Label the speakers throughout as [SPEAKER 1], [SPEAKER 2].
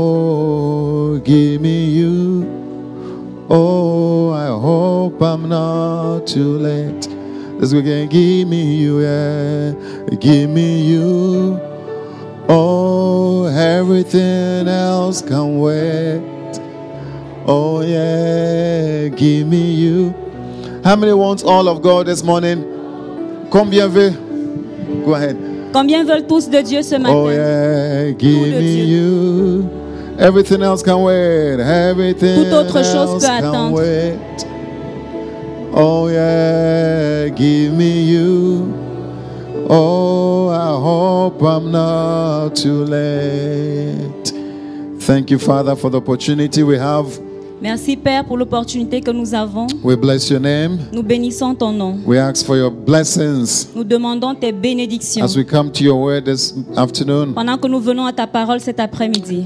[SPEAKER 1] Oh, give me you. Oh, I hope I'm not too late. Let's go again. Give me you, yeah. Give me you. Oh, everything else can wait. Oh, yeah. Give me you. How many wants all of God this morning? Combien veut? Go ahead.
[SPEAKER 2] Combien veulent tous de Dieu ce matin?
[SPEAKER 1] Oh yeah, give me
[SPEAKER 2] de Dieu.
[SPEAKER 1] you. Everything else can wait. Everything
[SPEAKER 2] Toute autre
[SPEAKER 1] else
[SPEAKER 2] chose peut
[SPEAKER 1] can
[SPEAKER 2] attendre.
[SPEAKER 1] wait. Oh yeah, give me you. Oh, I hope I'm not too late. Thank you, Father, for the opportunity we have.
[SPEAKER 2] Merci Père pour l'opportunité que nous avons.
[SPEAKER 1] We bless your name.
[SPEAKER 2] Nous bénissons ton nom.
[SPEAKER 1] We ask for your blessings
[SPEAKER 2] Nous demandons tes bénédictions.
[SPEAKER 1] as we come to your word this afternoon.
[SPEAKER 2] Pendant que nous venons à ta parole cet après-midi,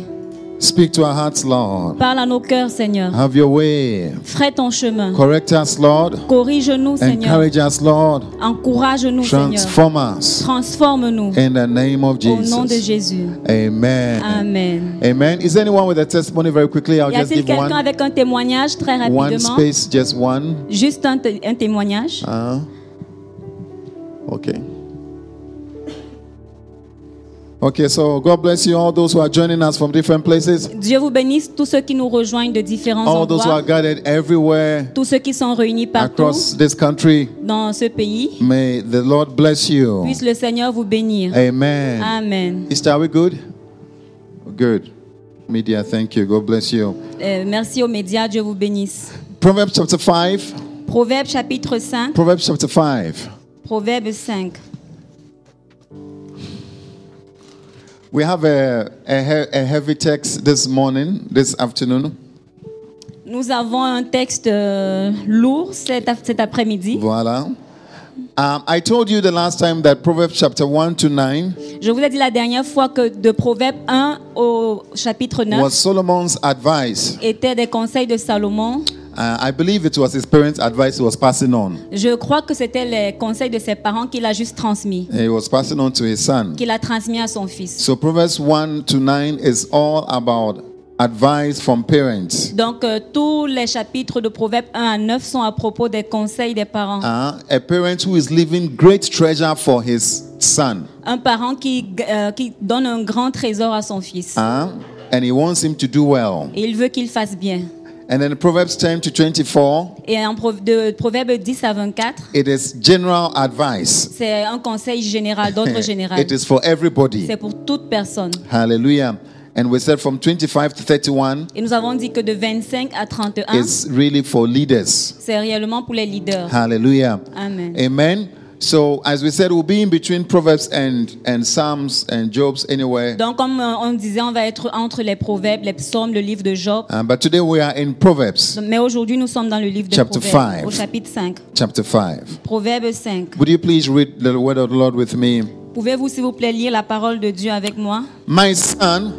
[SPEAKER 1] Speak to our hearts, Lord.
[SPEAKER 2] parle à nos cœurs, Seigneur.
[SPEAKER 1] Have your way.
[SPEAKER 2] Frais ton chemin.
[SPEAKER 1] Correct us, Lord.
[SPEAKER 2] Corrige-nous, Seigneur.
[SPEAKER 1] Encourage us, Lord.
[SPEAKER 2] Encourage-nous, Seigneur.
[SPEAKER 1] Transform us
[SPEAKER 2] Transforme-nous.
[SPEAKER 1] in the name of
[SPEAKER 2] Au nom de
[SPEAKER 1] Jesus.
[SPEAKER 2] Jésus.
[SPEAKER 1] Amen.
[SPEAKER 2] Amen.
[SPEAKER 1] Amen. Is there anyone with a testimony? Very quickly, I'll
[SPEAKER 2] Y
[SPEAKER 1] just
[SPEAKER 2] a-t-il
[SPEAKER 1] give
[SPEAKER 2] quelqu'un
[SPEAKER 1] one,
[SPEAKER 2] avec un témoignage très
[SPEAKER 1] one
[SPEAKER 2] rapidement?
[SPEAKER 1] space, just one.
[SPEAKER 2] Juste un, té- un témoignage.
[SPEAKER 1] Uh, okay. Okay, so God bless you, all those who are joining us from different places,
[SPEAKER 2] Dieu vous bénisse tous ceux qui nous rejoignent de différents
[SPEAKER 1] all those who are
[SPEAKER 2] endroits,
[SPEAKER 1] gathered everywhere
[SPEAKER 2] tous ceux qui sont réunis partout
[SPEAKER 1] across this country.
[SPEAKER 2] dans ce pays.
[SPEAKER 1] May the Lord bless you.
[SPEAKER 2] Puisse le Seigneur vous bénir.
[SPEAKER 1] Amen.
[SPEAKER 2] Amen.
[SPEAKER 1] Sister, are we good? Good. Media, thank you. God bless you.
[SPEAKER 2] Euh, merci aux médias, Dieu vous bénisse.
[SPEAKER 1] Proverbs chapter 5.
[SPEAKER 2] Proverbe chapitre 5,
[SPEAKER 1] Proverbs chapter 5.
[SPEAKER 2] Proverbe 5.
[SPEAKER 1] We have a, a, he- a heavy text this morning, this afternoon.
[SPEAKER 2] Nous avons un texte euh, lourd cet, af- cet après-midi.
[SPEAKER 1] Voila. Um, I told you the last time that Proverbs chapter 1 to 9
[SPEAKER 2] Je vous ai dit la dernière fois que de Proverbe 1 au chapitre 9
[SPEAKER 1] was Solomon's advice.
[SPEAKER 2] étaient des conseils de Salomon.
[SPEAKER 1] Uh, I believe it was his parents' advice he was passing on.
[SPEAKER 2] Je crois que c'était les conseils de ses parents qu'il a juste transmis,
[SPEAKER 1] He was passing on to his son.
[SPEAKER 2] qu'il a transmis à son fils.
[SPEAKER 1] So Proverbs 1 to 9 is all about advice from parents.
[SPEAKER 2] Donc euh, tous les chapitres de Proverbe 1 à 9 sont à propos des conseils des parents.
[SPEAKER 1] Uh, a parent who is leaving great treasure for his son,
[SPEAKER 2] Un parent qui, euh, qui donne un grand trésor à son fils.
[SPEAKER 1] uh, and he wants him to do well.
[SPEAKER 2] Et il veut qu'il fasse bien.
[SPEAKER 1] And then Proverbs 10 to 24,
[SPEAKER 2] Et en pro- de Proverbe 10 à 24,
[SPEAKER 1] it is general advice.
[SPEAKER 2] c'est un conseil général, d'ordre général.
[SPEAKER 1] It is for everybody.
[SPEAKER 2] C'est pour toute personne.
[SPEAKER 1] Hallelujah. And we said from 25 to 31,
[SPEAKER 2] Et nous avons dit que de 25 à 31,
[SPEAKER 1] it's really for leaders.
[SPEAKER 2] c'est réellement pour les leaders.
[SPEAKER 1] Hallelujah.
[SPEAKER 2] Amen.
[SPEAKER 1] Amen. So, as we said, we'll be in between Proverbs and, and Psalms and Jobs anyway.
[SPEAKER 2] Donc, comme euh, on disait, on va être entre les proverbes, les psaumes, le livre de Job.
[SPEAKER 1] Uh, but today we are in Proverbs
[SPEAKER 2] Mais aujourd'hui, nous sommes dans le livre de
[SPEAKER 1] Chapter
[SPEAKER 2] Proverbes,
[SPEAKER 1] five.
[SPEAKER 2] au chapitre 5.
[SPEAKER 1] chapter 5.
[SPEAKER 2] Proverbe 5.
[SPEAKER 1] Would you please read the word of the Lord with me?
[SPEAKER 2] Pouvez-vous, s'il vous plaît, lire la parole de Dieu avec moi
[SPEAKER 1] My son,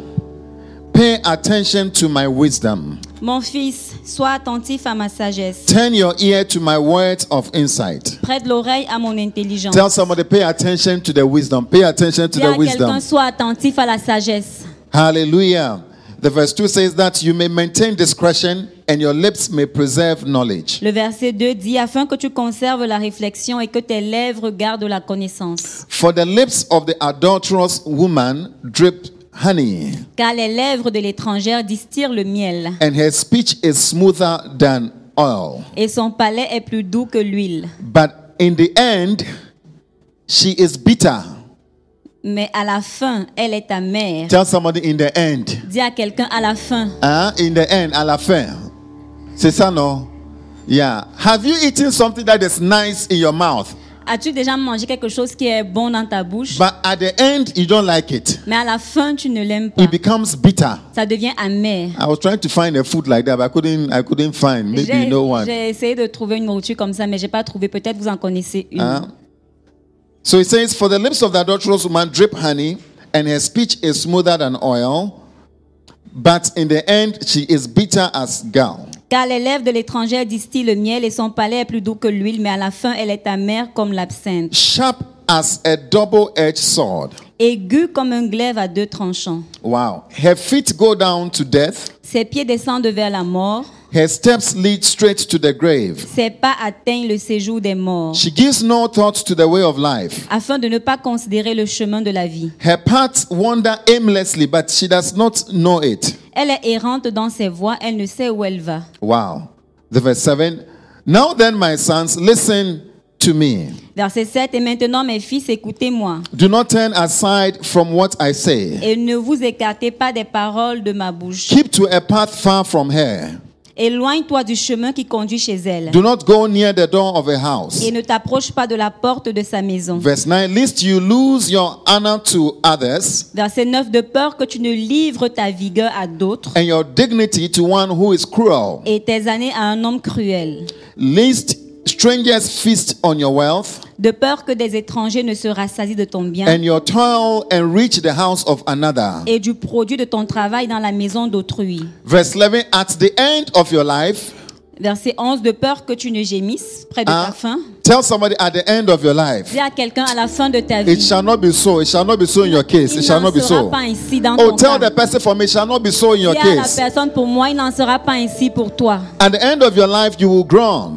[SPEAKER 1] pay attention to my wisdom.
[SPEAKER 2] Mon fils, sois attentif à ma sagesse.
[SPEAKER 1] Turn your ear to my words of insight.
[SPEAKER 2] Prête l'oreille à mon intelligence.
[SPEAKER 1] Tell somebody, pay attention to the wisdom. Pay attention to
[SPEAKER 2] Dis à
[SPEAKER 1] the
[SPEAKER 2] quelqu'un,
[SPEAKER 1] wisdom.
[SPEAKER 2] sois attentif à la sagesse.
[SPEAKER 1] Hallelujah. The verse 2 says that you may maintain discretion and your lips may preserve knowledge.
[SPEAKER 2] Le verset 2 dit, afin que tu conserves la réflexion et que tes lèvres gardent la connaissance.
[SPEAKER 1] For the lips of the adulterous woman drip honey,
[SPEAKER 2] Car les lèvres de l'étrangère distillent le miel,
[SPEAKER 1] and her speech is smoother than oil.
[SPEAKER 2] et son palais est plus doux que l'huile.
[SPEAKER 1] But in the end, she is bitter.
[SPEAKER 2] Mais à la fin, elle est amère.
[SPEAKER 1] Tell somebody in the end.
[SPEAKER 2] Dis à quelqu'un, à la fin,
[SPEAKER 1] Hein? In the end, à la fin. C'est ça, non? Yeah. Have you eaten something that is nice in your mouth,
[SPEAKER 2] as-tu déjà mangé quelque chose qui est bon dans ta bouche,
[SPEAKER 1] but at the end, you don't like it?
[SPEAKER 2] mais à la fin, tu ne l'aimes pas
[SPEAKER 1] It becomes bitter.
[SPEAKER 2] Ça devient amer.
[SPEAKER 1] I was trying to find a food like that, but I couldn't, I couldn't find. Maybe
[SPEAKER 2] J'ai
[SPEAKER 1] you know one.
[SPEAKER 2] j'ai essayé de trouver une nourriture comme ça, mais j'ai pas trouvé. Peut-être vous en connaissez une.
[SPEAKER 1] Hein? So it says, For the lips of the adulterous woman drip honey, and her speech is smoother than oil, but in the end, she is bitter as gall.
[SPEAKER 2] Car les lèvres de l'étrangère distillent le miel et son palais est plus doux que l'huile, mais à la fin, elle est amère comme l'absinthe.
[SPEAKER 1] Sharp as a double edged sword.
[SPEAKER 2] aigu comme un glaive à deux tranchants.
[SPEAKER 1] Wow. Her feet go down to death.
[SPEAKER 2] Ses pieds descendent vers la mort,
[SPEAKER 1] Her steps lead straight to the grave.
[SPEAKER 2] ses pas atteignent le séjour des morts,
[SPEAKER 1] She gives no thought to the way of life.
[SPEAKER 2] afin de ne pas considérer le chemin de la vie.
[SPEAKER 1] Her paths wander aimlessly, but she does not know it.
[SPEAKER 2] Elle est errante dans ses voies, elle ne sait où elle va.
[SPEAKER 1] Wow. The verse 7. Now then, my sons, listen to me.
[SPEAKER 2] Verset 7, et maintenant mes fils, écoutez-moi,
[SPEAKER 1] Do not turn aside from what I say.
[SPEAKER 2] et ne vous écartez pas des paroles de ma bouche.
[SPEAKER 1] Keep to a path far from her.
[SPEAKER 2] Éloigne-toi du chemin qui conduit chez elle,
[SPEAKER 1] Do not go near the door of a house.
[SPEAKER 2] et ne t'approche pas de la porte de sa maison.
[SPEAKER 1] Verse 9 Lest you lose your honor to others
[SPEAKER 2] Verset 9, de peur que tu ne livres ta vigueur à d'autres,
[SPEAKER 1] and your dignity to one who is cruel.
[SPEAKER 2] et tes années à un homme cruel.
[SPEAKER 1] Lest strangers feast on your wealth
[SPEAKER 2] de peur que des étrangers ne se rassasient de ton bien
[SPEAKER 1] and your toil enrich the house of another.
[SPEAKER 2] et du produit de ton travail dans la maison d'autrui.
[SPEAKER 1] Verse 11 At the end of your life,
[SPEAKER 2] Verset 11, de peur que tu ne gémisses près de
[SPEAKER 1] uh,
[SPEAKER 2] ta fin.
[SPEAKER 1] tell somebody at the end of your life,
[SPEAKER 2] Dis à quelqu'un à la fin de ta
[SPEAKER 1] it
[SPEAKER 2] vie,
[SPEAKER 1] shall not be so. It shall not be so in your case.
[SPEAKER 2] il
[SPEAKER 1] It shall
[SPEAKER 2] n'en
[SPEAKER 1] not be
[SPEAKER 2] sera
[SPEAKER 1] so.
[SPEAKER 2] pas ainsi dans
[SPEAKER 1] Oh,
[SPEAKER 2] ton
[SPEAKER 1] tell the
[SPEAKER 2] cas.
[SPEAKER 1] person for me, it shall not be so in your
[SPEAKER 2] Dis à la
[SPEAKER 1] case.
[SPEAKER 2] personne, pour moi, il n'en sera pas ainsi pour toi.
[SPEAKER 1] At the end of your life, you will groan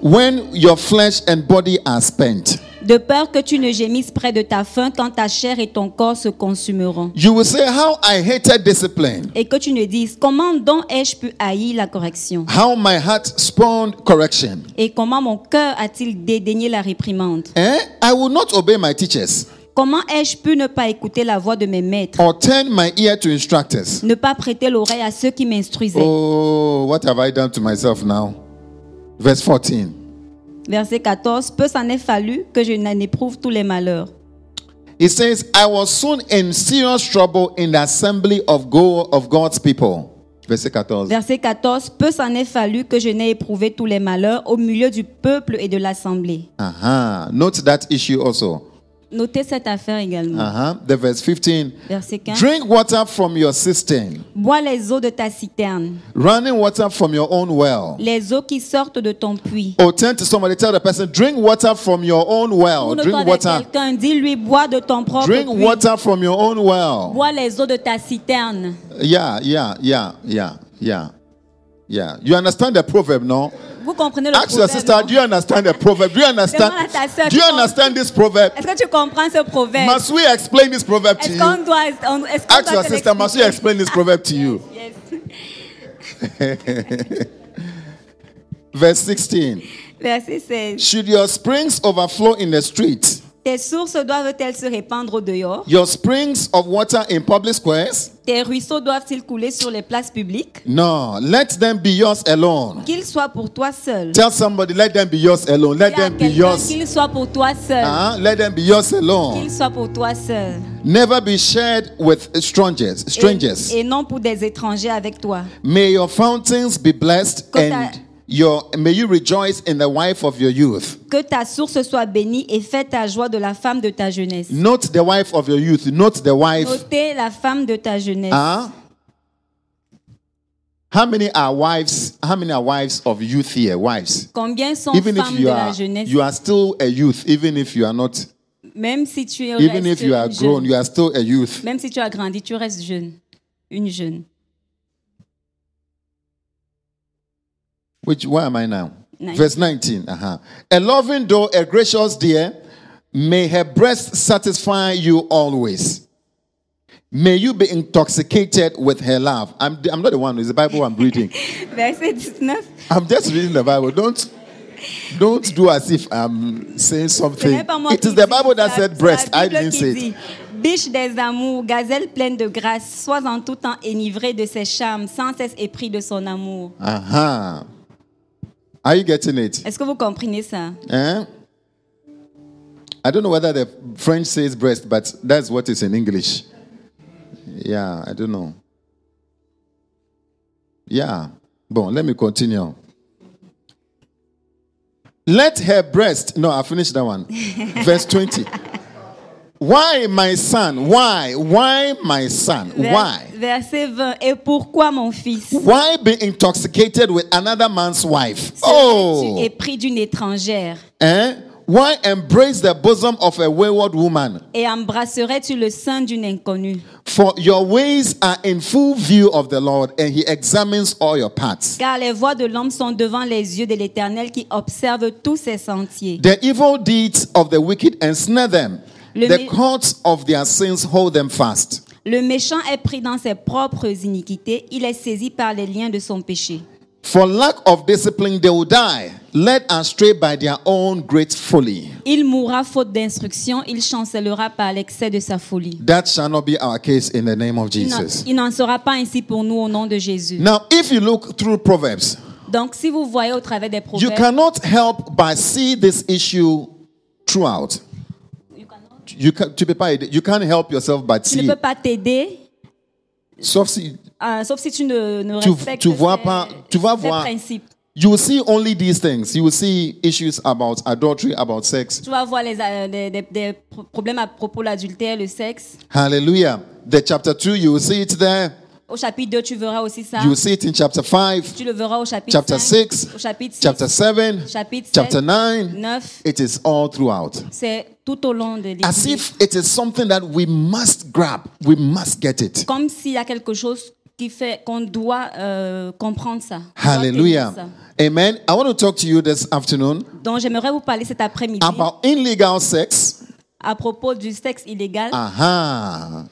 [SPEAKER 1] when your flesh and body are spent.
[SPEAKER 2] De peur que tu ne gémisses près de ta faim quand ta chair et ton corps se consumeront.
[SPEAKER 1] You will say, How I hated discipline,
[SPEAKER 2] Et que tu ne dises, comment donc ai-je pu haïr la correction
[SPEAKER 1] how my heart spawned correction.
[SPEAKER 2] Et comment mon cœur a-t-il dédaigné la réprimande
[SPEAKER 1] Eh? I will not obey my teachers
[SPEAKER 2] Comment ai-je pu ne pas écouter la voix de mes maîtres
[SPEAKER 1] or turn my ear to instructors.
[SPEAKER 2] ne pas prêter l'oreille à ceux qui m'instruisaient.
[SPEAKER 1] Oh, what have I done to myself now? Verse 14.
[SPEAKER 2] Verset 14, peu s'en est fallu que je n'en éprouve tous les malheurs.
[SPEAKER 1] He says, I was soon in serious trouble in the assembly of, go- of God's people. Verse 14.
[SPEAKER 2] Verset 14, peu s'en est fallu que je n'ai éprouvé tous les malheurs au milieu du peuple et de l'assemblée.
[SPEAKER 1] Uh-huh. Note that issue also.
[SPEAKER 2] Notez cette affaire également.
[SPEAKER 1] Uh-huh. The verse 15.
[SPEAKER 2] Verset 15,
[SPEAKER 1] Drink water from your cistern,
[SPEAKER 2] bois les eaux de ta citerne,
[SPEAKER 1] running water from your own well.
[SPEAKER 2] les eaux qui sortent de ton puits.
[SPEAKER 1] Or turn to somebody, tell the person, drink water from your own well.
[SPEAKER 2] Tourne-toi
[SPEAKER 1] Drink
[SPEAKER 2] avec
[SPEAKER 1] water.
[SPEAKER 2] quelqu'un, dis-lui, bois de ton propre
[SPEAKER 1] Drink
[SPEAKER 2] puits.
[SPEAKER 1] water from your own well.
[SPEAKER 2] Bois les eaux de ta citerne.
[SPEAKER 1] Yeah, yeah, yeah, yeah, yeah. Yeah. You understand the proverb, no?
[SPEAKER 2] Vous comprenez le
[SPEAKER 1] Ask your
[SPEAKER 2] proverbe
[SPEAKER 1] sister,
[SPEAKER 2] non?
[SPEAKER 1] do you understand the proverb? Do you
[SPEAKER 2] Demande à ta sœur
[SPEAKER 1] understand? Do you
[SPEAKER 2] qui comprend-
[SPEAKER 1] understand this proverb?
[SPEAKER 2] Est-ce que tu comprends ce proverbe
[SPEAKER 1] Must we explain this proverb to
[SPEAKER 2] Est-ce
[SPEAKER 1] you?
[SPEAKER 2] qu'on doit... on- Est-ce qu'on
[SPEAKER 1] Ask
[SPEAKER 2] doit
[SPEAKER 1] your
[SPEAKER 2] te
[SPEAKER 1] sister, must we
[SPEAKER 2] l'expliquer?
[SPEAKER 1] explain this proverb to you?
[SPEAKER 2] Yes.
[SPEAKER 1] Verse 16.
[SPEAKER 2] Verset 16.
[SPEAKER 1] Should your springs overflow in the street,
[SPEAKER 2] Tes sources doivent-elles se répandre au dehors
[SPEAKER 1] your springs of water in public squares?
[SPEAKER 2] Tes ruisseaux doivent-ils couler sur les places publiques
[SPEAKER 1] No, let them be yours alone.
[SPEAKER 2] Qu'ils soient pour toi seul.
[SPEAKER 1] Tell somebody, let them be yours alone. Let
[SPEAKER 2] Dis à
[SPEAKER 1] them be
[SPEAKER 2] quelqu'un
[SPEAKER 1] yours.
[SPEAKER 2] qu'ils soient pour toi seul.
[SPEAKER 1] Uh-huh. Let them be yours alone.
[SPEAKER 2] Qu'ils soient pour toi seul.
[SPEAKER 1] Never be shared with strangers.
[SPEAKER 2] Et-
[SPEAKER 1] Strangers.
[SPEAKER 2] Et, non pour des étrangers avec toi.
[SPEAKER 1] May your fountains be blessed
[SPEAKER 2] Kota-
[SPEAKER 1] and your may you rejoice in the wife of your youth.
[SPEAKER 2] Que ta source soit bénie et fais ta joie de la femme de ta jeunesse.
[SPEAKER 1] Not the wife of your youth. Not the wife.
[SPEAKER 2] Notez la femme de ta jeunesse.
[SPEAKER 1] Huh? How many are wives? How many are wives of youth here? Wives.
[SPEAKER 2] Combien sont
[SPEAKER 1] Even if
[SPEAKER 2] femmes de
[SPEAKER 1] you
[SPEAKER 2] la
[SPEAKER 1] are
[SPEAKER 2] jeunesse
[SPEAKER 1] you are still a youth, even if you are not,
[SPEAKER 2] Même si tu es
[SPEAKER 1] even if you are
[SPEAKER 2] restes jeune.
[SPEAKER 1] grown, you are still a youth.
[SPEAKER 2] Même si tu as grandi, tu restes jeune. Une jeune.
[SPEAKER 1] Which where am I now?
[SPEAKER 2] Nineteen.
[SPEAKER 1] Verse 19. Uh-huh. A loving though a gracious dear, may her breast satisfy you always. May you be intoxicated with her love. I'm, I'm not the one, it's the Bible I'm reading.
[SPEAKER 2] Verset 19.
[SPEAKER 1] I'm just reading the Bible. Don't don't do as if I'm saying
[SPEAKER 2] Ce
[SPEAKER 1] something.
[SPEAKER 2] n'est pas moi
[SPEAKER 1] It
[SPEAKER 2] qui
[SPEAKER 1] is the
[SPEAKER 2] dis,
[SPEAKER 1] Bible that
[SPEAKER 2] c'est la-
[SPEAKER 1] said breast.
[SPEAKER 2] c'est la
[SPEAKER 1] I
[SPEAKER 2] Bible
[SPEAKER 1] didn't
[SPEAKER 2] qui
[SPEAKER 1] say
[SPEAKER 2] dit,
[SPEAKER 1] it.
[SPEAKER 2] Biche des amours, gazelle pleine de grâce, sois en tout temps enivrée de ses charmes, sans cesse épris de son amour.
[SPEAKER 1] Uh-huh. Are you getting it?
[SPEAKER 2] Est-ce que vous comprenez ça
[SPEAKER 1] Eh? I don't know whether the French says breast, but that's what it's in English. Yeah, I don't know. Yeah. Bon, let me continue. Let her breast. No, I finished that one. Verse 20. Why, my son? Why? Why, my son?
[SPEAKER 2] Vers-
[SPEAKER 1] Why?
[SPEAKER 2] Verset 20. Et pourquoi, mon fils
[SPEAKER 1] Why be intoxicated with another man's wife?
[SPEAKER 2] serais-tu
[SPEAKER 1] Oh!
[SPEAKER 2] épris d'une étrangère
[SPEAKER 1] Eh? Why embrace the bosom of a wayward woman?
[SPEAKER 2] et embrasserais-tu le sein d'une inconnue
[SPEAKER 1] For your ways are in full view of the Lord, and he examines all your paths.
[SPEAKER 2] Car les voies de l'homme sont devant les yeux de l'Éternel qui observe tous ses sentiers.
[SPEAKER 1] The evil deeds of the wicked ensnare them.
[SPEAKER 2] Le
[SPEAKER 1] the
[SPEAKER 2] mi-
[SPEAKER 1] courts of their sins hold them fast.
[SPEAKER 2] Le méchant est pris dans ses propres iniquités, il est saisi par les liens de son péché.
[SPEAKER 1] For lack of discipline, they will die, led astray by their own great folly.
[SPEAKER 2] Il mourra faute d'instruction, il chancellera par l'excès de sa folie.
[SPEAKER 1] That shall not be our case in the name of
[SPEAKER 2] Il n'en-
[SPEAKER 1] Jesus.
[SPEAKER 2] il n'en sera pas ainsi pour nous au nom de Jésus.
[SPEAKER 1] Now, if you look through Proverbs,
[SPEAKER 2] Donc si vous voyez au travers des
[SPEAKER 1] you
[SPEAKER 2] proverbes,
[SPEAKER 1] cannot help but see this issue throughout. You, can, tu peux pas aider- you can't help yourself but
[SPEAKER 2] tu ne
[SPEAKER 1] see.
[SPEAKER 2] peux pas t'aider,
[SPEAKER 1] Sauf si
[SPEAKER 2] euh, sauf si tu ne, ne
[SPEAKER 1] Tu-
[SPEAKER 2] respectes
[SPEAKER 1] tu vois
[SPEAKER 2] ces-
[SPEAKER 1] pas- tu vas
[SPEAKER 2] ces
[SPEAKER 1] voir.
[SPEAKER 2] principes.
[SPEAKER 1] You will see only these things. You will see issues about adultery, about sex.
[SPEAKER 2] Tu vas voir les, euh, des- des- des pro- problèmes à propos de l'adultère, le sexe.
[SPEAKER 1] Hallelujah. The chapter 2, you will see it there.
[SPEAKER 2] Au chapitre 2, tu verras aussi ça.
[SPEAKER 1] You will see it in chapter 5,
[SPEAKER 2] Tu le verras au chapitre
[SPEAKER 1] chapter
[SPEAKER 2] 5,
[SPEAKER 1] 6,
[SPEAKER 2] au chapitre 6,
[SPEAKER 1] chapter 7,
[SPEAKER 2] chapitre 7,
[SPEAKER 1] chapter 9.
[SPEAKER 2] 9.
[SPEAKER 1] It is all throughout.
[SPEAKER 2] C'est tout au long de
[SPEAKER 1] As
[SPEAKER 2] l'Église.
[SPEAKER 1] if it is something that we must grab, we must get it.
[SPEAKER 2] Comme s'il y a quelque chose qui fait qu'on doit euh, comprendre ça. On doit tenir
[SPEAKER 1] Hallelujah.
[SPEAKER 2] ça.
[SPEAKER 1] Amen. I want to talk to you this afternoon
[SPEAKER 2] Donc j'aimerais vous parler cet après-midi
[SPEAKER 1] about illegal sex.
[SPEAKER 2] à propos du sexe illégal.
[SPEAKER 1] Ah. Aha.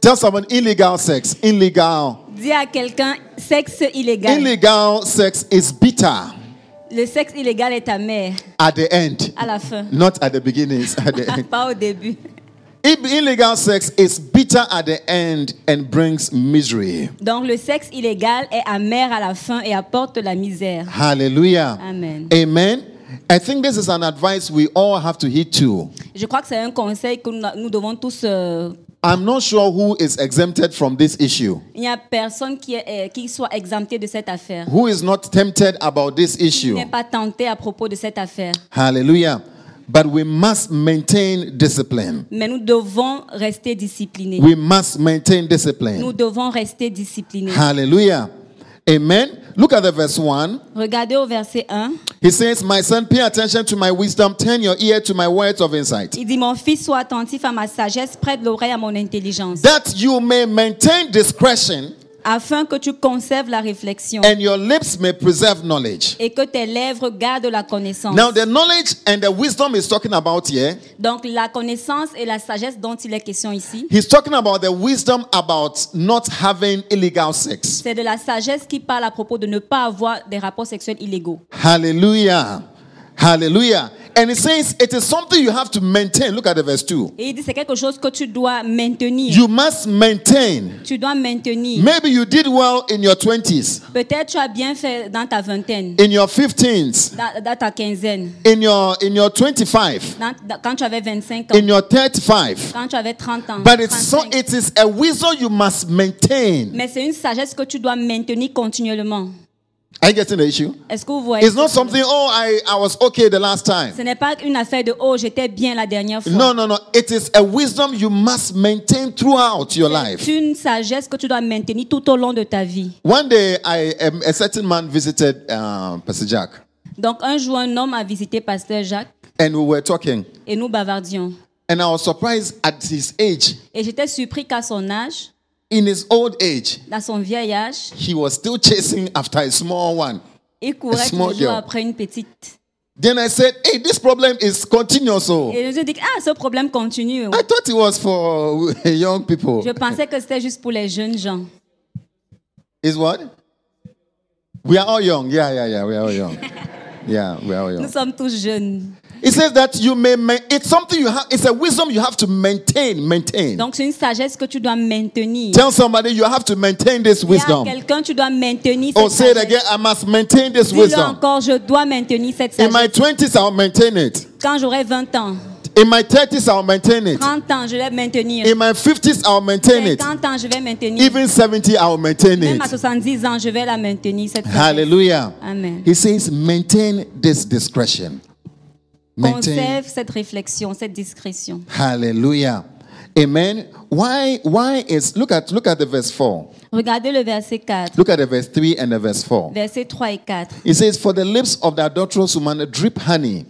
[SPEAKER 1] Tell someone illegal sex, illegal
[SPEAKER 2] Dis à quelqu'un sexe illégal.
[SPEAKER 1] Illegal sex is bitter
[SPEAKER 2] Le sexe illégal est amer
[SPEAKER 1] at the end,
[SPEAKER 2] à la fin,
[SPEAKER 1] not at the beginning. it's At the end.
[SPEAKER 2] pas au début.
[SPEAKER 1] Ill- Illegal sex is bitter at the end and brings misery.
[SPEAKER 2] Donc le sexe illégal est amer à la fin et apporte la misère.
[SPEAKER 1] Hallelujah.
[SPEAKER 2] Amen.
[SPEAKER 1] Amen. I think this is an advice we all have to heed to.
[SPEAKER 2] Je crois que c'est un conseil que nous, nous devons tous euh,
[SPEAKER 1] I'm not sure who is exempted from this issue,
[SPEAKER 2] Il n'y a personne qui, est, euh, qui soit exempté de cette affaire.
[SPEAKER 1] who is not tempted about this
[SPEAKER 2] Qui
[SPEAKER 1] issue.
[SPEAKER 2] n'est pas tenté à propos de cette affaire.
[SPEAKER 1] Hallelujah. But we must maintain discipline.
[SPEAKER 2] Mais nous devons rester disciplinés.
[SPEAKER 1] We must maintain discipline.
[SPEAKER 2] Nous devons rester disciplinés.
[SPEAKER 1] Ah. Hallelujah. Amen. Look at the verse 1.
[SPEAKER 2] Regardez au verset 1.
[SPEAKER 1] He says, My son, pay attention to my wisdom, turn your ear to my words of insight,
[SPEAKER 2] Il dit, mon fils, sois attentif à ma sagesse, prête l'oreille à mon intelligence,
[SPEAKER 1] that you may maintain discretion
[SPEAKER 2] afin que tu conserves la réflexion
[SPEAKER 1] and your lips may preserve knowledge.
[SPEAKER 2] et que tes lèvres gardent la connaissance.
[SPEAKER 1] Now, the knowledge and the wisdom he's talking about here,
[SPEAKER 2] Donc la connaissance et la sagesse dont il est question ici,
[SPEAKER 1] he's talking about the wisdom about not having illegal sex.
[SPEAKER 2] c'est de la sagesse qui parle à propos de ne pas avoir des rapports sexuels illégaux.
[SPEAKER 1] Hallelujah. Hallelujah. And he says, It is something you have to maintain. Look at the verse 2.
[SPEAKER 2] Et il dit, c'est quelque chose que tu dois maintenir.
[SPEAKER 1] You must maintain.
[SPEAKER 2] Tu dois maintenir.
[SPEAKER 1] Maybe you did well in your 20s,
[SPEAKER 2] Peut-être tu as bien fait dans ta vingtaine,
[SPEAKER 1] in your 15s,
[SPEAKER 2] dans, dans ta quinzaine,
[SPEAKER 1] in your in your 25
[SPEAKER 2] dans- dans- quand tu avais 25 ans,
[SPEAKER 1] in your 35
[SPEAKER 2] quand tu avais 30 ans.
[SPEAKER 1] but it's so
[SPEAKER 2] 35.
[SPEAKER 1] it is a wisdom you must maintain
[SPEAKER 2] Mais c'est une sagesse que tu dois maintenir continuellement.
[SPEAKER 1] are you getting the issue
[SPEAKER 2] Est-ce que vous voyez
[SPEAKER 1] it's not something oh i i was okay the last time
[SPEAKER 2] Ce n'est pas une affaire de oh, j'étais bien la dernière fois.
[SPEAKER 1] no no no it is a wisdom you must maintain throughout your life
[SPEAKER 2] C'est une sagesse que tu dois maintenir tout au long de ta vie.
[SPEAKER 1] one day i um, a certain man visited um, pastor jack
[SPEAKER 2] Donc un jour, un homme a visité Pasteur Jacques
[SPEAKER 1] and we were talking
[SPEAKER 2] et nous bavardions.
[SPEAKER 1] and i was surprised at his age
[SPEAKER 2] Et j'étais surpris qu'à son âge,
[SPEAKER 1] in his old age
[SPEAKER 2] dans son vieil âge,
[SPEAKER 1] he was still chasing after a small one
[SPEAKER 2] il courait
[SPEAKER 1] Small
[SPEAKER 2] toujours
[SPEAKER 1] girl.
[SPEAKER 2] après une petite.
[SPEAKER 1] then i said hey this problem is continuous so
[SPEAKER 2] Et je dis que, ah, ce problème continue.
[SPEAKER 1] I thought it was for young people.
[SPEAKER 2] Je pensais que c'était juste pour les jeunes gens.
[SPEAKER 1] Is what? We are all young. Yeah, yeah, yeah. We are all young. Yeah, we are all
[SPEAKER 2] Nous
[SPEAKER 1] young.
[SPEAKER 2] sommes tous jeunes.
[SPEAKER 1] It says that you may. Ma- it's something you have. It's a wisdom you have to maintain. Maintain.
[SPEAKER 2] Donc, c'est une sagesse que tu dois maintenir.
[SPEAKER 1] Tell somebody you have to maintain this
[SPEAKER 2] Il y a
[SPEAKER 1] wisdom.
[SPEAKER 2] quelqu'un, tu dois maintenir
[SPEAKER 1] Oh,
[SPEAKER 2] cette
[SPEAKER 1] say it
[SPEAKER 2] sagesse.
[SPEAKER 1] again. I must maintain this
[SPEAKER 2] Dis-le
[SPEAKER 1] wisdom.
[SPEAKER 2] encore, je dois maintenir cette
[SPEAKER 1] In my
[SPEAKER 2] sagesse.
[SPEAKER 1] twenties, I'll maintain it.
[SPEAKER 2] Quand j'aurai 20 ans,
[SPEAKER 1] In my thirties, I'll maintain it.
[SPEAKER 2] 30 ans, je vais maintenir.
[SPEAKER 1] In my fifties, I'll maintain it.
[SPEAKER 2] 50 ans, je vais maintenir.
[SPEAKER 1] Even seventy, I'll maintain
[SPEAKER 2] Même à
[SPEAKER 1] it.
[SPEAKER 2] 70 ans, je vais la maintenir, cette sagesse.
[SPEAKER 1] Hallelujah.
[SPEAKER 2] Amen.
[SPEAKER 1] He says, maintain this discretion. Maintain.
[SPEAKER 2] Conserve cette réflexion, cette discrétion.
[SPEAKER 1] Hallelujah. Amen. Why? Why is look at look at the verse four.
[SPEAKER 2] Regardez le verset 4,
[SPEAKER 1] Look at the verse three and the verse four.
[SPEAKER 2] versets 3 et 4.
[SPEAKER 1] It says, "For the lips of the adulterous woman drip honey,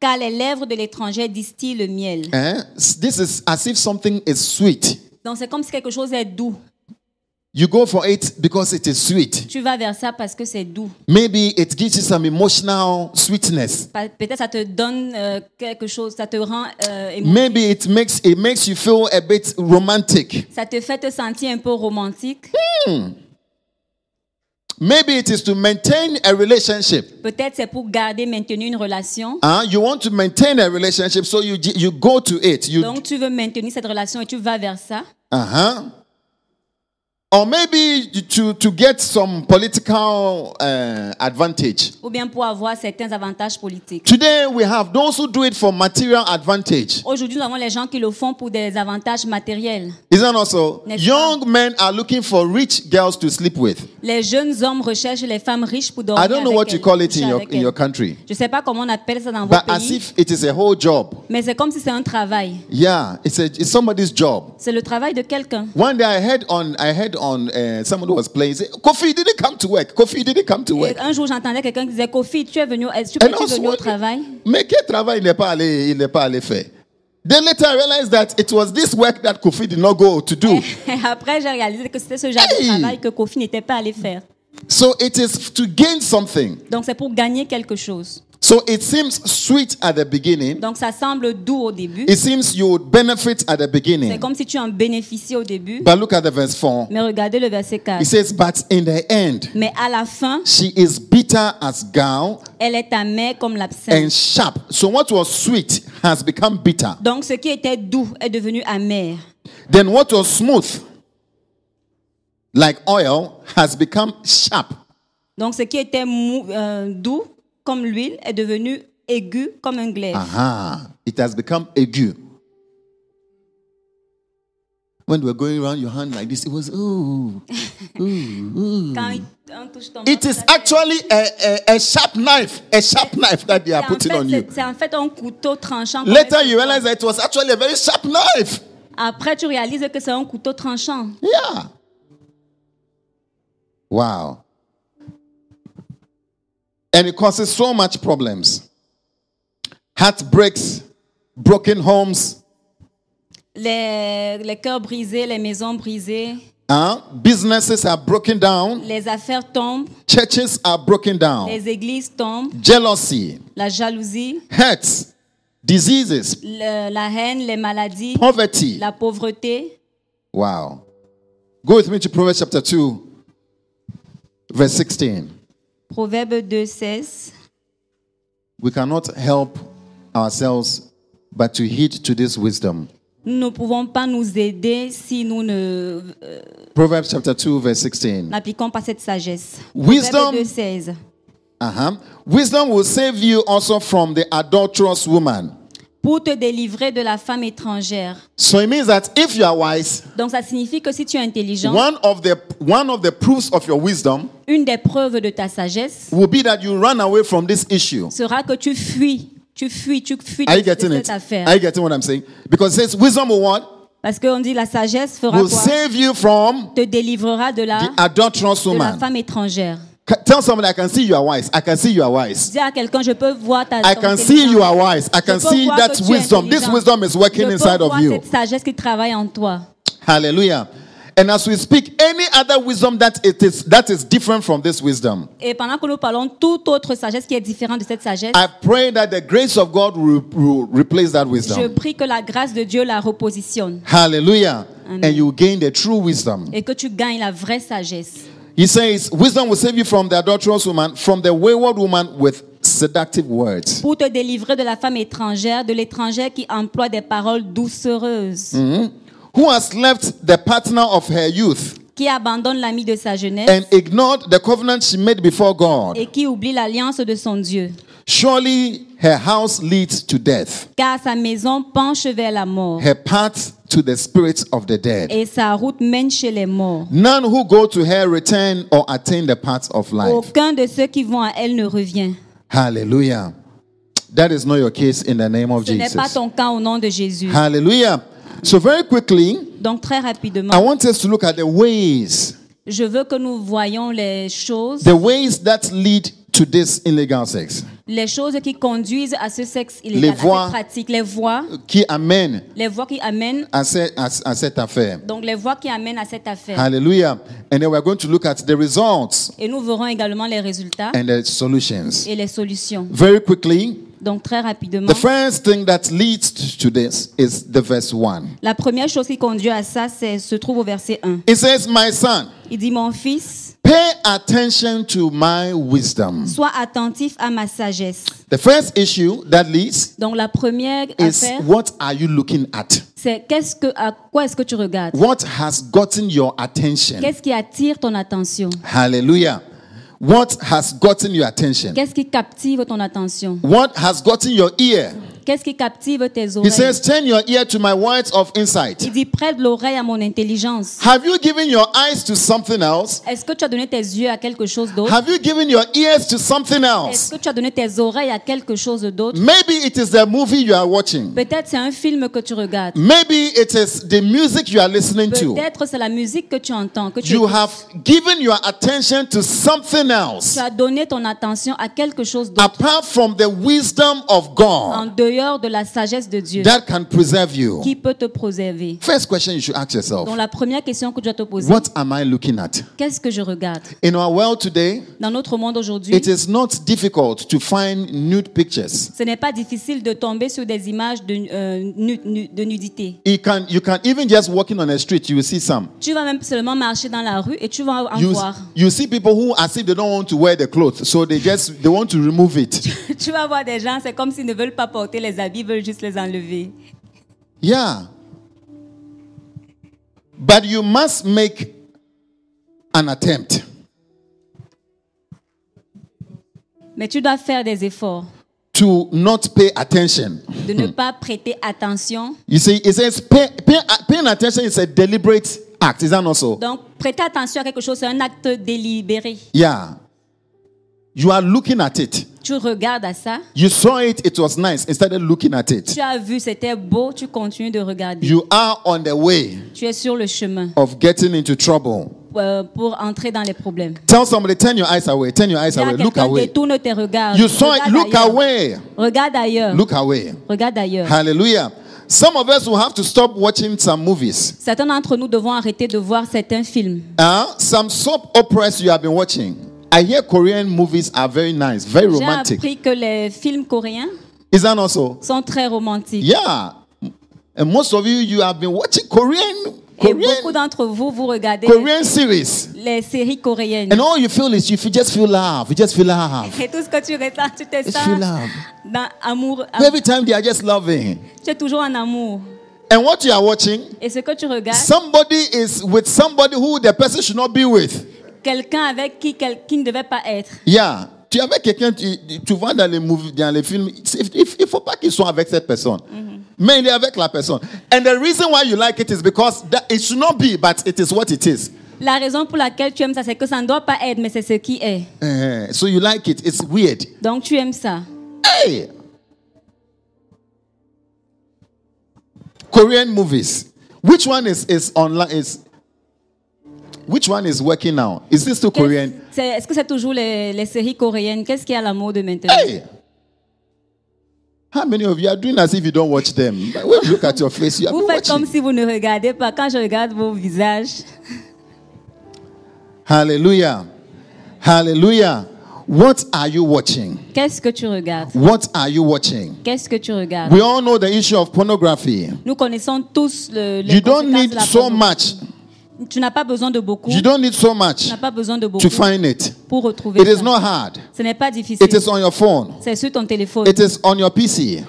[SPEAKER 2] car les lèvres de l'étranger distillent le miel.
[SPEAKER 1] Eh? S- This is as if something is sweet.
[SPEAKER 2] Donc c'est comme si quelque chose est doux.
[SPEAKER 1] You go for it because it is sweet.
[SPEAKER 2] Tu vas vers ça parce que c'est doux.
[SPEAKER 1] Maybe it gives you some emotional sweetness.
[SPEAKER 2] Pa- Peut-être ça te donne euh, quelque chose, ça te rend, euh, émo-
[SPEAKER 1] Maybe it makes it makes you feel a bit romantic.
[SPEAKER 2] ça te fait te sentir un peu romantique.
[SPEAKER 1] Maybe it is to maintain a relationship.
[SPEAKER 2] Peut-être c'est pour garder, maintenir une relation.
[SPEAKER 1] Huh? you want to maintain a relationship, so you you go to it. You
[SPEAKER 2] Donc tu veux maintenir cette relation et tu vas vers ça.
[SPEAKER 1] uh huh. Or maybe you- to to get some political uh, advantage.
[SPEAKER 2] Ou bien pour avoir certains avantages politiques.
[SPEAKER 1] Today we have those who do it for material advantage.
[SPEAKER 2] Aujourd'hui, nous avons les gens qui le font pour des avantages matériels.
[SPEAKER 1] Isn't also
[SPEAKER 2] Next
[SPEAKER 1] young men are looking for rich girls to sleep with.
[SPEAKER 2] Les jeunes hommes recherchent les femmes riches pour dormir
[SPEAKER 1] I don't know
[SPEAKER 2] avec
[SPEAKER 1] what you
[SPEAKER 2] elles,
[SPEAKER 1] call it
[SPEAKER 2] coucher
[SPEAKER 1] in your
[SPEAKER 2] avec
[SPEAKER 1] in your Bah,
[SPEAKER 2] elles.
[SPEAKER 1] country,
[SPEAKER 2] Je ne sais pas comment on appelle ça dans
[SPEAKER 1] but
[SPEAKER 2] votre
[SPEAKER 1] as
[SPEAKER 2] pays,
[SPEAKER 1] if it is a whole job.
[SPEAKER 2] mais c'est comme si c'est un travail.
[SPEAKER 1] Yeah, it's a it's somebody's job.
[SPEAKER 2] C'est le travail de quelqu'un.
[SPEAKER 1] One day I heard on I heard on uh, someone who was playing say, Kofi you didn't come to work. Kofi you didn't come to
[SPEAKER 2] Et
[SPEAKER 1] work.
[SPEAKER 2] Un jour, j'entendais quelqu'un qui disait Kofi, tu es venu, est-ce que
[SPEAKER 1] And
[SPEAKER 2] tu es
[SPEAKER 1] also,
[SPEAKER 2] venu au
[SPEAKER 1] what-
[SPEAKER 2] travail
[SPEAKER 1] Mais quel travail il n'est pas allé il n'est pas allé faire. Then later I realized that it was this work that Kofi did not go to do.
[SPEAKER 2] Et Après, j'ai réalisé que c'était ce genre de
[SPEAKER 1] Hey
[SPEAKER 2] travail que Kofi n'était pas allé faire.
[SPEAKER 1] so it is to gain something.
[SPEAKER 2] Donc, c'est pour gagner quelque chose.
[SPEAKER 1] So it seems sweet at the beginning.
[SPEAKER 2] Donc, ça semble doux au début.
[SPEAKER 1] It seems you would benefit at the
[SPEAKER 2] C'est
[SPEAKER 1] beginning.
[SPEAKER 2] comme si tu en bénéficies au début.
[SPEAKER 1] But look at the verse 4.
[SPEAKER 2] Mais regardez le verset
[SPEAKER 1] It
[SPEAKER 2] 4.
[SPEAKER 1] says, But in the end,
[SPEAKER 2] Mais à la fin,
[SPEAKER 1] she is bitter as gall
[SPEAKER 2] elle est amère comme l'absinthe.
[SPEAKER 1] and sharp. So what was sweet has become bitter.
[SPEAKER 2] Donc, ce qui était doux est devenu amer.
[SPEAKER 1] Then what was smooth, like oil, has become sharp.
[SPEAKER 2] Donc, ce qui était mou- euh, doux comme l'huile est devenu aigu comme un glaive.
[SPEAKER 1] Ah. Aha. It has become aigu. When we were going around your hand like this, it was, ooh.
[SPEAKER 2] Quand il- on touche ton
[SPEAKER 1] It
[SPEAKER 2] ventre,
[SPEAKER 1] is
[SPEAKER 2] ça-
[SPEAKER 1] actually a, a, a sharp knife, a sharp knife that they
[SPEAKER 2] c'est
[SPEAKER 1] are
[SPEAKER 2] en
[SPEAKER 1] putting
[SPEAKER 2] fait-
[SPEAKER 1] on
[SPEAKER 2] c'est-
[SPEAKER 1] you.
[SPEAKER 2] C'est en fait un couteau tranchant. qu'on
[SPEAKER 1] Later,
[SPEAKER 2] met
[SPEAKER 1] you
[SPEAKER 2] sur
[SPEAKER 1] realize
[SPEAKER 2] toi.
[SPEAKER 1] that it was actually a very sharp knife.
[SPEAKER 2] Après, tu réalises que c'est un couteau tranchant.
[SPEAKER 1] Yeah. Wow. And it causes so much problems. Heartbreaks, broken homes,
[SPEAKER 2] Les, les cœurs brisés, les maisons brisées,
[SPEAKER 1] uh, businesses are broken down,
[SPEAKER 2] les affaires tombent,
[SPEAKER 1] churches are broken down,
[SPEAKER 2] les églises tombent,
[SPEAKER 1] jealousy,
[SPEAKER 2] la jalousie,
[SPEAKER 1] hurts, diseases,
[SPEAKER 2] le- la haine, les maladies,
[SPEAKER 1] poverty.
[SPEAKER 2] la pauvreté.
[SPEAKER 1] Wow. Go with me to Proverbs chapter 2, verse 16.
[SPEAKER 2] Proverbe 2, 16.
[SPEAKER 1] We cannot help ourselves but to heed to this wisdom.
[SPEAKER 2] Nous ne pouvons pas nous aider si nous ne euh,
[SPEAKER 1] Proverbs chapter 2, verse 16.
[SPEAKER 2] n'appliquons pas cette sagesse.
[SPEAKER 1] Wisdom,
[SPEAKER 2] Proverbe 2, 16.
[SPEAKER 1] uh-huh. wisdom will save you also from the adulterous woman.
[SPEAKER 2] Pour te délivrer de la femme étrangère.
[SPEAKER 1] So it means that if you are wise,
[SPEAKER 2] Donc ça signifie que si tu es intelligent,
[SPEAKER 1] one of the one of the proofs of your wisdom
[SPEAKER 2] une des preuves de ta sagesse
[SPEAKER 1] will be that you run away from this issue.
[SPEAKER 2] sera que tu fuis. Tu fuis, tu fuis
[SPEAKER 1] Are you
[SPEAKER 2] de, de
[SPEAKER 1] getting
[SPEAKER 2] cette
[SPEAKER 1] it?
[SPEAKER 2] affaire.
[SPEAKER 1] Are you getting what I'm saying? Because it says wisdom will what?
[SPEAKER 2] Parce qu'on dit la sagesse fera
[SPEAKER 1] Will
[SPEAKER 2] quoi
[SPEAKER 1] save you from
[SPEAKER 2] Te délivrera de la,
[SPEAKER 1] the adulterous
[SPEAKER 2] de la
[SPEAKER 1] woman.
[SPEAKER 2] femme étrangère.
[SPEAKER 1] Ca- Tell somebody, I can see you are wise. I can see you are wise.
[SPEAKER 2] Dis à quelqu'un, je peux voir ta
[SPEAKER 1] I
[SPEAKER 2] ton
[SPEAKER 1] can see you
[SPEAKER 2] intelligence.
[SPEAKER 1] are wise. I
[SPEAKER 2] Je peux
[SPEAKER 1] can see
[SPEAKER 2] voir
[SPEAKER 1] that
[SPEAKER 2] que tu es
[SPEAKER 1] wisdom. This
[SPEAKER 2] intelligent.
[SPEAKER 1] wisdom is
[SPEAKER 2] Je
[SPEAKER 1] working
[SPEAKER 2] peux
[SPEAKER 1] inside of
[SPEAKER 2] voir
[SPEAKER 1] you.
[SPEAKER 2] cette sagesse qui travaille en toi.
[SPEAKER 1] Hallelujah. And as we speak, any other wisdom that it is that is different from this wisdom,
[SPEAKER 2] Et pendant que nous parlons toute autre sagesse qui est différente de cette sagesse,
[SPEAKER 1] I pray that the grace of God will, will replace that
[SPEAKER 2] je
[SPEAKER 1] wisdom.
[SPEAKER 2] prie que la grâce de Dieu la repositionne
[SPEAKER 1] Hallelujah.
[SPEAKER 2] Amen.
[SPEAKER 1] And you gain the true wisdom.
[SPEAKER 2] et que tu gagnes la vraie sagesse.
[SPEAKER 1] He says, Wisdom will save you from the adulterous woman, from the wayward woman with seductive words.
[SPEAKER 2] Pour te délivrer de la femme étrangère, de l'étrangère qui emploie des paroles doucereuses,
[SPEAKER 1] Mm. Who has left the partner of her youth
[SPEAKER 2] qui abandonne l'ami de sa jeunesse
[SPEAKER 1] and ignored the covenant she made before God?
[SPEAKER 2] et qui oublie l'alliance de son Dieu.
[SPEAKER 1] Surely her house leads to death,
[SPEAKER 2] Car sa maison penche vers la mort
[SPEAKER 1] her path to the spirits of the dead.
[SPEAKER 2] et sa route mène chez les morts.
[SPEAKER 1] None who go to her return or attain the path of life.
[SPEAKER 2] Aucun de ceux qui vont à elle ne revient.
[SPEAKER 1] Hallelujah. That is not your case in the name of
[SPEAKER 2] Ce n'est pas
[SPEAKER 1] Jesus. Hein?
[SPEAKER 2] ton cas au nom de Jésus.
[SPEAKER 1] Hallelujah. So, very quickly,
[SPEAKER 2] Donc très
[SPEAKER 1] I
[SPEAKER 2] rapidement,
[SPEAKER 1] want us to look at the ways,
[SPEAKER 2] je veux que nous voyons les choses
[SPEAKER 1] the ways that lead to this illegal sex.
[SPEAKER 2] les choses qui conduisent à ce sexe illégal,
[SPEAKER 1] Les
[SPEAKER 2] à cette
[SPEAKER 1] voies.
[SPEAKER 2] pratique, les voies,
[SPEAKER 1] qui amènent
[SPEAKER 2] les voies qui amènent,
[SPEAKER 1] à, ce- à- à cette affaire.
[SPEAKER 2] donc les voies qui amènent à cette affaire.
[SPEAKER 1] Hein? Hallelujah. And then we're going to look at the results
[SPEAKER 2] Et nous verrons également les résultats
[SPEAKER 1] and the solutions.
[SPEAKER 2] et les solutions.
[SPEAKER 1] Very quickly,
[SPEAKER 2] Donc très rapidement,
[SPEAKER 1] the first thing that leads to this is the verse 1.
[SPEAKER 2] la première chose qui conduit à ça c'est, se trouve au verset 1.
[SPEAKER 1] It says, My son,
[SPEAKER 2] Il dit, mon fils,
[SPEAKER 1] pay attention to my wisdom.
[SPEAKER 2] sois attentif à ma sagesse.
[SPEAKER 1] The first issue that leads
[SPEAKER 2] Donc la première
[SPEAKER 1] is
[SPEAKER 2] affaire,
[SPEAKER 1] what are you looking at?
[SPEAKER 2] c'est qu'est-ce que, à quoi est-ce que tu regardes
[SPEAKER 1] What has gotten your attention?
[SPEAKER 2] Qu'est-ce qui attire ton attention
[SPEAKER 1] Hallelujah. What has gotten your attention?
[SPEAKER 2] Qu'est-ce qui captive ton attention
[SPEAKER 1] What has gotten your ear?
[SPEAKER 2] Qu'est-ce qui captive tes
[SPEAKER 1] He
[SPEAKER 2] oreilles
[SPEAKER 1] says, Turn your ear to my words of insight.
[SPEAKER 2] Il dit, prête l'oreille à mon intelligence.
[SPEAKER 1] Have you given your eyes to something else?
[SPEAKER 2] Est-ce que tu as donné tes yeux à quelque chose d'autre
[SPEAKER 1] Have you given your ears to something else?
[SPEAKER 2] Est-ce que tu as donné tes oreilles à quelque chose d'autre
[SPEAKER 1] Maybe it is the movie you are watching.
[SPEAKER 2] Peut-être c'est un film que tu regardes.
[SPEAKER 1] Maybe it is the music you are listening to.
[SPEAKER 2] Peut-être c'est la musique que tu entends. Que tu,
[SPEAKER 1] Mm. You
[SPEAKER 2] écoutes.
[SPEAKER 1] have given your attention to something else
[SPEAKER 2] Tu as donné ton attention à quelque chose d'autre
[SPEAKER 1] apart from the wisdom of
[SPEAKER 2] en
[SPEAKER 1] God
[SPEAKER 2] dehors de la sagesse de Dieu
[SPEAKER 1] that can preserve you.
[SPEAKER 2] qui peut te préserver.
[SPEAKER 1] First question you should ask yourself
[SPEAKER 2] Donc la première question que tu dois te poser,
[SPEAKER 1] What am I looking at?
[SPEAKER 2] qu'est-ce que je regarde
[SPEAKER 1] In our world today,
[SPEAKER 2] Dans notre monde aujourd'hui,
[SPEAKER 1] it is not difficult to find nude pictures.
[SPEAKER 2] ce n'est pas difficile de tomber sur des images de, euh, nu- nu- de nudité.
[SPEAKER 1] You can you can even just walking on the street, you will see some.
[SPEAKER 2] Tu vas même seulement marcher dans la rue et tu vas en
[SPEAKER 1] You,
[SPEAKER 2] voir.
[SPEAKER 1] you see people who as if they don't want to wear the clothes, so they just they want to remove it.
[SPEAKER 2] Tu vas voir des gens, c'est comme s'ils ne veulent pas porter les habits, ils veulent juste les enlever.
[SPEAKER 1] Yeah. But you must make an attempt.
[SPEAKER 2] Mais tu dois faire des efforts
[SPEAKER 1] to not pay attention.
[SPEAKER 2] de ne pas prêter attention.
[SPEAKER 1] You see, it says pay, pay, uh, paying attention is a deliberate act. Is that not so?
[SPEAKER 2] Donc, prêter attention à quelque chose, c'est un acte délibéré.
[SPEAKER 1] Yeah. You are looking at it.
[SPEAKER 2] Tu regardes à ça,
[SPEAKER 1] You saw it, it was nice. Instead of looking at it,
[SPEAKER 2] tu as vu, c'était beau, tu continues de regarder.
[SPEAKER 1] you are on the way
[SPEAKER 2] Tu es sur le chemin
[SPEAKER 1] of getting into trouble.
[SPEAKER 2] euh, pour entrer dans les problèmes.
[SPEAKER 1] Tell somebody, turn your eyes away, turn your eyes
[SPEAKER 2] Il y a
[SPEAKER 1] away, look
[SPEAKER 2] quelqu'un,
[SPEAKER 1] away.
[SPEAKER 2] détourne tes regards.
[SPEAKER 1] You saw it,
[SPEAKER 2] Regarde
[SPEAKER 1] look
[SPEAKER 2] ailleurs.
[SPEAKER 1] away,
[SPEAKER 2] Regarde ailleurs.
[SPEAKER 1] look away.
[SPEAKER 2] Regarde ailleurs.
[SPEAKER 1] Hallelujah. Some of us will have to stop watching some movies.
[SPEAKER 2] Certains d'entre nous devons arrêter de voir certains films.
[SPEAKER 1] Huh? some soap operas you have been watching. I hear Korean movies are very nice, very
[SPEAKER 2] J'ai
[SPEAKER 1] romantic.
[SPEAKER 2] appris que les films coréens
[SPEAKER 1] Is that not so?
[SPEAKER 2] sont très romantiques.
[SPEAKER 1] Yeah. And most of you, you have been watching Korean,
[SPEAKER 2] Et beaucoup
[SPEAKER 1] Korean,
[SPEAKER 2] d'entre vous, vous regardez
[SPEAKER 1] Korean series.
[SPEAKER 2] les séries coréennes.
[SPEAKER 1] And all you feel is you feel- just feel love. You just feel love.
[SPEAKER 2] Et tout ce que tu ressens, tu te
[SPEAKER 1] Just feel
[SPEAKER 2] sens
[SPEAKER 1] love.
[SPEAKER 2] dans amour. am-
[SPEAKER 1] Every time they are just loving.
[SPEAKER 2] Tu es toujours en amour.
[SPEAKER 1] And what you are watching,
[SPEAKER 2] Et ce que tu regardes,
[SPEAKER 1] somebody is with somebody who the person should not be with.
[SPEAKER 2] quelqu'un avec qui, quel- qui ne devait pas être.
[SPEAKER 1] Yeah. Tu es avec quelqu'un, tu, tu vois dans les, movies, dans les films, c'est- il ne faut pas qu'il soit avec cette personne. Mais il est avec la personne. And the reason why you like it is because that, it should not be, but it is what it is.
[SPEAKER 2] La raison pour laquelle tu aimes ça, c'est que ça ne doit pas être, mais c'est ce qui est.
[SPEAKER 1] Eh, so you like it. It's weird.
[SPEAKER 2] Donc tu aimes ça.
[SPEAKER 1] Hey! Korean movies. Which one is, is online? Is which one is working now? Is this still
[SPEAKER 2] Qu'est-ce-
[SPEAKER 1] Korean?
[SPEAKER 2] c'est- Est-ce que c'est toujours les, les séries coréennes Qu'est-ce qui est à la mode maintenant
[SPEAKER 1] Hey! How many of you are doing as if you don't watch them? But when you look at your face, you are
[SPEAKER 2] Vous faites comme
[SPEAKER 1] watching.
[SPEAKER 2] si vous ne regardez pas. Quand je regarde vos visages,
[SPEAKER 1] Hallelujah. Hallelujah. What are you watching?
[SPEAKER 2] qu'est-ce que tu regardes
[SPEAKER 1] What are you watching?
[SPEAKER 2] Qu'est-ce que tu regardes
[SPEAKER 1] We all know the issue of pornography.
[SPEAKER 2] Nous connaissons tous le. les
[SPEAKER 1] You don't
[SPEAKER 2] conséquences
[SPEAKER 1] need
[SPEAKER 2] de la
[SPEAKER 1] so
[SPEAKER 2] porno.
[SPEAKER 1] much.
[SPEAKER 2] Tu n'as pas besoin de beaucoup.
[SPEAKER 1] You
[SPEAKER 2] Tu
[SPEAKER 1] don't need so much
[SPEAKER 2] n'as pas besoin de beaucoup
[SPEAKER 1] to find it.
[SPEAKER 2] pour retrouver
[SPEAKER 1] It is
[SPEAKER 2] ça.
[SPEAKER 1] not hard.
[SPEAKER 2] Ce n'est pas difficile.
[SPEAKER 1] It is on your phone.
[SPEAKER 2] C'est sur ton téléphone.
[SPEAKER 1] It is on your PC.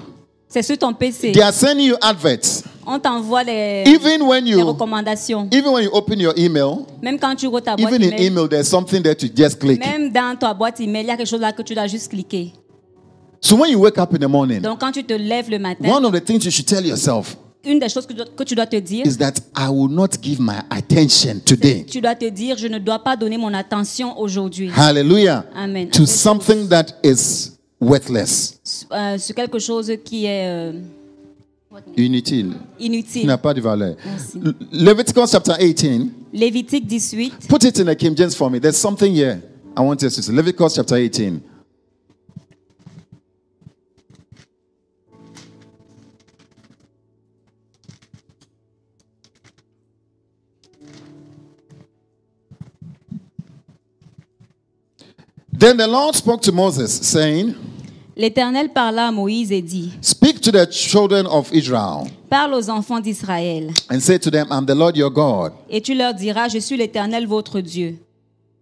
[SPEAKER 2] C'est sur ton PC.
[SPEAKER 1] They are sending you adverts.
[SPEAKER 2] On t'envoie les,
[SPEAKER 1] Even when
[SPEAKER 2] les
[SPEAKER 1] you
[SPEAKER 2] recommandations.
[SPEAKER 1] even when you open your email,
[SPEAKER 2] Même quand tu ouvres ta boîte
[SPEAKER 1] even in
[SPEAKER 2] email.
[SPEAKER 1] email there's something there to just click.
[SPEAKER 2] Même dans ta boîte email, il y a quelque chose là que tu dois juste cliquer.
[SPEAKER 1] So when you wake up in the morning,
[SPEAKER 2] Donc quand tu te lèves le matin,
[SPEAKER 1] one of the things you should tell yourself
[SPEAKER 2] une des choses que tu dois, que tu dois te dire,
[SPEAKER 1] is that I will not give my attention today.
[SPEAKER 2] tu dois te dire, je ne dois pas donner mon attention aujourd'hui
[SPEAKER 1] Hallelujah.
[SPEAKER 2] Amen.
[SPEAKER 1] To something that is worthless.
[SPEAKER 2] euh, sur quelque chose qui est euh,
[SPEAKER 1] Inutile. Qui
[SPEAKER 2] inutile.
[SPEAKER 1] n'a pas de valeur.
[SPEAKER 2] Merci.
[SPEAKER 1] Le- Leviticus chapter 18.
[SPEAKER 2] Lévitique 18,
[SPEAKER 1] Put it in the King James for me. There's something here I want us to see. Leviticus chapter 18. Then the Lord spoke to Moses, saying,
[SPEAKER 2] L'Éternel parla à Moïse et dit,
[SPEAKER 1] Speak to the children of Israel
[SPEAKER 2] Parle aux enfants d'Israël,
[SPEAKER 1] and say to them, I'm the Lord your God.
[SPEAKER 2] et tu leur diras, Je suis l'Éternel votre Dieu.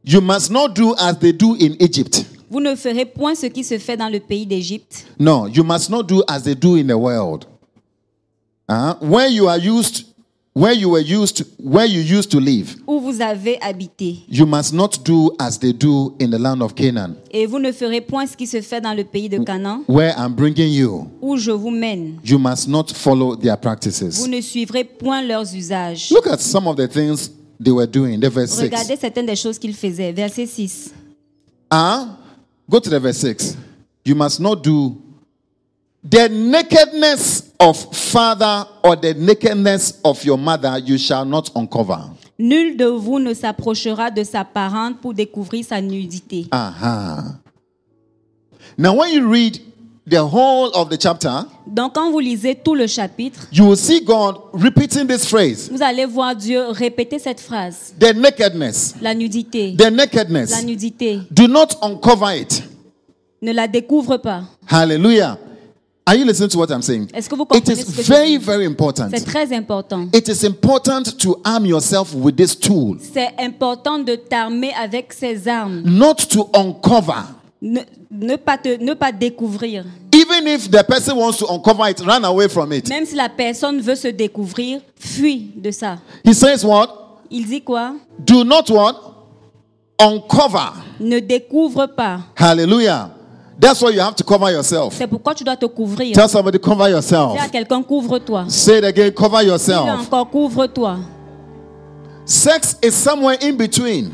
[SPEAKER 1] You must not do as they do in Egypt.
[SPEAKER 2] Vous ne ferez point ce qui se fait dans le pays d'Égypte,
[SPEAKER 1] No, you must not do as they do in the world. Uh-huh. Where you are used, where you were used, where you used to live,
[SPEAKER 2] où vous avez habité,
[SPEAKER 1] you must not do as they do in the land of Canaan,
[SPEAKER 2] et vous ne ferez point ce qui se fait dans le pays de Canaan,
[SPEAKER 1] where I'm bringing you.
[SPEAKER 2] où je vous mène.
[SPEAKER 1] You must not follow their
[SPEAKER 2] Vous
[SPEAKER 1] practices.
[SPEAKER 2] ne suivrez point leurs usages.
[SPEAKER 1] Look at some of the things they were doing. The verse six.
[SPEAKER 2] Regardez certaines des choses qu'ils faisaient. Verset 6.
[SPEAKER 1] Ah, go to the verse six. You must not do the nakedness of father or the nakedness of your mother. You shall not uncover.
[SPEAKER 2] Nul de vous ne s'approchera de sa parente pour découvrir sa nudité.
[SPEAKER 1] Uh-huh. Now, when you read the whole of the chapter,
[SPEAKER 2] Donc quand vous lisez tout le chapitre,
[SPEAKER 1] you will see God repeating this phrase
[SPEAKER 2] vous allez voir Dieu répéter cette phrase.
[SPEAKER 1] the nakedness,
[SPEAKER 2] La nudité,
[SPEAKER 1] the
[SPEAKER 2] la
[SPEAKER 1] nakedness.
[SPEAKER 2] nudité,
[SPEAKER 1] Do not uncover it.
[SPEAKER 2] ne la découvre pas.
[SPEAKER 1] Hallelujah. Are you listening to what I'm saying?
[SPEAKER 2] Est-ce que vous
[SPEAKER 1] It
[SPEAKER 2] comprenez
[SPEAKER 1] is
[SPEAKER 2] ce que je
[SPEAKER 1] very,
[SPEAKER 2] dis?
[SPEAKER 1] very
[SPEAKER 2] C'est
[SPEAKER 1] important.
[SPEAKER 2] très important.
[SPEAKER 1] It is important to arm yourself with this tool,
[SPEAKER 2] C'est important de t'armer avec ses armes.
[SPEAKER 1] not to uncover.
[SPEAKER 2] Ne, ne pas te, ne pas découvrir.
[SPEAKER 1] Even if the person wants to uncover it, run away from it.
[SPEAKER 2] Même si la personne veut se découvrir, fuis de ça.
[SPEAKER 1] He says, What?
[SPEAKER 2] Il dit quoi
[SPEAKER 1] Do not what? Uncover.
[SPEAKER 2] Ne découvre pas.
[SPEAKER 1] Hallelujah. That's why you have to cover yourself.
[SPEAKER 2] C'est pourquoi tu dois te couvrir.
[SPEAKER 1] Tell somebody, cover yourself.
[SPEAKER 2] Dis à quelqu'un, couvre-toi.
[SPEAKER 1] Say it again, cover
[SPEAKER 2] Dis-le
[SPEAKER 1] yourself.
[SPEAKER 2] encore, couvre-toi.
[SPEAKER 1] Sex is somewhere in between.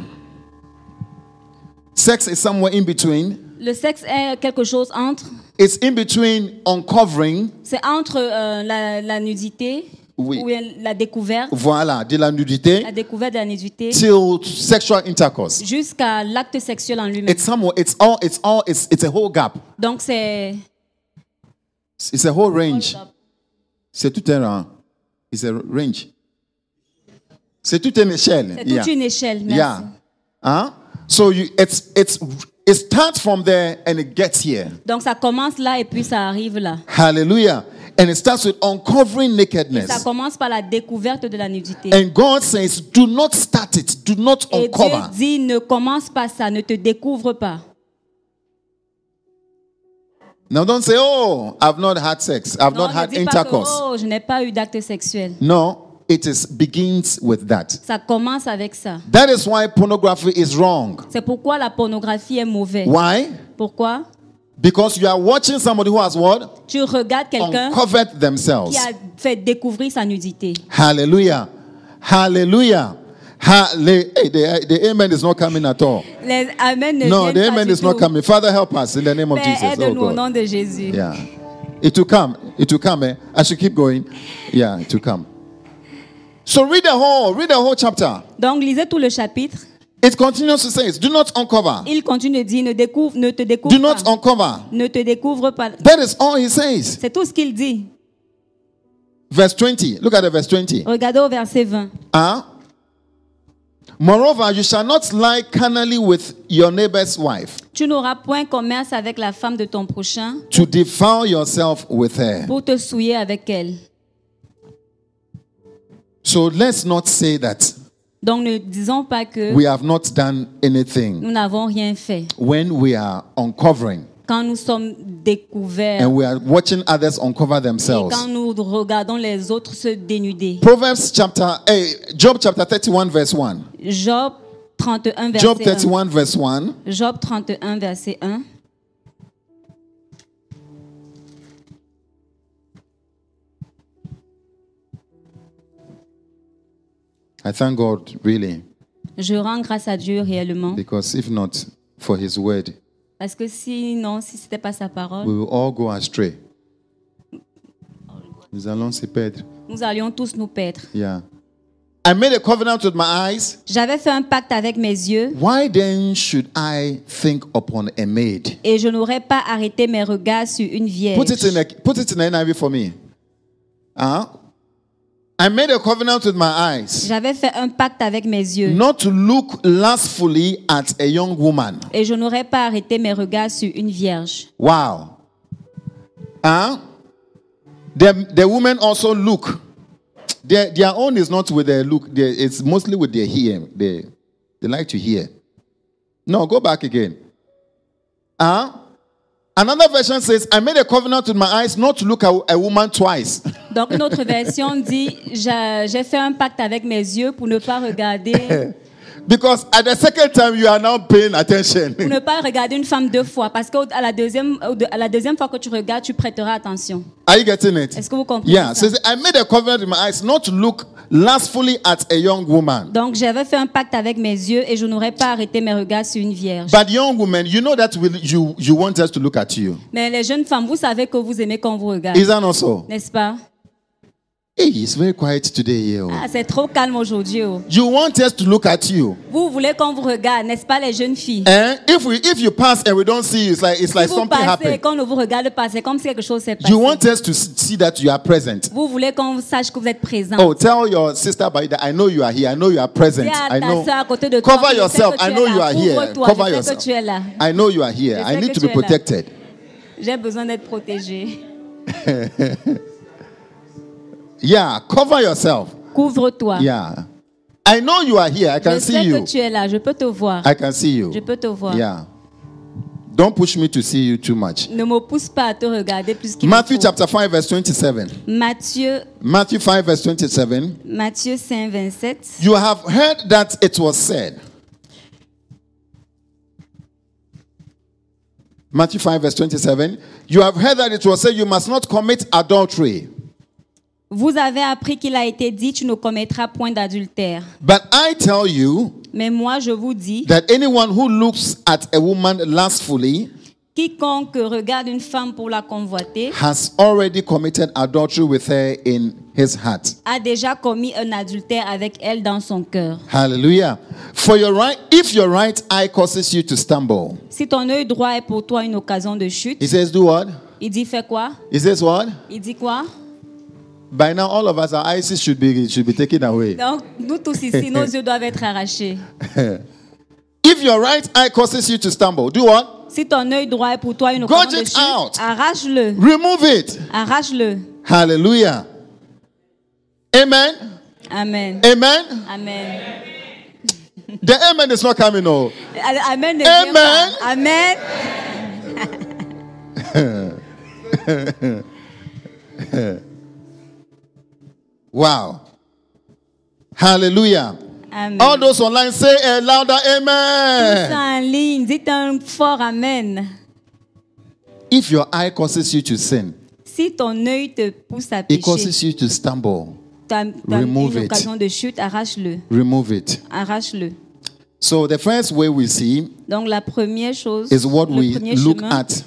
[SPEAKER 1] Sex is somewhere in between.
[SPEAKER 2] Le sexe est quelque chose entre.
[SPEAKER 1] It's in between uncovering,
[SPEAKER 2] C'est entre euh, la, la nudité
[SPEAKER 1] Oui.
[SPEAKER 2] ou bien la découverte,
[SPEAKER 1] voilà, de la nudité,
[SPEAKER 2] la découverte de la nudité,
[SPEAKER 1] till sexual intercourse.
[SPEAKER 2] jusqu'à l'acte sexuel en lui-même.
[SPEAKER 1] It's somewhere, it's all, it's all, it's, it's a whole gap.
[SPEAKER 2] Donc c'est
[SPEAKER 1] It's it's a whole range. C'est tout un rang. It's a range. C'est toute une échelle.
[SPEAKER 2] c'est toute
[SPEAKER 1] Yeah.
[SPEAKER 2] une échelle. Merci.
[SPEAKER 1] Yeah. Huh? So you, it's it's it starts from there and it gets here.
[SPEAKER 2] Donc ça commence là et puis ça arrive là.
[SPEAKER 1] Hallelujah. And it starts with uncovering
[SPEAKER 2] Ça
[SPEAKER 1] nakedness.
[SPEAKER 2] commence par la découverte de la nudité.
[SPEAKER 1] And God says, do not start it. Do not
[SPEAKER 2] Et Dieu
[SPEAKER 1] uncover.
[SPEAKER 2] dit ne commence pas ça, ne te découvre pas.
[SPEAKER 1] Now don't say, oh, I've not had sex. I've
[SPEAKER 2] Non,
[SPEAKER 1] not
[SPEAKER 2] ne
[SPEAKER 1] had
[SPEAKER 2] dis pas que,
[SPEAKER 1] intercourse.
[SPEAKER 2] oh, je n'ai pas eu d'acte sexuel.
[SPEAKER 1] No, it is begins with that.
[SPEAKER 2] Ça commence avec ça.
[SPEAKER 1] That is why pornography is wrong.
[SPEAKER 2] C'est pourquoi la pornographie est mauvaise.
[SPEAKER 1] Why?
[SPEAKER 2] Pourquoi
[SPEAKER 1] Because you are watching somebody who has what?
[SPEAKER 2] Tu regardes quelqu'un
[SPEAKER 1] Uncovered themselves.
[SPEAKER 2] qui a fait découvrir sa nudité.
[SPEAKER 1] Hallelujah. Hallelujah. Halle- hey, the, the amen is not coming at all.
[SPEAKER 2] Les amen ne
[SPEAKER 1] No,
[SPEAKER 2] viennent
[SPEAKER 1] the
[SPEAKER 2] pas
[SPEAKER 1] amen
[SPEAKER 2] du
[SPEAKER 1] is not
[SPEAKER 2] tout.
[SPEAKER 1] coming. Father, help us in the name of
[SPEAKER 2] Père,
[SPEAKER 1] Jesus. Oh,
[SPEAKER 2] aide-nous au
[SPEAKER 1] God.
[SPEAKER 2] nom de Jésus.
[SPEAKER 1] Yeah. It will come. It will come. Eh? I should keep going. Yeah, it will come. So read the whole, read the whole chapter.
[SPEAKER 2] Donc lisez tout le chapitre.
[SPEAKER 1] It continues to say, do not uncover.
[SPEAKER 2] Il continue de dire ne découvre, ne te découvre
[SPEAKER 1] Do not
[SPEAKER 2] pas.
[SPEAKER 1] uncover.
[SPEAKER 2] Ne te découvre pas.
[SPEAKER 1] That is all he says.
[SPEAKER 2] C'est tout ce qu'il dit.
[SPEAKER 1] Verse 20. Look at the verse 20.
[SPEAKER 2] Regardez au verset 20.
[SPEAKER 1] Huh? Moreover, you shall not lie carnally with your neighbor's wife.
[SPEAKER 2] Tu n'auras point commerce avec la femme de ton prochain
[SPEAKER 1] to defile yourself with her.
[SPEAKER 2] pour te souiller avec elle.
[SPEAKER 1] So let's not say that
[SPEAKER 2] Donc ne disons pas que
[SPEAKER 1] we have not done anything
[SPEAKER 2] nous n'avons rien fait.
[SPEAKER 1] when we are uncovering
[SPEAKER 2] Quand nous sommes découverts
[SPEAKER 1] and we are watching others uncover
[SPEAKER 2] et quand
[SPEAKER 1] themselves.
[SPEAKER 2] nous regardons les autres se dénuder.
[SPEAKER 1] Proverbs chapter, eh, Job chapter 31, verse 1.
[SPEAKER 2] Job 31 verset
[SPEAKER 1] Job
[SPEAKER 2] 1.
[SPEAKER 1] 31, verse 1.
[SPEAKER 2] Job 31 verset 1.
[SPEAKER 1] I thank God, really,
[SPEAKER 2] Je rends grâce à Dieu réellement
[SPEAKER 1] because if not for his word,
[SPEAKER 2] parce que sinon si c'était pas sa parole,
[SPEAKER 1] we will all go astray. Nous allons se perdre.
[SPEAKER 2] nous allions tous nous perdre.
[SPEAKER 1] Yeah. I made a covenant with my eyes.
[SPEAKER 2] J'avais fait un pacte avec mes yeux
[SPEAKER 1] Why then should I think upon a maid?
[SPEAKER 2] et je n'aurais pas arrêté mes regards sur une
[SPEAKER 1] Put it in
[SPEAKER 2] vierge.
[SPEAKER 1] a, put it in the NIV for me. Huh? Uh-huh. I made a covenant with my eyes
[SPEAKER 2] J'avais fait un pacte avec mes yeux
[SPEAKER 1] not to look lustfully at a young woman.
[SPEAKER 2] et je n'aurais pas arrêté mes regards sur une vierge.
[SPEAKER 1] Wow. Huh? The, the women also look. Their, their own is not with their look, their, it's mostly with their hear. They, they like to hear. No, go back again. Huh? Another version says, I made a covenant with my eyes not to look at a woman twice.
[SPEAKER 2] Donc une autre version dit J'a- j'ai fait un pacte avec mes yeux pour ne pas regarder
[SPEAKER 1] because at the second time, you are now paying
[SPEAKER 2] pour
[SPEAKER 1] attention.
[SPEAKER 2] ne pas regarder une femme deux fois parce qu'à la deuxième au- à la deuxième fois que tu regardes tu prêteras attention.
[SPEAKER 1] are you getting it?
[SPEAKER 2] Est-ce que vous comprenez
[SPEAKER 1] Yeah.
[SPEAKER 2] ça?
[SPEAKER 1] Says, I made a covenant with my eyes not to look lustfully at a young woman.
[SPEAKER 2] Donc j'avais fait un pacte avec mes yeux et je n'aurais pas arrêté mes regards sur une vierge.
[SPEAKER 1] But young women, you know that will you, you want us to look at you.
[SPEAKER 2] Mais les jeunes femmes, vous savez que vous aimez qu'on vous regarde,
[SPEAKER 1] Is that not so?
[SPEAKER 2] n'est-ce pas
[SPEAKER 1] Hey, it's very quiet today here. oh.
[SPEAKER 2] Ah, c'est trop calme aujourd'hui. oh.
[SPEAKER 1] You want us to look at you.
[SPEAKER 2] Vous voulez qu'on vous regarde, n'est-ce pas les jeunes filles
[SPEAKER 1] And if we if you pass and we don't see you, it's like it's like
[SPEAKER 2] Vous
[SPEAKER 1] something
[SPEAKER 2] passez et
[SPEAKER 1] happened.
[SPEAKER 2] qu'on ne vous regarde pas, c'est comme si quelque chose s'est passé.
[SPEAKER 1] You want us to s- see that you are present.
[SPEAKER 2] Vous voulez qu'on sache que vous êtes présent.
[SPEAKER 1] Oh, tell your sister by that I know you are here. I know you are present.
[SPEAKER 2] Dis à
[SPEAKER 1] I
[SPEAKER 2] ta
[SPEAKER 1] know.
[SPEAKER 2] sœur à côté de
[SPEAKER 1] Cover
[SPEAKER 2] toi. je sais
[SPEAKER 1] yourself.
[SPEAKER 2] que tu
[SPEAKER 1] I
[SPEAKER 2] es
[SPEAKER 1] know
[SPEAKER 2] là.
[SPEAKER 1] you are here.
[SPEAKER 2] Couvre-toi,
[SPEAKER 1] Cover
[SPEAKER 2] je sais
[SPEAKER 1] yourself.
[SPEAKER 2] que tu es là.
[SPEAKER 1] I know you are here.
[SPEAKER 2] Je
[SPEAKER 1] I
[SPEAKER 2] sais
[SPEAKER 1] need
[SPEAKER 2] que
[SPEAKER 1] to
[SPEAKER 2] tu
[SPEAKER 1] be
[SPEAKER 2] es là.
[SPEAKER 1] protected.
[SPEAKER 2] J'ai besoin d'être protégée.
[SPEAKER 1] Yeah, cover yourself.
[SPEAKER 2] Uh-huh. Couvre-toi.
[SPEAKER 1] Yeah. I know you are here. I
[SPEAKER 2] Je
[SPEAKER 1] can see
[SPEAKER 2] sais
[SPEAKER 1] you.
[SPEAKER 2] que tu es là. Je peux te voir.
[SPEAKER 1] I can see you.
[SPEAKER 2] Je peux te voir.
[SPEAKER 1] Yeah. Don't push me to see you too much.
[SPEAKER 2] Ne me pousse pas à te regarder plus qu'il
[SPEAKER 1] Matthew
[SPEAKER 2] faut.
[SPEAKER 1] chapter 5, verse 27.
[SPEAKER 2] Matthieu,
[SPEAKER 1] Matthew 5, verse 27.
[SPEAKER 2] Matthieu 5, 27.
[SPEAKER 1] You have heard that it was said. Matthew 5, verse 27. You have heard that it was said, You must not commit adultery.
[SPEAKER 2] Vous avez appris qu'il a été dit, tu ne commettras point d'adultère.
[SPEAKER 1] But I tell you
[SPEAKER 2] Mais moi, je vous dis,
[SPEAKER 1] that anyone who looks at a woman lustfully
[SPEAKER 2] quiconque regarde une femme pour la convoiter
[SPEAKER 1] has already committed adultery with her in his heart.
[SPEAKER 2] a déjà commis un adultère avec elle dans son cœur.
[SPEAKER 1] Hallelujah. For your right, if your right eye causes you to stumble,
[SPEAKER 2] Si ton œil droit est pour toi une occasion de chute,
[SPEAKER 1] he says, Do what?
[SPEAKER 2] il dit fais quoi
[SPEAKER 1] He says, What?
[SPEAKER 2] Il dit quoi
[SPEAKER 1] By now, all of us, our eyes should be, should be taken away.
[SPEAKER 2] Donc, nous tous ici, nos yeux doivent être arrachés.
[SPEAKER 1] If your right eye causes you to stumble, do what?
[SPEAKER 2] Si ton œil droit est pour toi une
[SPEAKER 1] Gouge
[SPEAKER 2] occasion de
[SPEAKER 1] it
[SPEAKER 2] chute,
[SPEAKER 1] out.
[SPEAKER 2] arrache-le,
[SPEAKER 1] Remove it.
[SPEAKER 2] arrache-le.
[SPEAKER 1] Hallelujah. Amen.
[SPEAKER 2] Amen.
[SPEAKER 1] Amen.
[SPEAKER 2] Amen.
[SPEAKER 1] The amen is not coming, oh.
[SPEAKER 2] Amen. ne vient
[SPEAKER 1] Amen.
[SPEAKER 2] pas. Amen.
[SPEAKER 1] Wow. Hallelujah.
[SPEAKER 2] Amen.
[SPEAKER 1] All those online say a louder
[SPEAKER 2] Tous
[SPEAKER 1] amen.
[SPEAKER 2] en ligne, dites un fort Amen.
[SPEAKER 1] If your eye causes you to sin,
[SPEAKER 2] Si ton œil te pousse à
[SPEAKER 1] it
[SPEAKER 2] pécher,
[SPEAKER 1] causes you to stumble,
[SPEAKER 2] t'as t'as une
[SPEAKER 1] Remove it.
[SPEAKER 2] occasion de chute, arrache-le,
[SPEAKER 1] remove it.
[SPEAKER 2] arrache-le.
[SPEAKER 1] So the first way we see
[SPEAKER 2] Donc la première chose,
[SPEAKER 1] is what
[SPEAKER 2] le
[SPEAKER 1] we
[SPEAKER 2] premier
[SPEAKER 1] look
[SPEAKER 2] chemin,
[SPEAKER 1] at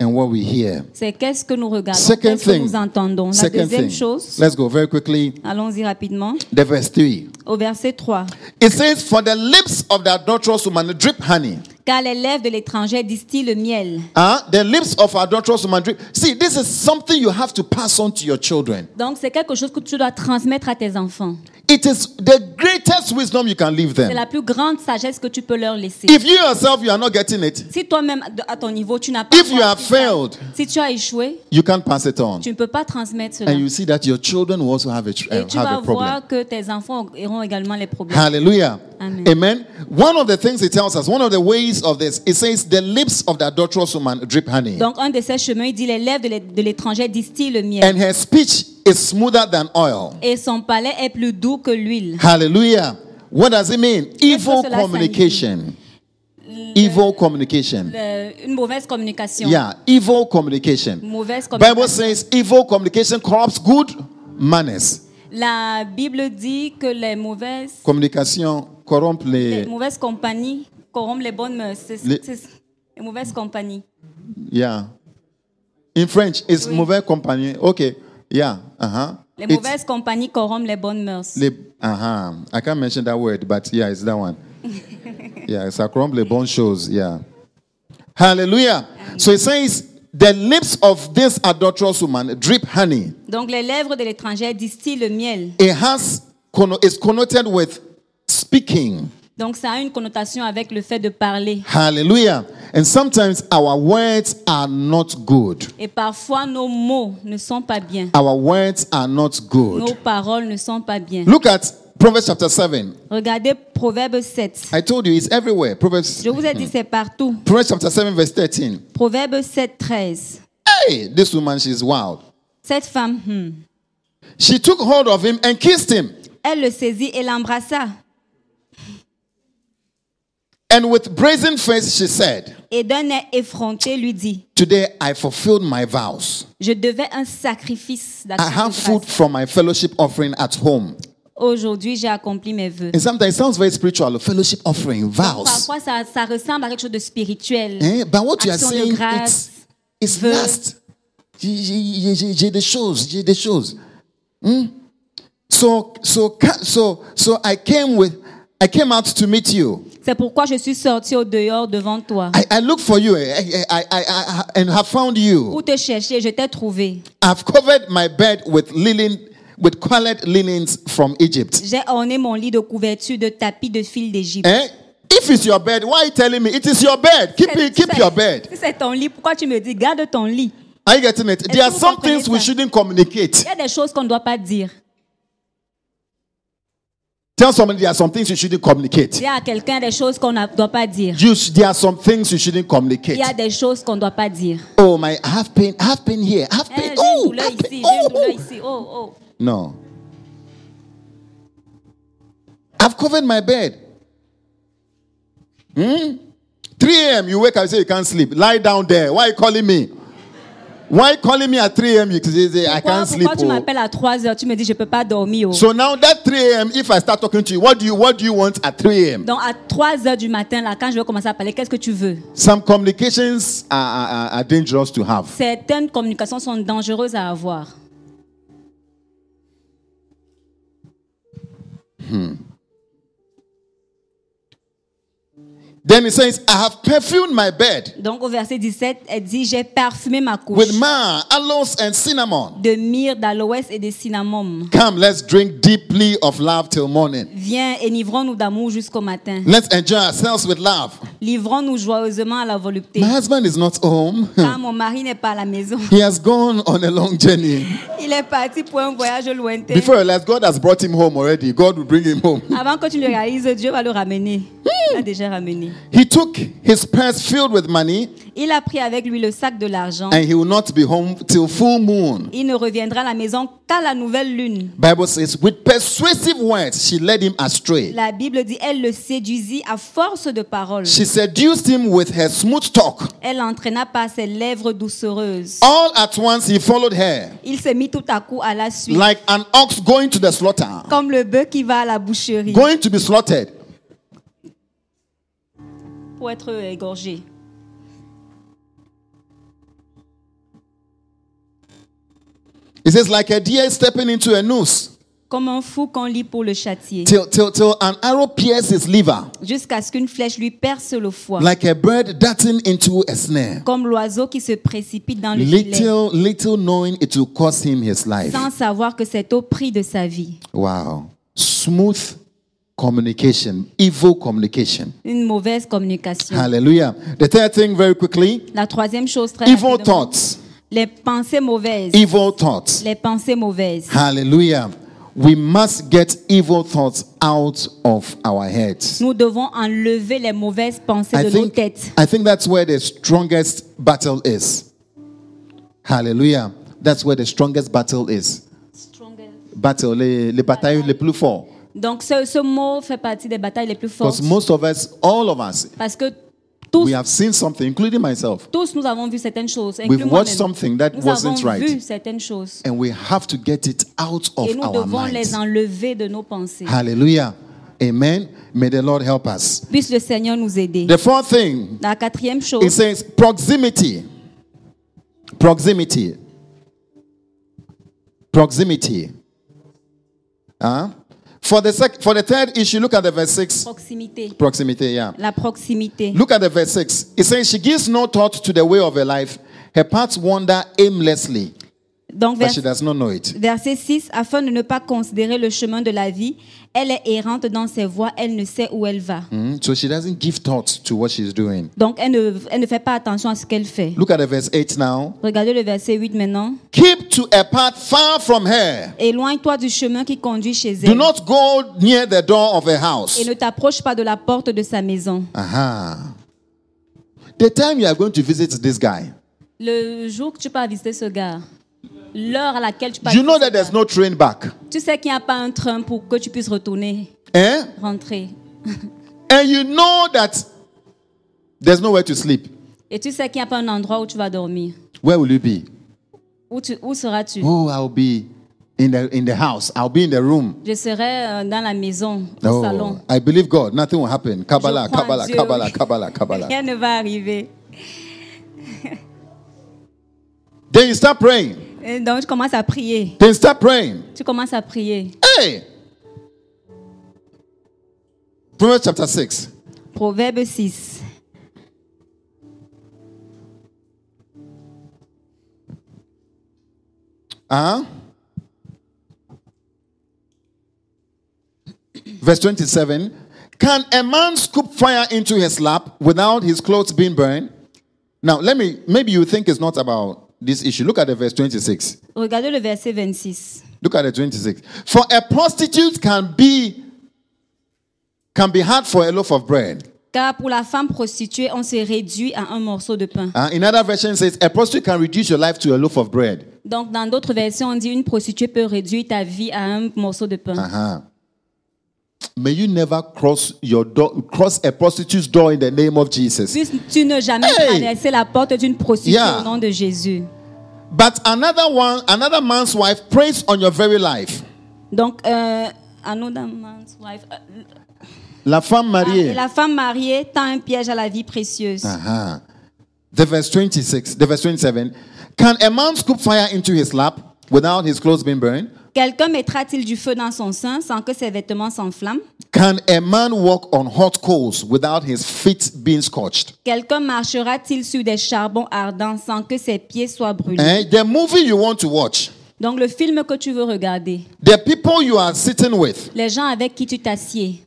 [SPEAKER 1] and what we hear.
[SPEAKER 2] c'est qu'est-ce que nous regardons,
[SPEAKER 1] Second
[SPEAKER 2] qu'est-ce que
[SPEAKER 1] thing.
[SPEAKER 2] nous entendons. La
[SPEAKER 1] Second
[SPEAKER 2] deuxième
[SPEAKER 1] thing.
[SPEAKER 2] chose,
[SPEAKER 1] Let's go very quickly.
[SPEAKER 2] allons-y rapidement,
[SPEAKER 1] The verse 3.
[SPEAKER 2] au verset 3.
[SPEAKER 1] It says, For the lips of the adulterous woman drip honey.
[SPEAKER 2] Car les lèvres de l'étranger distillent le miel.
[SPEAKER 1] Huh? The lips of adulterous woman drip. See, this is something you have to pass on to your children.
[SPEAKER 2] Donc c'est quelque chose que tu dois transmettre à tes enfants.
[SPEAKER 1] It is the greatest wisdom you can leave
[SPEAKER 2] C'est
[SPEAKER 1] them.
[SPEAKER 2] la plus grande sagesse que tu peux leur laisser.
[SPEAKER 1] If you yourself you are not getting it,
[SPEAKER 2] si toi-même de- à ton niveau tu n'as pas
[SPEAKER 1] if you have
[SPEAKER 2] compris ça,
[SPEAKER 1] failed,
[SPEAKER 2] si tu as échoué,
[SPEAKER 1] you can't pass it on.
[SPEAKER 2] tu ne peux pas transmettre cela.
[SPEAKER 1] And you see that your children will also have a, tr-
[SPEAKER 2] Et
[SPEAKER 1] uh,
[SPEAKER 2] tu vas
[SPEAKER 1] have a problem.
[SPEAKER 2] voir que tes enfants auront également les problèmes.
[SPEAKER 1] Hallelujah.
[SPEAKER 2] Amen.
[SPEAKER 1] One of the things it tells us, one of the ways of this, it says the lips of the adulterous woman drip honey.
[SPEAKER 2] Donc, un de ces chemins, il dit les lèvres de l'é- de l'étranger distillent le miel.
[SPEAKER 1] And her speech is smoother than oil.
[SPEAKER 2] Et son palais est plus doux que l'huile.
[SPEAKER 1] Hallelujah. What does it mean? Evil
[SPEAKER 2] cela
[SPEAKER 1] communication. Evil communication.
[SPEAKER 2] Le- Euh, une mauvaise communication.
[SPEAKER 1] Yeah, evil communication.
[SPEAKER 2] Mauvaise
[SPEAKER 1] Bible
[SPEAKER 2] communication.
[SPEAKER 1] says evil communication corrupts good manners.
[SPEAKER 2] La Bible dit que les mauvaises,
[SPEAKER 1] Communication corrompt
[SPEAKER 2] les
[SPEAKER 1] les
[SPEAKER 2] mauvaises compagnies corrompent les bonnes mœurs. C'est-
[SPEAKER 1] Les-
[SPEAKER 2] c'est- les mauvaises compagnies.
[SPEAKER 1] Yeah. In French, it's mauvais compagnie. Okay. Yeah. Uh huh.
[SPEAKER 2] Les mauvaises compagnies corrompent les bonnes mœurs.
[SPEAKER 1] Uh huh. I can't mention that word, but yeah, it's that one. yeah, it's a crumble bon shows. Yeah. Hallelujah. So it says The lips of this adulterous woman drip honey.
[SPEAKER 2] Donc les lèvres de l'étrangère distillent le miel.
[SPEAKER 1] It has conno- is connoted with speaking.
[SPEAKER 2] Donc ça a une connotation avec le fait de parler.
[SPEAKER 1] Hallelujah. And sometimes our words are not good.
[SPEAKER 2] Et parfois nos mots ne sont pas bien.
[SPEAKER 1] Our words are not
[SPEAKER 2] Nos
[SPEAKER 1] good.
[SPEAKER 2] paroles ne sont pas bien.
[SPEAKER 1] Look at Proverbs chapter 7.
[SPEAKER 2] Regardez Proverbe 7.
[SPEAKER 1] I told you it's everywhere. Proverbs
[SPEAKER 2] Je vous ai dit c'est partout.
[SPEAKER 1] Proverbs chapter 7 verse 13.
[SPEAKER 2] Proverbe 7, 13.
[SPEAKER 1] Hey, this woman she's wild.
[SPEAKER 2] Cette femme, hmm,
[SPEAKER 1] She took hold of him and kissed him.
[SPEAKER 2] elle le saisit et l'embrassa.
[SPEAKER 1] And with brazen face she said,
[SPEAKER 2] Et d'un air effronté lui dit,
[SPEAKER 1] "Today I fulfilled my vows.
[SPEAKER 2] je devais un sacrifice
[SPEAKER 1] I
[SPEAKER 2] d'action de
[SPEAKER 1] have food
[SPEAKER 2] grâce.
[SPEAKER 1] from my fellowship offering at home."
[SPEAKER 2] Aujourd'hui, j'ai accompli mes vœux.
[SPEAKER 1] And sometimes it sounds very spiritual, fellowship offering, vows.
[SPEAKER 2] Parfois, ça, ça ressemble à quelque chose de spirituel.
[SPEAKER 1] Eh, But what you are
[SPEAKER 2] Action de
[SPEAKER 1] saying,
[SPEAKER 2] grâce.
[SPEAKER 1] it's, it's
[SPEAKER 2] Vœux.
[SPEAKER 1] lust. J'ai- J'ai j'ai- j'ai des choses, j'ai des choses. Hmm? So, so, ca- so, so I came with, I came out to meet you.
[SPEAKER 2] C'est pourquoi je suis sortie au dehors devant toi.
[SPEAKER 1] I, I look for you eh, eh, I, I, I, I- and have found you.
[SPEAKER 2] Pour te chercher, je t'ai trouvé.
[SPEAKER 1] I've covered my bed with linen, with colored linens from Egypt.
[SPEAKER 2] J'ai orné mon lit de couverture de tapis de fil d'Égypte.
[SPEAKER 1] Eh? If it's your bed, why are you telling me it is your bed? Keep
[SPEAKER 2] C'est-
[SPEAKER 1] it, keep
[SPEAKER 2] c'est-
[SPEAKER 1] your bed.
[SPEAKER 2] Si c'est ton lit, pourquoi tu me dis garde ton lit
[SPEAKER 1] Are you getting it? There are
[SPEAKER 2] vous
[SPEAKER 1] some
[SPEAKER 2] comprenez
[SPEAKER 1] things we
[SPEAKER 2] ça?
[SPEAKER 1] shouldn't communicate.
[SPEAKER 2] Il y a des choses qu'on ne doit pas dire.
[SPEAKER 1] Tell somebody there are some things you shouldn't communicate.
[SPEAKER 2] Il y a à quelqu'un des choses qu'on ne doit pas dire.
[SPEAKER 1] You sh- there are some things you shouldn't communicate.
[SPEAKER 2] Il y a des choses qu'on ne doit pas dire.
[SPEAKER 1] Oh my, I have pain, I have pain here, I have
[SPEAKER 2] Eh, j'ai
[SPEAKER 1] pain.
[SPEAKER 2] une
[SPEAKER 1] Oh, I
[SPEAKER 2] douleur
[SPEAKER 1] have
[SPEAKER 2] ici, j'ai
[SPEAKER 1] pain.
[SPEAKER 2] une douleur
[SPEAKER 1] Oh,
[SPEAKER 2] ici. Oh, oh.
[SPEAKER 1] no. I've covered my bed. Hmm? 3 a.m. You wake up and say you can't sleep. Lie down there. Why you calling me? Why you calling me at 3 a.m. You say, say, I
[SPEAKER 2] Pourquoi,
[SPEAKER 1] can't sleep.
[SPEAKER 2] pourquoi tu
[SPEAKER 1] oh.
[SPEAKER 2] m'appelles à 3 heures, tu me dis je ne peux pas dormir. oh.
[SPEAKER 1] So now that 3 a.m. If I start talking to you, what do you what do you want at 3 a.m.?
[SPEAKER 2] Donc à 3 heures du matin, là, quand je vais commencer à parler, qu'est-ce que tu veux
[SPEAKER 1] Some communications are- are, are, are dangerous to have.
[SPEAKER 2] Certaines communications sont dangereuses à avoir.
[SPEAKER 1] Then he says, I have perfumed my bed
[SPEAKER 2] Donc au verset 17, elle dit J'ai parfumé ma couche
[SPEAKER 1] with myrrh, aloes, and cinnamon.
[SPEAKER 2] de myrrhe, d'aloès et de cinnamon.
[SPEAKER 1] Come, let's drink deeply of love till morning.
[SPEAKER 2] Viens, énivrons-nous d'amour jusqu'au matin.
[SPEAKER 1] Let's enjoy ourselves with love.
[SPEAKER 2] Livrons-nous joyeusement à la volupté.
[SPEAKER 1] My husband is not home.
[SPEAKER 2] Car mon mari n'est pas à la maison.
[SPEAKER 1] He has gone on a long journey.
[SPEAKER 2] Il est parti pour un voyage lointain.
[SPEAKER 1] Before you realize, God has brought him home already. God will bring him home.
[SPEAKER 2] Avant que tu ne le réalises, Dieu va le ramener. Il l'a déjà ramené.
[SPEAKER 1] He took his purse filled with money
[SPEAKER 2] Il a pris avec lui le sac de l'argent.
[SPEAKER 1] and he will not be home till full moon.
[SPEAKER 2] Il ne reviendra à la maison qu'à la nouvelle lune.
[SPEAKER 1] Bible says, with persuasive words, she led him astray.
[SPEAKER 2] La Bible dit, elle le séduisit à force de paroles.
[SPEAKER 1] She seduced him with her smooth talk.
[SPEAKER 2] Elle l'entraîna par ses lèvres doucereuses.
[SPEAKER 1] All at once, he followed her.
[SPEAKER 2] Il se mit tout à coup à la suite,
[SPEAKER 1] like an ox going to the slaughter,
[SPEAKER 2] comme le bœuf qui va à la boucherie
[SPEAKER 1] going to be slaughtered.
[SPEAKER 2] pour être égorgé.
[SPEAKER 1] It says, like a deer stepping into a noose
[SPEAKER 2] Comme un fou qu'on lit pour le châtier,
[SPEAKER 1] till, till, till an arrow pierces his liver,
[SPEAKER 2] jusqu'à ce qu'une flèche lui perce le foie.
[SPEAKER 1] like a bird darting into a snare.
[SPEAKER 2] Comme l'oiseau qui se précipite dans le filet,
[SPEAKER 1] Little, little knowing it will cost him his life.
[SPEAKER 2] sans savoir que c'est au prix de sa vie.
[SPEAKER 1] Wow. Smooth communication, evil communication.
[SPEAKER 2] Une mauvaise communication.
[SPEAKER 1] Hallelujah. The third thing, very quickly
[SPEAKER 2] La troisième chose très
[SPEAKER 1] evil
[SPEAKER 2] rapidement,
[SPEAKER 1] thoughts.
[SPEAKER 2] les pensées mauvaises.
[SPEAKER 1] Evil thoughts.
[SPEAKER 2] Les pensées mauvaises.
[SPEAKER 1] Hallelujah. We must get evil thoughts out of our heads.
[SPEAKER 2] Nous devons enlever les mauvaises pensées de nos têtes.
[SPEAKER 1] I think that's where the strongest battle is. Hallelujah. That's where the strongest battle is. Battle, les, les batailles les plus fortes.
[SPEAKER 2] Donc ce, ce mot fait partie des batailles les plus fortes.
[SPEAKER 1] Because most of us, all of us,
[SPEAKER 2] Parce que tous,
[SPEAKER 1] we have seen something, including myself.
[SPEAKER 2] tous nous avons vu certaines choses. inclus
[SPEAKER 1] We've watched
[SPEAKER 2] moi-même.
[SPEAKER 1] something that
[SPEAKER 2] Nous avons
[SPEAKER 1] wasn't
[SPEAKER 2] vu
[SPEAKER 1] right.
[SPEAKER 2] certaines choses.
[SPEAKER 1] And we have to get it out
[SPEAKER 2] Et
[SPEAKER 1] of
[SPEAKER 2] nous
[SPEAKER 1] our
[SPEAKER 2] devons
[SPEAKER 1] minds.
[SPEAKER 2] les enlever de nos pensées.
[SPEAKER 1] Hallelujah. Amen. May the Lord help us.
[SPEAKER 2] Puisse le Seigneur nous aider.
[SPEAKER 1] The fourth thing,
[SPEAKER 2] La quatrième
[SPEAKER 1] it
[SPEAKER 2] chose,
[SPEAKER 1] says proximity. Proximity. Proximity. Huh? For the sec- for the third issue, look at the verse six.
[SPEAKER 2] proximité.
[SPEAKER 1] Proximity, yeah.
[SPEAKER 2] La proximité.
[SPEAKER 1] Look at the verse six. It says she gives no thought to the way of her life. Her paths wander aimlessly,
[SPEAKER 2] Donc,
[SPEAKER 1] but
[SPEAKER 2] vers-
[SPEAKER 1] she does not know it.
[SPEAKER 2] verset 6, afin de ne pas considérer le chemin de la vie, elle est errante dans ses voies, elle ne sait où elle va.
[SPEAKER 1] Mm, So she doesn't give thought to what she's doing.
[SPEAKER 2] Donc, elle ne, elle ne fait pas attention à ce qu'elle fait.
[SPEAKER 1] Look at the verse 8 now.
[SPEAKER 2] Regardez le verset 8 maintenant.
[SPEAKER 1] Keep to a path far from her.
[SPEAKER 2] Éloigne-toi du chemin qui conduit chez elle
[SPEAKER 1] Do not go near the door of a house.
[SPEAKER 2] et ne t'approche pas de la porte de sa maison.
[SPEAKER 1] Aha. The time you are going to visit this guy,
[SPEAKER 2] Le jour que tu pars visiter ce gars, l'heure à laquelle tu pars
[SPEAKER 1] you know
[SPEAKER 2] visiter
[SPEAKER 1] that
[SPEAKER 2] ce
[SPEAKER 1] there's
[SPEAKER 2] gars,
[SPEAKER 1] no train back.
[SPEAKER 2] tu sais qu'il n'y a pas un train pour que tu puisses retourner,
[SPEAKER 1] Eh?
[SPEAKER 2] rentrer.
[SPEAKER 1] And you know that there's nowhere to sleep.
[SPEAKER 2] Et tu sais qu'il n'y a pas un endroit où tu vas dormir.
[SPEAKER 1] Where will you be?
[SPEAKER 2] Où, tu- où seras-tu
[SPEAKER 1] Oh, I'll be in the in the house. I'll be in the room.
[SPEAKER 2] Je serai euh, dans la maison, au
[SPEAKER 1] Oh,
[SPEAKER 2] salon.
[SPEAKER 1] I believe God. Nothing will happen. Kabbalah,
[SPEAKER 2] Je crois en
[SPEAKER 1] Kabbalah,
[SPEAKER 2] Dieu.
[SPEAKER 1] Kabbalah, Kabbalah, Kabbalah.
[SPEAKER 2] Rien ne va arriver.
[SPEAKER 1] Then you start praying.
[SPEAKER 2] Et donc tu commences à prier.
[SPEAKER 1] Then you start praying.
[SPEAKER 2] Tu commences à prier.
[SPEAKER 1] Hey. Proverbs chapter six.
[SPEAKER 2] Proverbe 6.
[SPEAKER 1] Huh? Verse 27 Can a man scoop fire into his lap without his clothes being burned? Now, let me, maybe you think it's not about this issue. Look at the verse 26.
[SPEAKER 2] Regardez le verset 26.
[SPEAKER 1] Look at the 26. For a prostitute can be can be hard for a loaf of bread.
[SPEAKER 2] Car pour la femme prostituée, on se réduit à un morceau de pain.
[SPEAKER 1] Uh, in other version it says a prostitute can reduce your life to a loaf of bread.
[SPEAKER 2] Donc, dans d'autres versions, on dit une prostituée peut réduire ta vie à un morceau de pain.
[SPEAKER 1] Uh-huh. May you never cross your door, cross a prostitute's door in the name of Jesus.
[SPEAKER 2] Puisque tu ne jamais
[SPEAKER 1] Hey!
[SPEAKER 2] traverser la porte d'une prostituée
[SPEAKER 1] Yeah.
[SPEAKER 2] au nom de Jésus.
[SPEAKER 1] But another one, another man's wife preys on your very life.
[SPEAKER 2] Donc, euh, another man's wife, euh,
[SPEAKER 1] La femme
[SPEAKER 2] et
[SPEAKER 1] mariée.
[SPEAKER 2] la femme mariée tend un piège à la vie précieuse.
[SPEAKER 1] Uh-huh. The verse 26, the verse 27. Can a man scoop fire into his lap without his clothes being burned?
[SPEAKER 2] Quelqu'un mettra-t-il du feu dans son sein sans que ses vêtements s'enflamment
[SPEAKER 1] Can a man walk on hot coals without his feet being scorched?
[SPEAKER 2] Quelqu'un marchera-t-il sur des charbons ardents sans que ses pieds soient brûlés
[SPEAKER 1] Eh? The movie you want to watch,
[SPEAKER 2] Donc, le film que tu veux regarder,
[SPEAKER 1] the people you are sitting with,
[SPEAKER 2] les gens avec qui tu t'assieds,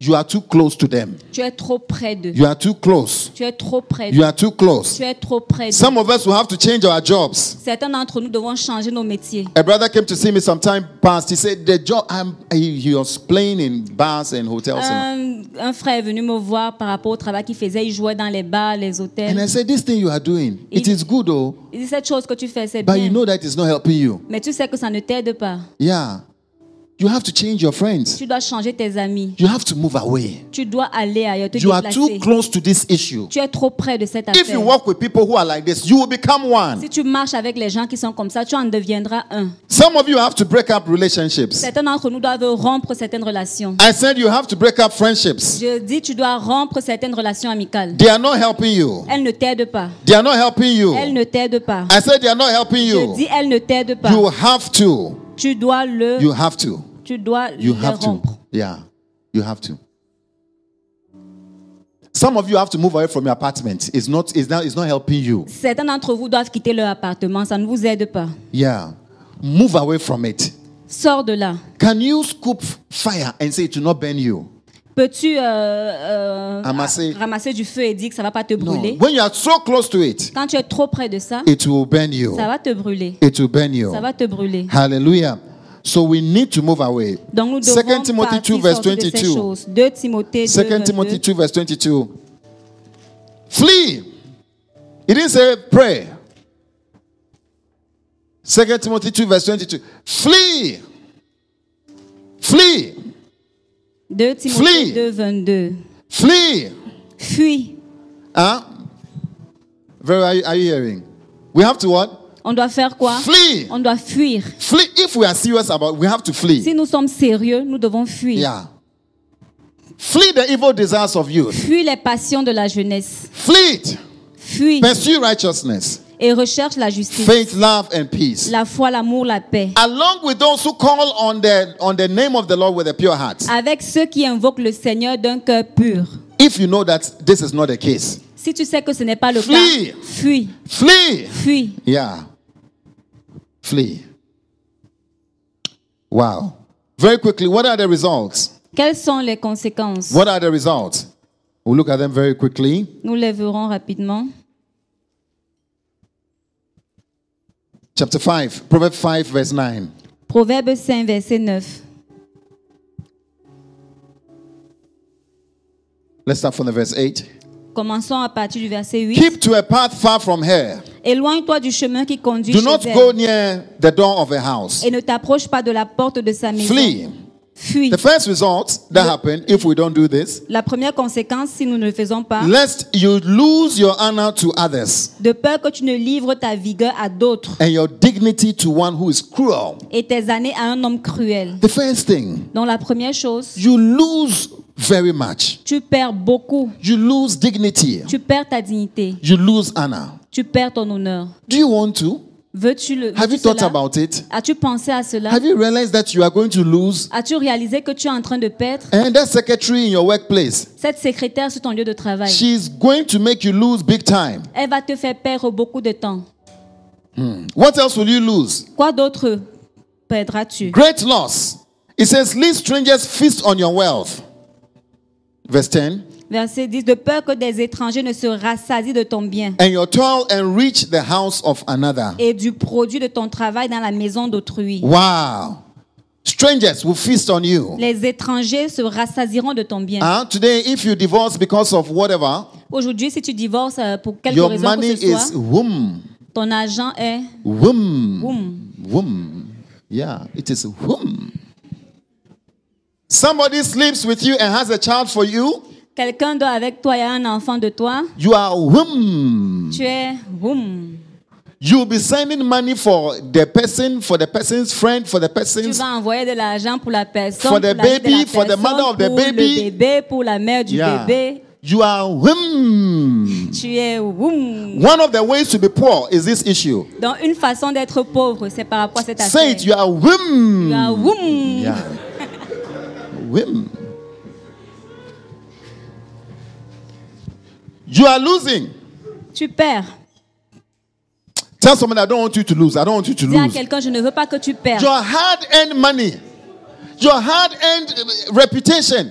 [SPEAKER 1] you are too close to them.
[SPEAKER 2] tu es trop près d'eux.
[SPEAKER 1] You are too close.
[SPEAKER 2] Tu es trop près d'eux.
[SPEAKER 1] You are too close.
[SPEAKER 2] Tu es trop près d'eux.
[SPEAKER 1] Some of us will have to change our jobs.
[SPEAKER 2] Certains d'entre nous devons changer nos métiers.
[SPEAKER 1] A brother came to see me some time past. He said, The job, I'm, he, he was playing in bars and hotels. And,
[SPEAKER 2] Un, un frère est venu me voir par rapport au travail qu'il faisait. Il jouait dans les bars, les
[SPEAKER 1] and I
[SPEAKER 2] hôtels.
[SPEAKER 1] said, This thing you are doing, it is good, though,
[SPEAKER 2] Il dit cette chose que tu fais, c'est
[SPEAKER 1] but
[SPEAKER 2] bien.
[SPEAKER 1] you know that it's not helping you.
[SPEAKER 2] mais tu sais que ça ne t'aide pas.
[SPEAKER 1] Yeah. You have to change your friends.
[SPEAKER 2] Tu dois changer tes amis.
[SPEAKER 1] You have to move away.
[SPEAKER 2] Tu dois aller ailleurs, te
[SPEAKER 1] You are too
[SPEAKER 2] déplacer.
[SPEAKER 1] close to this issue.
[SPEAKER 2] Tu es trop près de cette
[SPEAKER 1] If you
[SPEAKER 2] affaire.
[SPEAKER 1] walk with people who are like this, you will become one.
[SPEAKER 2] Si tu marches avec les gens qui sont comme ça, tu en deviendras un.
[SPEAKER 1] Some of you have to break up relationships.
[SPEAKER 2] Certains d'entre nous doivent rompre certaines relations.
[SPEAKER 1] I said you have to break up friendships.
[SPEAKER 2] Je dis, tu dois rompre certaines relations amicales.
[SPEAKER 1] They are not helping you.
[SPEAKER 2] Elles ne t'aident pas.
[SPEAKER 1] They are not helping
[SPEAKER 2] Elles
[SPEAKER 1] you.
[SPEAKER 2] ne t'aident pas.
[SPEAKER 1] I said they are not helping
[SPEAKER 2] Je dis,
[SPEAKER 1] you.
[SPEAKER 2] elles ne t'aident pas.
[SPEAKER 1] You have to.
[SPEAKER 2] Tu dois le
[SPEAKER 1] You have to.
[SPEAKER 2] tu dois
[SPEAKER 1] You
[SPEAKER 2] les
[SPEAKER 1] have to.
[SPEAKER 2] rompre.
[SPEAKER 1] Yeah. You have to. Some of you have to move away from your apartment. It's not, it's not, it's not helping you.
[SPEAKER 2] Certains d'entre vous doivent quitter leur appartement, ça ne vous aide pas.
[SPEAKER 1] Yeah. Move away from it.
[SPEAKER 2] Sors de là.
[SPEAKER 1] Can you scoop fire and say it will not burn you?
[SPEAKER 2] Peux-tu euh, euh,
[SPEAKER 1] Ramasser.
[SPEAKER 2] ra- ramasser du feu et dire que ça va pas te
[SPEAKER 1] No.
[SPEAKER 2] brûler
[SPEAKER 1] When you are so close to it,
[SPEAKER 2] Quand tu es trop près de ça,
[SPEAKER 1] it will burn you.
[SPEAKER 2] ça va te brûler.
[SPEAKER 1] It will burn you.
[SPEAKER 2] Ça va te brûler.
[SPEAKER 1] Hallelujah. So we need to move away.
[SPEAKER 2] Donc nous
[SPEAKER 1] 2
[SPEAKER 2] devons
[SPEAKER 1] Timothy 2,
[SPEAKER 2] partir,
[SPEAKER 1] verse
[SPEAKER 2] sortir de ces
[SPEAKER 1] 22.
[SPEAKER 2] choses. 2 Timothée 2,
[SPEAKER 1] 2
[SPEAKER 2] 22.
[SPEAKER 1] Timothy 2, verse 22. Flee. It didn't say pray. 2 Timothy 2, verse 22. Flee. Flee.
[SPEAKER 2] 2
[SPEAKER 1] Flee.
[SPEAKER 2] Timothée 2, 22.
[SPEAKER 1] Flee.
[SPEAKER 2] Fuis.
[SPEAKER 1] Huh? Very, are you, are you hearing? We have to what?
[SPEAKER 2] On doit faire quoi
[SPEAKER 1] Flee.
[SPEAKER 2] On doit fuir.
[SPEAKER 1] Flee. If we are serious about we have to flee.
[SPEAKER 2] Si nous sommes sérieux, nous devons fuir.
[SPEAKER 1] Yeah. Flee the evil desires of youth.
[SPEAKER 2] Fuis les passions de la jeunesse.
[SPEAKER 1] Flee it.
[SPEAKER 2] Fuis
[SPEAKER 1] Pursue righteousness,
[SPEAKER 2] et recherche la justice.
[SPEAKER 1] faith, love, and peace.
[SPEAKER 2] la foi, l'amour, la paix.
[SPEAKER 1] Along with those who call on the on the name of the Lord with a pure heart.
[SPEAKER 2] Avec ceux qui invoquent le Seigneur d'un cœur pur.
[SPEAKER 1] If you know that this is not the case,
[SPEAKER 2] Si tu sais que ce n'est pas le
[SPEAKER 1] Fuis.
[SPEAKER 2] cas, fuis,
[SPEAKER 1] Flee.
[SPEAKER 2] fuis.
[SPEAKER 1] Yeah. Flee. Wow. Very quickly, what are the results?
[SPEAKER 2] Quelles sont les conséquences
[SPEAKER 1] What are the results? We'll look at them very quickly.
[SPEAKER 2] Nous les verrons rapidement.
[SPEAKER 1] Chapter 5, Proverbs 5, verse 9.
[SPEAKER 2] Proverbe 5, verset 9.
[SPEAKER 1] Let's start from the verse 8.
[SPEAKER 2] Commençons à partir du verset 8.
[SPEAKER 1] Keep to a path far from her.
[SPEAKER 2] Éloigne-toi du chemin qui conduit
[SPEAKER 1] Do
[SPEAKER 2] chez
[SPEAKER 1] not
[SPEAKER 2] elle
[SPEAKER 1] go near the door of her house.
[SPEAKER 2] et ne t'approche pas de la porte de sa maison.
[SPEAKER 1] Flee.
[SPEAKER 2] Fuis.
[SPEAKER 1] The first result that happened if we don't do this,
[SPEAKER 2] La première conséquence, si nous ne le faisons pas,
[SPEAKER 1] lest you lose your honor to others
[SPEAKER 2] de peur que tu ne livres ta vigueur à d'autres
[SPEAKER 1] and your dignity to one who is cruel.
[SPEAKER 2] et tes années à un homme cruel.
[SPEAKER 1] The first thing,
[SPEAKER 2] Donc la première chose,
[SPEAKER 1] you lose very much.
[SPEAKER 2] tu perds beaucoup.
[SPEAKER 1] You lose dignity.
[SPEAKER 2] Tu perds ta dignité.
[SPEAKER 1] You lose honor.
[SPEAKER 2] Tu perds ton honneur.
[SPEAKER 1] Do you want to?
[SPEAKER 2] Veux-tu le
[SPEAKER 1] Have
[SPEAKER 2] veux-tu
[SPEAKER 1] you thought
[SPEAKER 2] cela?
[SPEAKER 1] about it?
[SPEAKER 2] As-tu pensé à cela
[SPEAKER 1] Have you realized that you are going to lose?
[SPEAKER 2] As-tu réalisé que tu es en train de perdre
[SPEAKER 1] And that secretary in your workplace,
[SPEAKER 2] cette secrétaire sur ton lieu de travail
[SPEAKER 1] she's going to make you lose big time.
[SPEAKER 2] Elle va te faire perdre beaucoup de temps.
[SPEAKER 1] What else will you lose?
[SPEAKER 2] Quoi d'autre perdras-tu
[SPEAKER 1] Great loss. It says, Let strangers feast on your wealth. Verse 10.
[SPEAKER 2] Verset 10. De peur que des étrangers ne se rassasient de ton bien
[SPEAKER 1] And your toil enrich the house of another.
[SPEAKER 2] et du produit de ton travail dans la maison d'autrui.
[SPEAKER 1] Wow. Strangers will feast on you.
[SPEAKER 2] Les étrangers se rassasieront de ton bien.
[SPEAKER 1] Ah, today, if you divorce because of whatever,
[SPEAKER 2] Aujourd'hui, si tu divorces euh, pour quelque
[SPEAKER 1] your
[SPEAKER 2] raison
[SPEAKER 1] money
[SPEAKER 2] que ce
[SPEAKER 1] is
[SPEAKER 2] soit,
[SPEAKER 1] whom,
[SPEAKER 2] ton agent est
[SPEAKER 1] whom,
[SPEAKER 2] boum.
[SPEAKER 1] Whom. Yeah, it is whom. Somebody sleeps with you and has a child for you.
[SPEAKER 2] Quelqu'un dort avec toi et a un enfant de toi.
[SPEAKER 1] You are whom.
[SPEAKER 2] Tu es boum.
[SPEAKER 1] You'll be sending money for the person, for the person's friend, for the
[SPEAKER 2] Tu
[SPEAKER 1] person's.
[SPEAKER 2] vas envoyer de l'argent pour la personne,
[SPEAKER 1] For
[SPEAKER 2] pour
[SPEAKER 1] the
[SPEAKER 2] la vie de
[SPEAKER 1] baby,
[SPEAKER 2] la
[SPEAKER 1] for the
[SPEAKER 2] personne,
[SPEAKER 1] mother of the
[SPEAKER 2] pour
[SPEAKER 1] baby.
[SPEAKER 2] le bébé, pour la mère du
[SPEAKER 1] Yeah.
[SPEAKER 2] bébé.
[SPEAKER 1] You are whom.
[SPEAKER 2] Tu es boum.
[SPEAKER 1] One of the ways to be poor is this issue.
[SPEAKER 2] Donc une façon d'être pauvre, c'est par rapport à cette affaire.
[SPEAKER 1] Say it, you are whom.
[SPEAKER 2] Tu as boum.
[SPEAKER 1] Yeah. whom. You are losing.
[SPEAKER 2] Tu perds.
[SPEAKER 1] Tell someone I don't want you to lose. I don't want you to
[SPEAKER 2] Dis à
[SPEAKER 1] lose.
[SPEAKER 2] quelqu'un, je ne veux pas que tu perdes.
[SPEAKER 1] Your hard earned money, your hard earned reputation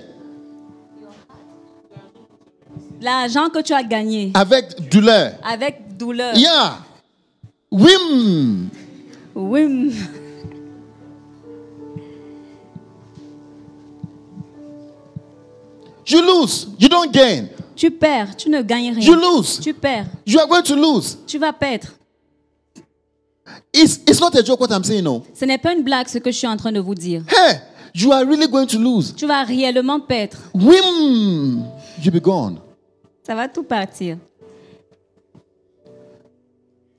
[SPEAKER 2] L'argent que tu as gagné
[SPEAKER 1] avec douleur.
[SPEAKER 2] avec douleur.
[SPEAKER 1] Yeah. Wim.
[SPEAKER 2] Oui.
[SPEAKER 1] You lose. You don't gain.
[SPEAKER 2] Tu perds, tu ne gagnes rien.
[SPEAKER 1] You lose.
[SPEAKER 2] Tu perds,
[SPEAKER 1] You are going to lose.
[SPEAKER 2] tu vas perdre.
[SPEAKER 1] It's, it's not a joke what I'm saying, no.
[SPEAKER 2] Ce n'est pas une blague ce que je suis en train de vous dire.
[SPEAKER 1] Hey, you are really going to lose.
[SPEAKER 2] Tu vas réellement perdre.
[SPEAKER 1] Wim. You'll be gone.
[SPEAKER 2] Ça va tout partir.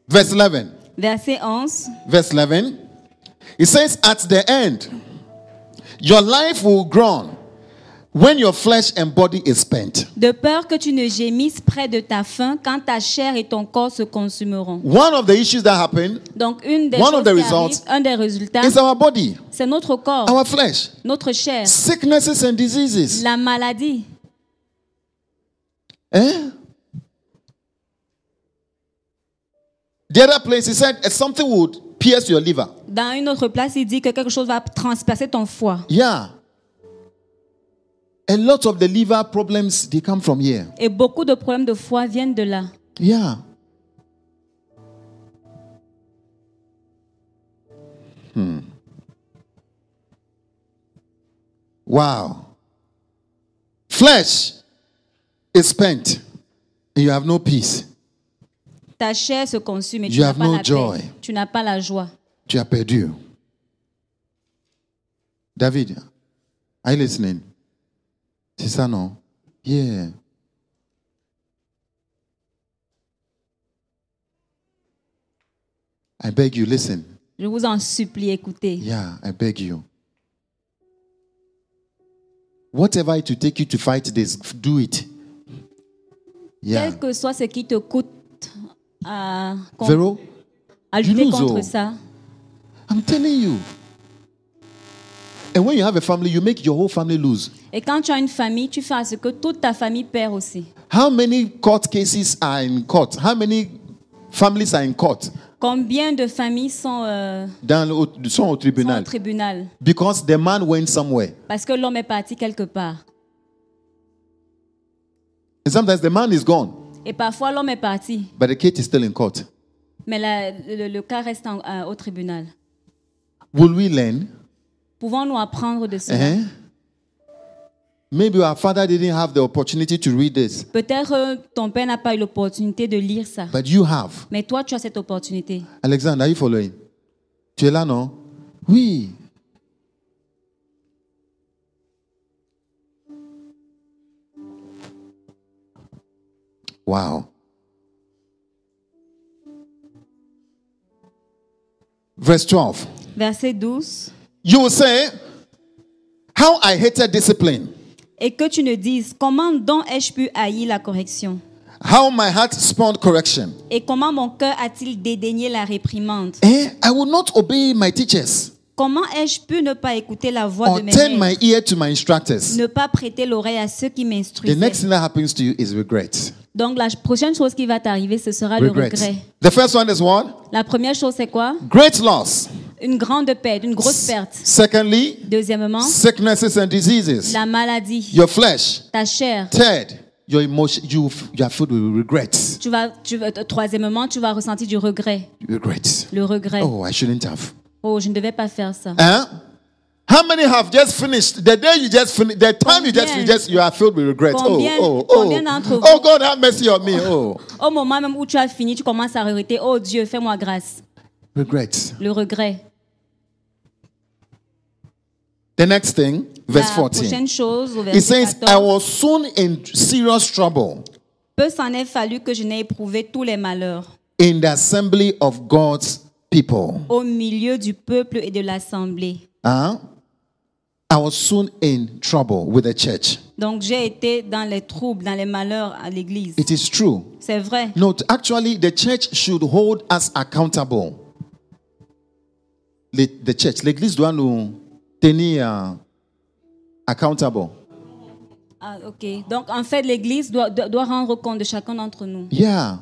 [SPEAKER 1] Verse 11.
[SPEAKER 2] Verset 11.
[SPEAKER 1] Verse 11. It says, At the end, your life will groan when your flesh and body is spent.
[SPEAKER 2] De peur que tu ne gémisses près de ta faim quand ta chair et ton corps se consumeront.
[SPEAKER 1] One of the issues that happen
[SPEAKER 2] Donc une des
[SPEAKER 1] One
[SPEAKER 2] choses
[SPEAKER 1] of the
[SPEAKER 2] qui
[SPEAKER 1] results
[SPEAKER 2] arrive, un des résultats,
[SPEAKER 1] is our body,
[SPEAKER 2] c'est notre corps,
[SPEAKER 1] our flesh,
[SPEAKER 2] notre chair,
[SPEAKER 1] sicknesses and diseases.
[SPEAKER 2] la maladie.
[SPEAKER 1] Eh? The other place, he said, eh, something would pierce your liver.
[SPEAKER 2] Dans une autre place, il dit que quelque chose va transpercer ton foie.
[SPEAKER 1] Yeah. A lot of the liver problems, they come from here.
[SPEAKER 2] Et beaucoup de problèmes de foie viennent de là.
[SPEAKER 1] Yeah. Hmm. Wow. Flesh is spent, and you have no peace.
[SPEAKER 2] Ta chair se consume et tu
[SPEAKER 1] You
[SPEAKER 2] n'as
[SPEAKER 1] have
[SPEAKER 2] pas
[SPEAKER 1] no
[SPEAKER 2] la paix.
[SPEAKER 1] joy.
[SPEAKER 2] Tu n'as pas la joie.
[SPEAKER 1] Tu as perdu. David, are you listening? C'est ça, non? Yeah. I beg you, listen.
[SPEAKER 2] Je vous en supplie, écoutez.
[SPEAKER 1] Yeah, I beg you. Whatever it will take you to fight this, f- do it. Yeah.
[SPEAKER 2] Quel que soit ce qui te coûte à, con-
[SPEAKER 1] Vero,
[SPEAKER 2] à lutter
[SPEAKER 1] Junuzo.
[SPEAKER 2] contre ça,
[SPEAKER 1] I'm telling you. And when you have a family, you make your whole family lose.
[SPEAKER 2] et quand tu as une famille, tu fais à ce que toute ta famille perd aussi.
[SPEAKER 1] How many court cases are in court? How many families are in court
[SPEAKER 2] Combien de familles sont, euh,
[SPEAKER 1] dans le, au- sont au
[SPEAKER 2] sont au
[SPEAKER 1] tribunal?
[SPEAKER 2] tribunal
[SPEAKER 1] Because the man went somewhere.
[SPEAKER 2] Parce que l'homme est parti quelque part.
[SPEAKER 1] And sometimes the man is gone,
[SPEAKER 2] Et parfois, l'homme est parti,
[SPEAKER 1] but the kid is still in court.
[SPEAKER 2] mais la- le, le cas reste en- euh, au tribunal.
[SPEAKER 1] Will we learn?
[SPEAKER 2] Pouvons-nous apprendre de cela
[SPEAKER 1] Eh? Maybe our father didn't have the opportunity to read this,
[SPEAKER 2] Peut-être euh, ton père n'a pas eu l'opportunité de lire ça,
[SPEAKER 1] but you have.
[SPEAKER 2] mais toi, tu as cette opportunité.
[SPEAKER 1] Alexandre, are you following? Tu es là, non? Oui. Wow. Verse 12.
[SPEAKER 2] Verset 12.
[SPEAKER 1] You will say, How I hated discipline,
[SPEAKER 2] Et que tu ne dises, comment donc ai-je pu haïr la correction
[SPEAKER 1] how my heart spawned correction.
[SPEAKER 2] Et comment mon cœur a-t-il dédaigné la réprimande
[SPEAKER 1] Eh, I will not obey my teachers
[SPEAKER 2] Comment ai-je pu ne pas écouter la voix
[SPEAKER 1] or
[SPEAKER 2] de mes
[SPEAKER 1] turn
[SPEAKER 2] maîtres
[SPEAKER 1] my ear to my instructors.
[SPEAKER 2] Ne pas prêter l'oreille à ceux qui
[SPEAKER 1] The next
[SPEAKER 2] m'instruisent.
[SPEAKER 1] thing that happens to you is regret.
[SPEAKER 2] Donc la prochaine chose qui va t'arriver, ce sera
[SPEAKER 1] Regret.
[SPEAKER 2] le regret.
[SPEAKER 1] The first one is what?
[SPEAKER 2] La première chose, c'est quoi
[SPEAKER 1] Great loss.
[SPEAKER 2] Une grande perte, une grosse perte.
[SPEAKER 1] Secondly,
[SPEAKER 2] Deuxièmement,
[SPEAKER 1] sicknesses and diseases.
[SPEAKER 2] la maladie,
[SPEAKER 1] Your flesh.
[SPEAKER 2] ta chair.
[SPEAKER 1] Third, your emotion. You, you are filled with regret.
[SPEAKER 2] Tu vas, tu vas- euh, troisièmement, tu vas ressentir du regret.
[SPEAKER 1] Regret.
[SPEAKER 2] Le regret.
[SPEAKER 1] Oh, I shouldn't have.
[SPEAKER 2] Oh, je ne devais pas faire ça.
[SPEAKER 1] Huh? How many have just finished the day you just finished the time you just
[SPEAKER 2] Combien?
[SPEAKER 1] finished just you are filled with regret.
[SPEAKER 2] Combien-
[SPEAKER 1] oh, oh,
[SPEAKER 2] combien d'entre
[SPEAKER 1] oh.
[SPEAKER 2] vous?
[SPEAKER 1] Oh God, have mercy on me. Oh,
[SPEAKER 2] Au moment même où tu as fini, tu commences à regretter. Oh Dieu, fais-moi grâce.
[SPEAKER 1] regret.
[SPEAKER 2] Le regret.
[SPEAKER 1] The next thing, verse
[SPEAKER 2] la
[SPEAKER 1] 14.
[SPEAKER 2] prochaine chose, au
[SPEAKER 1] It
[SPEAKER 2] verset
[SPEAKER 1] says, I
[SPEAKER 2] 14,
[SPEAKER 1] was soon in serious trouble
[SPEAKER 2] peu s'en est fallu que je n'ai éprouvé tous les malheurs
[SPEAKER 1] in the assembly of God's people.
[SPEAKER 2] au milieu du peuple et de l'assemblée.
[SPEAKER 1] Huh? I was soon in trouble with the church.
[SPEAKER 2] Donc j'ai été dans les troubles, dans les malheurs à l'église.
[SPEAKER 1] It is true.
[SPEAKER 2] C'est vrai.
[SPEAKER 1] No, t- actually, the church should hold us accountable. Le- the church, l'église doit nous tenir euh, accountable.
[SPEAKER 2] Ah, ok. Donc en fait, l'église doit, doit doit rendre compte de chacun d'entre nous
[SPEAKER 1] Yeah.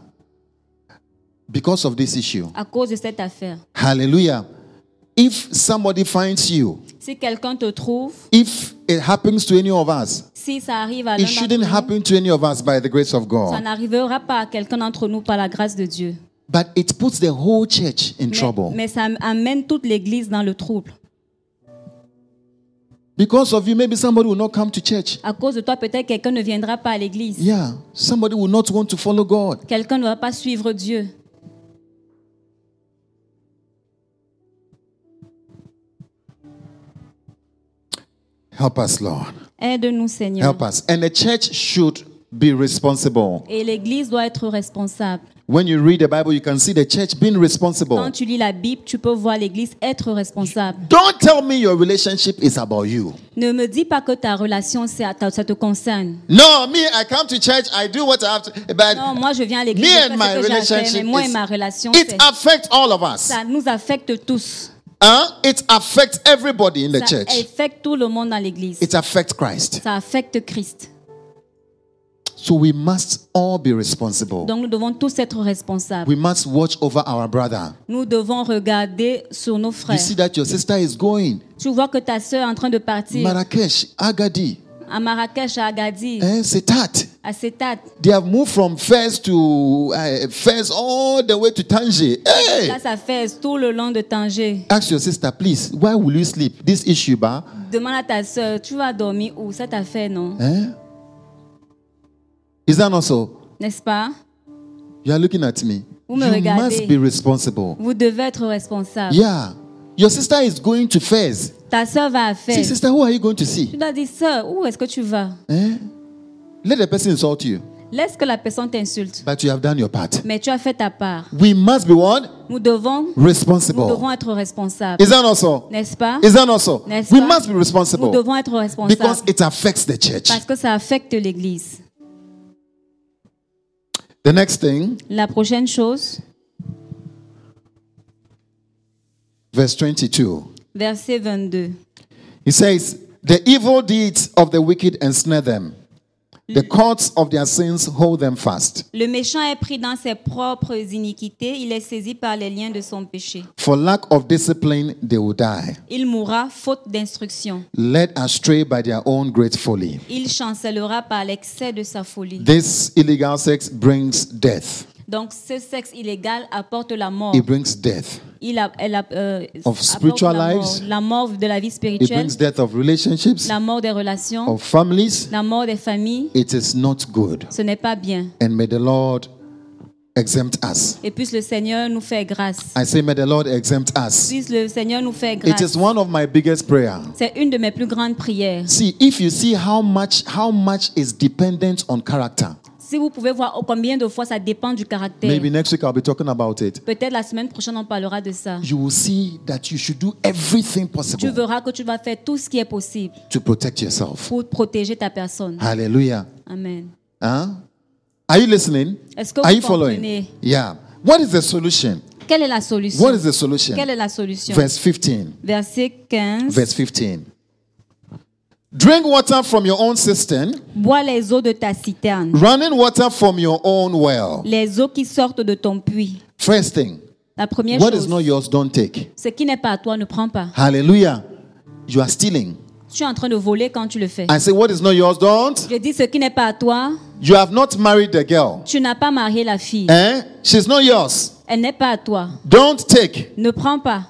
[SPEAKER 1] Because of this issue.
[SPEAKER 2] à cause de cette affaire.
[SPEAKER 1] Hallelujah. If somebody finds you,
[SPEAKER 2] Si quelqu'un te trouve,
[SPEAKER 1] if it happens to any of us,
[SPEAKER 2] si ça arrive à l'un
[SPEAKER 1] it shouldn't
[SPEAKER 2] d'entre nous,
[SPEAKER 1] happen to any of us by the grace of
[SPEAKER 2] ça
[SPEAKER 1] God.
[SPEAKER 2] n'arrivera pas à quelqu'un d'entre nous par la grâce de Dieu.
[SPEAKER 1] But it puts the whole church in
[SPEAKER 2] Mais-
[SPEAKER 1] trouble.
[SPEAKER 2] mais ça amène toute l'église dans le trouble.
[SPEAKER 1] Because of you, maybe somebody will not come to church.
[SPEAKER 2] À cause de toi, peut-être quelqu'un ne viendra pas à l'église.
[SPEAKER 1] Yeah. Somebody will not want to follow God.
[SPEAKER 2] Quelqu'un ne va pas suivre Dieu.
[SPEAKER 1] Help us, Lord.
[SPEAKER 2] Aide-nous, Seigneur.
[SPEAKER 1] Help us. And the church should be responsible.
[SPEAKER 2] Et l'église doit être responsable.
[SPEAKER 1] When you read the Bible, you can see the church being
[SPEAKER 2] Quand
[SPEAKER 1] responsible.
[SPEAKER 2] tu lis la Bible, tu peux voir l'église être responsable.
[SPEAKER 1] Don't tell me your relationship is about you.
[SPEAKER 2] Ne me dis pas que ta relation, c'est à ta- ça te concerne.
[SPEAKER 1] No, me, I come to church, I do what I have to, but
[SPEAKER 2] Non, moi, je viens à l'église,
[SPEAKER 1] Me
[SPEAKER 2] je
[SPEAKER 1] and
[SPEAKER 2] fais
[SPEAKER 1] my
[SPEAKER 2] ce que j'ai à faire, mais
[SPEAKER 1] relationship
[SPEAKER 2] moi
[SPEAKER 1] is-
[SPEAKER 2] et ma relation,
[SPEAKER 1] it
[SPEAKER 2] c'est-
[SPEAKER 1] affects all of us.
[SPEAKER 2] ça nous affecte tous.
[SPEAKER 1] Huh? It affects everybody in the
[SPEAKER 2] Ça
[SPEAKER 1] church.
[SPEAKER 2] affecte tout le monde dans l'église.
[SPEAKER 1] It affects Christ.
[SPEAKER 2] Ça affecte Christ.
[SPEAKER 1] So we must all be responsible.
[SPEAKER 2] Donc, nous devons tous être responsables.
[SPEAKER 1] We must watch over our brother.
[SPEAKER 2] Nous devons regarder sur nos
[SPEAKER 1] You
[SPEAKER 2] frères.
[SPEAKER 1] see that your sister is going.
[SPEAKER 2] Tu vois que ta sœur est en train de partir
[SPEAKER 1] Marrakesh, Agadi,
[SPEAKER 2] à Marrakech, à Agadir,
[SPEAKER 1] eh, Setat.
[SPEAKER 2] à Setat.
[SPEAKER 1] They have moved from Fez to uh, Fez all the way to Tangier. Hey!
[SPEAKER 2] Là, ça fait tout le long de Tanger.
[SPEAKER 1] Ask your sister, please, why will you sleep? This issue, ba.
[SPEAKER 2] Demande à ta sœur, tu vas dormir où Cette affaire, non
[SPEAKER 1] Eh? Is that not so?
[SPEAKER 2] N'est-ce pas
[SPEAKER 1] You are looking at me.
[SPEAKER 2] Vous me
[SPEAKER 1] you
[SPEAKER 2] regardez.
[SPEAKER 1] must be responsible.
[SPEAKER 2] Vous devez être responsable.
[SPEAKER 1] Yeah. Your sister is going to Fez.
[SPEAKER 2] Ta sœur va à
[SPEAKER 1] Say,
[SPEAKER 2] Fès.
[SPEAKER 1] sister, who are you going to
[SPEAKER 2] Tu
[SPEAKER 1] see?
[SPEAKER 2] dois dire, sœur, où est-ce que tu vas
[SPEAKER 1] Eh? Let the person insult you,
[SPEAKER 2] Laisse que la personne t'insulte.
[SPEAKER 1] but you have done your part.
[SPEAKER 2] Mais tu as fait ta part.
[SPEAKER 1] We must be what?
[SPEAKER 2] Nous devons, nous devons
[SPEAKER 1] Responsible.
[SPEAKER 2] être responsables.
[SPEAKER 1] Is that not so?
[SPEAKER 2] N'est-ce pas
[SPEAKER 1] Is that not so?
[SPEAKER 2] N'est-ce
[SPEAKER 1] We
[SPEAKER 2] pas?
[SPEAKER 1] must be
[SPEAKER 2] Nous
[SPEAKER 1] responsible
[SPEAKER 2] devons être
[SPEAKER 1] because
[SPEAKER 2] responsables.
[SPEAKER 1] it affects the church.
[SPEAKER 2] Parce que ça affecte l'Église.
[SPEAKER 1] The next thing,
[SPEAKER 2] La prochaine chose,
[SPEAKER 1] verse 22.
[SPEAKER 2] verset 22.
[SPEAKER 1] He says, The evil deeds of the wicked ensnare them, The cords of their sins hold them fast.
[SPEAKER 2] Le méchant est pris dans ses propres iniquités, il est saisi par les liens de son péché.
[SPEAKER 1] For lack of discipline, they will die,
[SPEAKER 2] Il mourra faute d'instruction.
[SPEAKER 1] led astray by their own great folly.
[SPEAKER 2] Il chancellera par l'excès de sa folie.
[SPEAKER 1] This illegal sex brings death.
[SPEAKER 2] Donc ce sexe illégal apporte la mort.
[SPEAKER 1] It brings death.
[SPEAKER 2] Il a- elle a- euh,
[SPEAKER 1] Of
[SPEAKER 2] apporte
[SPEAKER 1] spiritual
[SPEAKER 2] la mort.
[SPEAKER 1] lives.
[SPEAKER 2] La mort de la vie
[SPEAKER 1] It
[SPEAKER 2] spirituelle,
[SPEAKER 1] brings death of relationships,
[SPEAKER 2] la mort des relations,
[SPEAKER 1] of families.
[SPEAKER 2] la mort des familles.
[SPEAKER 1] It is not good.
[SPEAKER 2] Ce n'est pas bien.
[SPEAKER 1] And may the Lord exempt us.
[SPEAKER 2] Et puisse le Seigneur nous faire grâce.
[SPEAKER 1] I say, may the Lord exempt us.
[SPEAKER 2] Puisse le Seigneur nous faire
[SPEAKER 1] It
[SPEAKER 2] grâce.
[SPEAKER 1] is one of my biggest prayer.
[SPEAKER 2] C'est une de mes plus grandes prières.
[SPEAKER 1] See, if you see how much how much is dependent on character,
[SPEAKER 2] Si vous pouvez voir oh, combien de fois ça dépend du caractère.
[SPEAKER 1] maybe next week I'll be talking about it.
[SPEAKER 2] Peut-être la semaine prochaine on parlera de ça.
[SPEAKER 1] You will see that you should do everything
[SPEAKER 2] Tu
[SPEAKER 1] possible
[SPEAKER 2] verras que tu vas faire tout ce qui est possible
[SPEAKER 1] to protect yourself.
[SPEAKER 2] pour protéger ta personne.
[SPEAKER 1] Hallelujah.
[SPEAKER 2] Amen.
[SPEAKER 1] Huh? Are you listening?
[SPEAKER 2] Est-ce que
[SPEAKER 1] Are
[SPEAKER 2] vous
[SPEAKER 1] you following?
[SPEAKER 2] comprenez?
[SPEAKER 1] Yeah. What is the solution?
[SPEAKER 2] Quelle est la solution?
[SPEAKER 1] What is the solution?
[SPEAKER 2] Quelle est la solution?
[SPEAKER 1] Verse 15.
[SPEAKER 2] Verset 15.
[SPEAKER 1] Verse 15. Drink water from your own cistern,
[SPEAKER 2] Bois les eaux de ta citerne,
[SPEAKER 1] running water from your own well.
[SPEAKER 2] les eaux qui sortent de ton puits.
[SPEAKER 1] First thing,
[SPEAKER 2] La première
[SPEAKER 1] what is
[SPEAKER 2] chose,
[SPEAKER 1] not yours, don't take.
[SPEAKER 2] ce qui n'est pas à toi, ne prends pas.
[SPEAKER 1] Hallelujah. You are stealing.
[SPEAKER 2] Tu es en train de voler quand tu le fais.
[SPEAKER 1] I say, what is not yours, don't.
[SPEAKER 2] Je dis ce qui n'est pas à toi,
[SPEAKER 1] You have not married the girl.
[SPEAKER 2] tu n'as pas marié la fille.
[SPEAKER 1] Eh? She's not yours.
[SPEAKER 2] Elle n'est pas à toi.
[SPEAKER 1] Don't take.
[SPEAKER 2] Ne prends pas.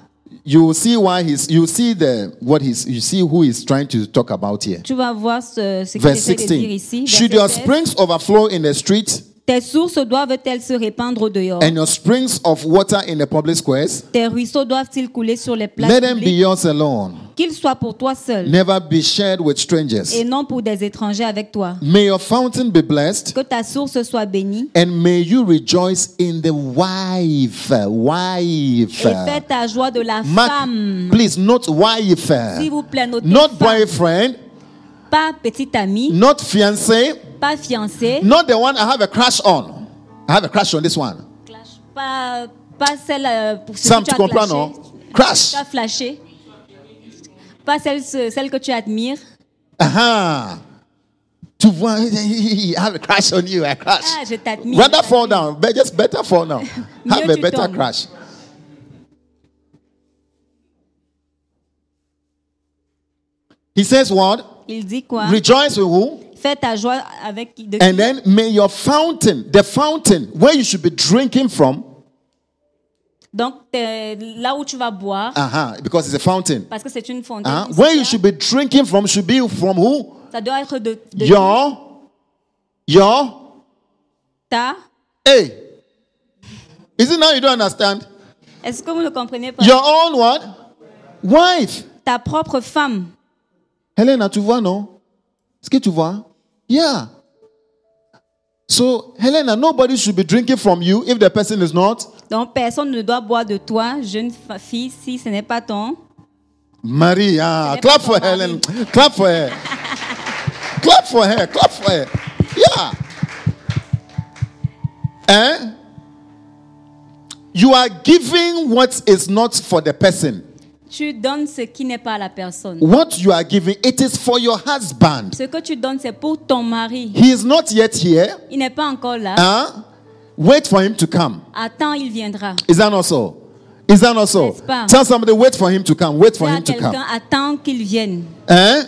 [SPEAKER 1] You will see why he's. You see the what he's. You see who he's trying to talk about here.
[SPEAKER 2] Tu vas voir ce, ce qu'il
[SPEAKER 1] Verse
[SPEAKER 2] essaie de dire
[SPEAKER 1] 16.
[SPEAKER 2] ici.
[SPEAKER 1] Should
[SPEAKER 2] Verset
[SPEAKER 1] your
[SPEAKER 2] 16.
[SPEAKER 1] springs overflow in the street
[SPEAKER 2] Tes sources doivent-elles se répandre au dehors?
[SPEAKER 1] and your springs of water in the public squares?
[SPEAKER 2] Tes ruisseaux doivent-ils couler sur les places
[SPEAKER 1] Let them be
[SPEAKER 2] publiques?
[SPEAKER 1] yours alone.
[SPEAKER 2] Qu'ils soient pour toi seul
[SPEAKER 1] Never be shared with strangers.
[SPEAKER 2] et non pour des étrangers avec toi.
[SPEAKER 1] May your fountain be blessed
[SPEAKER 2] Que ta source soit bénie
[SPEAKER 1] and may you rejoice in the wife. Wife.
[SPEAKER 2] et fais ta joie de la
[SPEAKER 1] Mark,
[SPEAKER 2] femme.
[SPEAKER 1] please, not wife.
[SPEAKER 2] S'il vous plaît, notez
[SPEAKER 1] Not
[SPEAKER 2] femme,
[SPEAKER 1] boyfriend,
[SPEAKER 2] pas petite amie,
[SPEAKER 1] not fiance,
[SPEAKER 2] pas fiancée,
[SPEAKER 1] not the one I have a crush on. I have a crush on this one.
[SPEAKER 2] pas, pas celle euh, pour celle
[SPEAKER 1] Sam,
[SPEAKER 2] que
[SPEAKER 1] tu
[SPEAKER 2] tu as
[SPEAKER 1] comprends,
[SPEAKER 2] flashé.
[SPEAKER 1] non? Crush.
[SPEAKER 2] Tu as flashé. Pas celle, celle que tu admires.
[SPEAKER 1] Aha. Tu vois, I have a crush on you, a crush.
[SPEAKER 2] Ah, je t'admire.
[SPEAKER 1] Rather fall down, but just better fall down. have a
[SPEAKER 2] tu
[SPEAKER 1] better
[SPEAKER 2] tombes.
[SPEAKER 1] crush. He says what?
[SPEAKER 2] Il dit quoi?
[SPEAKER 1] Rejoice with who?
[SPEAKER 2] Fais ta joie avec qui- de qui?
[SPEAKER 1] And then may your fountain, the fountain where you should be drinking from,
[SPEAKER 2] Donc, t'es- là où tu vas boire,
[SPEAKER 1] uh-huh, because it's a fountain,
[SPEAKER 2] parce que c'est une fontaine.
[SPEAKER 1] uh-huh,
[SPEAKER 2] une
[SPEAKER 1] where you
[SPEAKER 2] citerne,
[SPEAKER 1] should be drinking from should be from who?
[SPEAKER 2] Ça doit être de, de
[SPEAKER 1] Your, your,
[SPEAKER 2] ta.
[SPEAKER 1] hey. Is it now you don't understand?
[SPEAKER 2] Est-ce que vous ne comprenez pas?
[SPEAKER 1] Your own what? Wife.
[SPEAKER 2] Ta propre femme.
[SPEAKER 1] Helena, ah, tu vois, non? Est-ce que tu vois? Yeah. So, Helena, nobody should be drinking from you if the person is not
[SPEAKER 2] Donc, personne ne doit boire de toi, jeune fa- fille, si ce n'est pas ton.
[SPEAKER 1] Marie, ah,
[SPEAKER 2] Ce n'est
[SPEAKER 1] clap
[SPEAKER 2] pas
[SPEAKER 1] for
[SPEAKER 2] ton
[SPEAKER 1] Helen.
[SPEAKER 2] mari.
[SPEAKER 1] Clap for her. clap for her. Clap for her. Yeah. Eh? You are giving what is not for the person.
[SPEAKER 2] Tu donnes ce qui n'est pas à la personne.
[SPEAKER 1] What you are giving, it is for your husband.
[SPEAKER 2] Ce que tu donnes, c'est pour ton mari.
[SPEAKER 1] He is not yet here.
[SPEAKER 2] Il n'est pas encore là.
[SPEAKER 1] Huh? Wait for him to come.
[SPEAKER 2] Attends, il viendra.
[SPEAKER 1] Is that not so? Is that not so?
[SPEAKER 2] N'est-ce pas?
[SPEAKER 1] Tell somebody, wait for him to come. Wait
[SPEAKER 2] Dis
[SPEAKER 1] for
[SPEAKER 2] à
[SPEAKER 1] him to come.
[SPEAKER 2] quelqu'un, attends qu'il vienne.
[SPEAKER 1] Eh?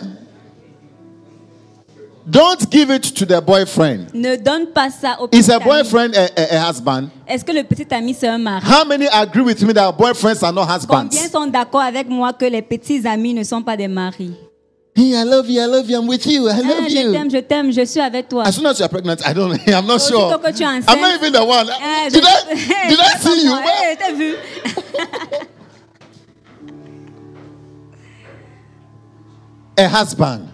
[SPEAKER 1] Don't give it to the boyfriend.
[SPEAKER 2] Ne donne pas ça au
[SPEAKER 1] Is
[SPEAKER 2] petit
[SPEAKER 1] a
[SPEAKER 2] ami.
[SPEAKER 1] boyfriend a, a, a husband?
[SPEAKER 2] Est-ce que le petit ami, c'est un mari?
[SPEAKER 1] How many agree with me that boyfriends are not
[SPEAKER 2] Combien
[SPEAKER 1] husbands?
[SPEAKER 2] sont d'accord avec moi que les petits amis ne sont pas des maris?
[SPEAKER 1] Hey, I love you, I love you, I'm with you, I
[SPEAKER 2] Ah,
[SPEAKER 1] love
[SPEAKER 2] je
[SPEAKER 1] you.
[SPEAKER 2] t'aime, je t'aime, je suis avec toi.
[SPEAKER 1] As soon as you're pregnant, I don't I'm not sure.
[SPEAKER 2] Aussitôt que tu es
[SPEAKER 1] I'm
[SPEAKER 2] enceinte.
[SPEAKER 1] not even the one.
[SPEAKER 2] Ah,
[SPEAKER 1] Did
[SPEAKER 2] je-
[SPEAKER 1] I, did I see you? Where-
[SPEAKER 2] Eh, t'as vu?
[SPEAKER 1] A husband.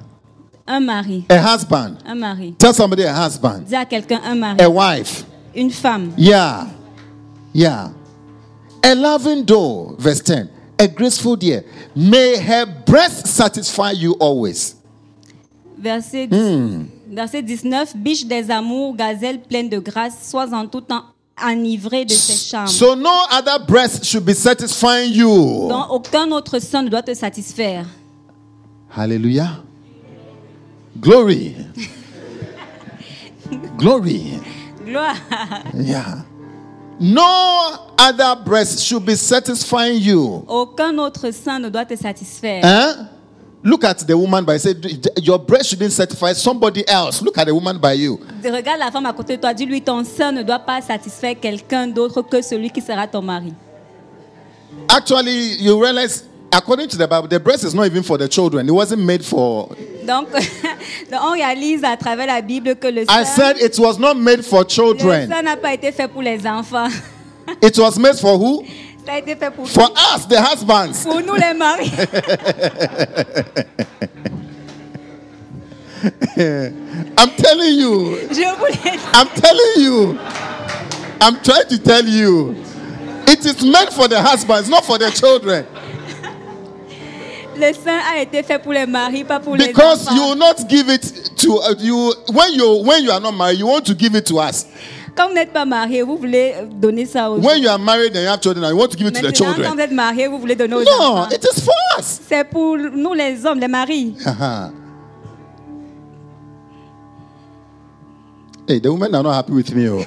[SPEAKER 2] Un mari,
[SPEAKER 1] A husband.
[SPEAKER 2] un mari.
[SPEAKER 1] Tell somebody a husband.
[SPEAKER 2] Dis à quelqu'un un mari,
[SPEAKER 1] A wife.
[SPEAKER 2] une femme,
[SPEAKER 1] Yeah. Yeah. A loving door, verse 10. A graceful dear. May her breast satisfy you always.
[SPEAKER 2] Verset,
[SPEAKER 1] Hmm.
[SPEAKER 2] verset 19. Biche des amours, gazelle pleine de grâce, sois en tout temps enivrée de ses charmes.
[SPEAKER 1] So no other breast should be satisfying you.
[SPEAKER 2] dont aucun autre sang ne doit te satisfaire.
[SPEAKER 1] Hallelujah. Glory. Glory.
[SPEAKER 2] Gloire.
[SPEAKER 1] Yeah. No other breast should be satisfying you.
[SPEAKER 2] Aucun autre sein ne doit te satisfaire.
[SPEAKER 1] Huh? Look at the woman by say your breast shouldn't satisfy somebody else. Look at the woman by you.
[SPEAKER 2] Regarde la femme à côté de toi. Dis-lui, ton sein ne doit pas satisfaire quelqu'un d'autre que celui qui sera ton mari.
[SPEAKER 1] Actually, you realize according to the Bible, the breast is not even for the children. It wasn't made for
[SPEAKER 2] Donc, donc, on réalise à travers la Bible que le
[SPEAKER 1] I
[SPEAKER 2] sein,
[SPEAKER 1] said it was not made for
[SPEAKER 2] le
[SPEAKER 1] children.
[SPEAKER 2] sein n'a pas été fait pour les enfants.
[SPEAKER 1] It was made for who?
[SPEAKER 2] Ça a été fait pour,
[SPEAKER 1] For us, the husbands.
[SPEAKER 2] pour nous les maris.
[SPEAKER 1] I'm telling you.
[SPEAKER 2] Je vous l'ai dit.
[SPEAKER 1] I'm telling you. I'm trying to tell you. It is meant for the husbands, not for the children.
[SPEAKER 2] Le sein a été fait pour les maris, pas pour
[SPEAKER 1] Because
[SPEAKER 2] les
[SPEAKER 1] you
[SPEAKER 2] enfants.
[SPEAKER 1] will not give it to uh, you when you when you are not married, you want to give it to us.
[SPEAKER 2] Quand vous n'êtes pas marié, vous voulez donner ça aux
[SPEAKER 1] When you are married and you have children, and you want to give it to the
[SPEAKER 2] Maintenant, quand
[SPEAKER 1] children.
[SPEAKER 2] vous êtes marié, vous voulez donner aux
[SPEAKER 1] No,
[SPEAKER 2] enfants.
[SPEAKER 1] it is for us.
[SPEAKER 2] C'est pour nous les hommes, les maris.
[SPEAKER 1] Haha. hey, the women are not happy with me.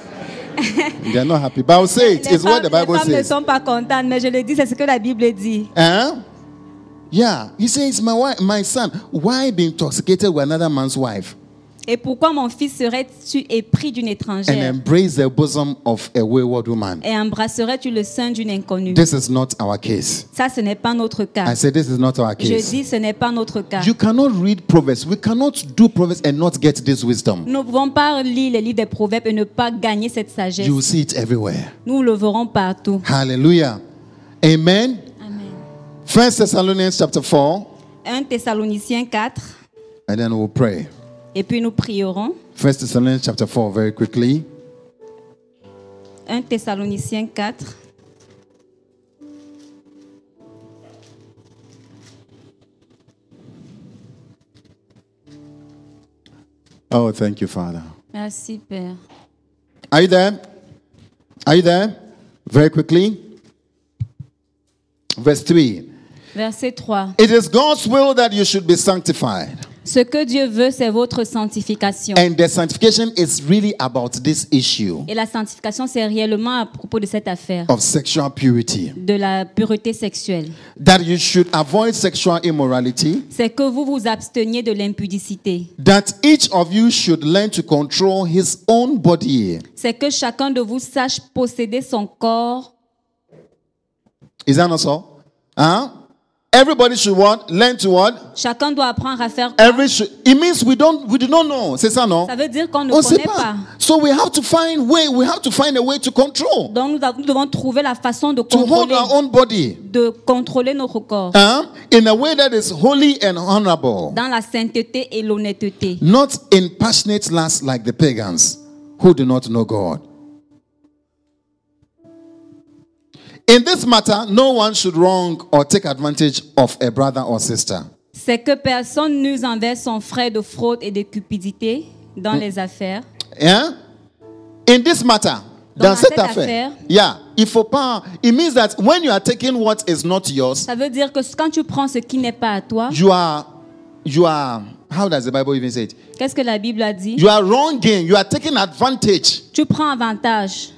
[SPEAKER 1] Oh. they are not happy. But I'll say it.
[SPEAKER 2] les
[SPEAKER 1] It's
[SPEAKER 2] femmes,
[SPEAKER 1] what the Bible
[SPEAKER 2] les femmes ne
[SPEAKER 1] says.
[SPEAKER 2] sont pas contentes, mais je le dis, c'est ce que la Bible dit.
[SPEAKER 1] Huh? Yeah, he says, my wife, my son, why be intoxicated with another man's wife
[SPEAKER 2] Et pourquoi mon fils serais-tu épris d'une
[SPEAKER 1] and
[SPEAKER 2] étrangère
[SPEAKER 1] embrace the bosom of a wayward woman?
[SPEAKER 2] et embrasserais-tu le sein d'une inconnue
[SPEAKER 1] This is not our case.
[SPEAKER 2] Ça, ce n'est pas notre
[SPEAKER 1] I
[SPEAKER 2] cas.
[SPEAKER 1] said, this is not our
[SPEAKER 2] Je
[SPEAKER 1] case.
[SPEAKER 2] dis, ce n'est pas notre cas.
[SPEAKER 1] You cannot read Proverbs. We cannot do Proverbs and not get this wisdom.
[SPEAKER 2] Nous ne pouvons pas lire les livres des proverbes et ne pas gagner cette sagesse.
[SPEAKER 1] You will see it everywhere.
[SPEAKER 2] Nous le verrons partout.
[SPEAKER 1] Hallelujah. Amen.
[SPEAKER 2] Amen.
[SPEAKER 1] First Thessalonians chapter 4,
[SPEAKER 2] 1 Thessaloniciens 4,
[SPEAKER 1] and then we'll pray.
[SPEAKER 2] et puis nous prierons.
[SPEAKER 1] First Thessalonians chapter 4, very quickly.
[SPEAKER 2] 1 Thessaloniciens 4.
[SPEAKER 1] Oh, thank you, Father.
[SPEAKER 2] Merci, Père.
[SPEAKER 1] Are you there? Are you there? Very quickly. Verse 3.
[SPEAKER 2] Verset 3.
[SPEAKER 1] It is God's will that you should be sanctified.
[SPEAKER 2] Ce que Dieu veut, c'est votre sanctification.
[SPEAKER 1] And the sanctification is really about this issue
[SPEAKER 2] Et la sanctification, c'est réellement à propos de cette affaire,
[SPEAKER 1] of sexual purity.
[SPEAKER 2] de la pureté sexuelle.
[SPEAKER 1] That you should avoid sexual immorality.
[SPEAKER 2] C'est que vous vous absteniez de l'impudicité.
[SPEAKER 1] That each of you should learn to control his own body.
[SPEAKER 2] C'est que chacun de vous sache posséder son corps.
[SPEAKER 1] Is that not so? Huh? Everybody should what? Learn to what?
[SPEAKER 2] Chacun doit apprendre à faire.
[SPEAKER 1] Every should, it means we don't we do not know. C'est ça non?
[SPEAKER 2] Ça veut dire qu'on ne
[SPEAKER 1] On sait
[SPEAKER 2] connaît
[SPEAKER 1] pas.
[SPEAKER 2] pas.
[SPEAKER 1] Oh, So we have to find way. We have to find a way to control,
[SPEAKER 2] Donc nous, avons- nous devons trouver la façon de
[SPEAKER 1] to hold
[SPEAKER 2] contrôler,
[SPEAKER 1] our own body,
[SPEAKER 2] de contrôler notre corps
[SPEAKER 1] huh? in a way that is holy and honorable,
[SPEAKER 2] dans la sainteté et l'honnêteté.
[SPEAKER 1] not in passionate lust like the pagans who do not know God. In this matter, no one should wrong or take advantage of a brother or sister.
[SPEAKER 2] C'est que personne n'use envers son frère de fraude et de cupidité dans
[SPEAKER 1] Mm.
[SPEAKER 2] les affaires.
[SPEAKER 1] Hein? Eh? In this matter, dans,
[SPEAKER 2] Dans
[SPEAKER 1] cette
[SPEAKER 2] cette
[SPEAKER 1] affaire,
[SPEAKER 2] affaire.
[SPEAKER 1] yeah, il faut pas. It means that when you are taking what is not yours,
[SPEAKER 2] Ça veut dire que quand tu prends ce qui n'est pas à toi,
[SPEAKER 1] you are, you are. How does the Bible even say it?
[SPEAKER 2] qu'est-ce que la Bible a dit
[SPEAKER 1] You are wronging. You are taking advantage.
[SPEAKER 2] Tu prends avantage.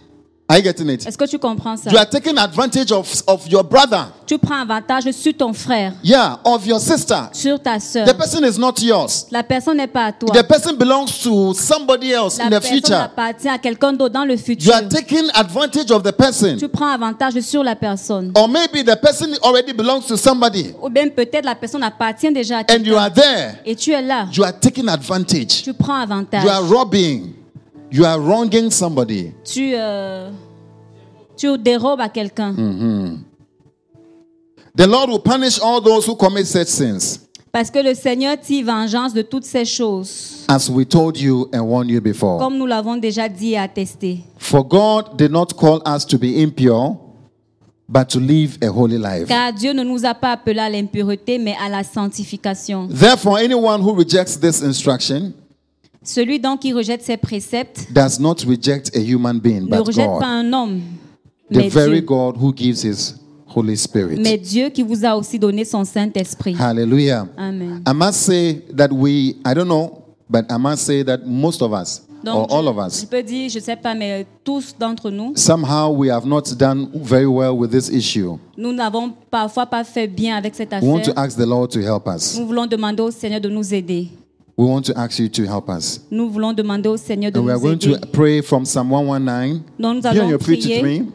[SPEAKER 1] Are you getting it?
[SPEAKER 2] Est-ce que tu comprends ça
[SPEAKER 1] You are taking advantage of of your brother.
[SPEAKER 2] Tu prends avantage sur ton frère,
[SPEAKER 1] Yeah, of your sister.
[SPEAKER 2] sur ta sœur.
[SPEAKER 1] The person is not yours.
[SPEAKER 2] La personne n'est pas à toi.
[SPEAKER 1] The person belongs to somebody else
[SPEAKER 2] La
[SPEAKER 1] in the
[SPEAKER 2] personne
[SPEAKER 1] future.
[SPEAKER 2] appartient à quelqu'un d'autre dans le
[SPEAKER 1] You
[SPEAKER 2] futur.
[SPEAKER 1] are taking advantage of the person,
[SPEAKER 2] Tu prends avantage sur la personne.
[SPEAKER 1] or maybe the person already belongs to somebody,
[SPEAKER 2] Ou bien peut-être la personne appartient déjà à
[SPEAKER 1] and you
[SPEAKER 2] quelqu'un.
[SPEAKER 1] are there.
[SPEAKER 2] Et tu es là.
[SPEAKER 1] You are taking advantage.
[SPEAKER 2] Tu prends avantage.
[SPEAKER 1] You are robbing. You are wronging somebody.
[SPEAKER 2] Tu, euh, tu dérobes à quelqu'un.
[SPEAKER 1] The Lord will punish all those who commit such sins,
[SPEAKER 2] Parce que le Seigneur tire vengeance de toutes ces choses,
[SPEAKER 1] as we told you and warned you before.
[SPEAKER 2] comme nous l'avons déjà dit et attesté.
[SPEAKER 1] For God did not call us to be impure, but to live a holy life.
[SPEAKER 2] Car Dieu ne nous a pas appelés à l'impureté, mais à la sanctification.
[SPEAKER 1] Therefore, anyone who rejects this instruction
[SPEAKER 2] Celui donc qui rejette ses préceptes
[SPEAKER 1] does not reject a human being,
[SPEAKER 2] ne
[SPEAKER 1] but
[SPEAKER 2] rejette pas
[SPEAKER 1] God,
[SPEAKER 2] un homme,
[SPEAKER 1] the
[SPEAKER 2] mais
[SPEAKER 1] very
[SPEAKER 2] Dieu,
[SPEAKER 1] God who gives His Holy
[SPEAKER 2] mais
[SPEAKER 1] Spirit.
[SPEAKER 2] Dieu qui vous a aussi donné son Saint-Esprit.
[SPEAKER 1] Hallelujah.
[SPEAKER 2] Amen.
[SPEAKER 1] I must say that we, I don't know, but I must say that most of us,
[SPEAKER 2] Donc,
[SPEAKER 1] or all of us.
[SPEAKER 2] je peux dire, je ne sais pas, mais tous d'entre nous,
[SPEAKER 1] Somehow we have not done very well with this issue.
[SPEAKER 2] nous n'avons parfois pas fait bien avec cette
[SPEAKER 1] We want
[SPEAKER 2] affaire.
[SPEAKER 1] to ask the Lord to help us.
[SPEAKER 2] Nous voulons demander au Seigneur de nous aider.
[SPEAKER 1] We want to ask you to help us.
[SPEAKER 2] Nous voulons demander au Seigneur de
[SPEAKER 1] And we are
[SPEAKER 2] nous
[SPEAKER 1] going
[SPEAKER 2] aider.
[SPEAKER 1] to pray from Psalm 119.
[SPEAKER 2] Donc, nous
[SPEAKER 1] Be on
[SPEAKER 2] allons
[SPEAKER 1] your feet with
[SPEAKER 2] prier.
[SPEAKER 1] me.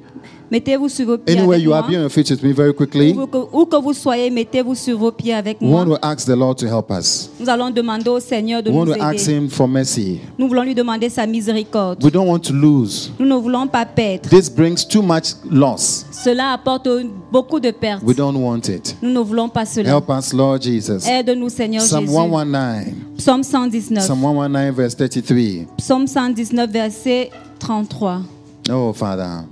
[SPEAKER 2] Mettez-vous sur vos pieds
[SPEAKER 1] Anywhere
[SPEAKER 2] avec
[SPEAKER 1] you are,
[SPEAKER 2] moi.
[SPEAKER 1] be on your feet with me very quickly.
[SPEAKER 2] Où que, où que vous soyez, mettez-vous sur vos pieds avec
[SPEAKER 1] We
[SPEAKER 2] moi.
[SPEAKER 1] want to ask the Lord to help us.
[SPEAKER 2] Nous allons demander au Seigneur de
[SPEAKER 1] We want
[SPEAKER 2] nous
[SPEAKER 1] to ask
[SPEAKER 2] aider.
[SPEAKER 1] Him for mercy.
[SPEAKER 2] Nous voulons lui demander sa miséricorde.
[SPEAKER 1] We don't want to lose.
[SPEAKER 2] Nous ne voulons pas perdre.
[SPEAKER 1] This brings too much loss.
[SPEAKER 2] Cela apporte beaucoup de pertes.
[SPEAKER 1] We don't want it.
[SPEAKER 2] Nous ne voulons pas cela.
[SPEAKER 1] Help us, Lord Jesus.
[SPEAKER 2] Aide-nous, Seigneur
[SPEAKER 1] Psalm
[SPEAKER 2] Jésus.
[SPEAKER 1] 119.
[SPEAKER 2] Psaume 119.
[SPEAKER 1] Psalm 119, verse 33.
[SPEAKER 2] Psaume 119, verset 33.
[SPEAKER 1] Oh, Father.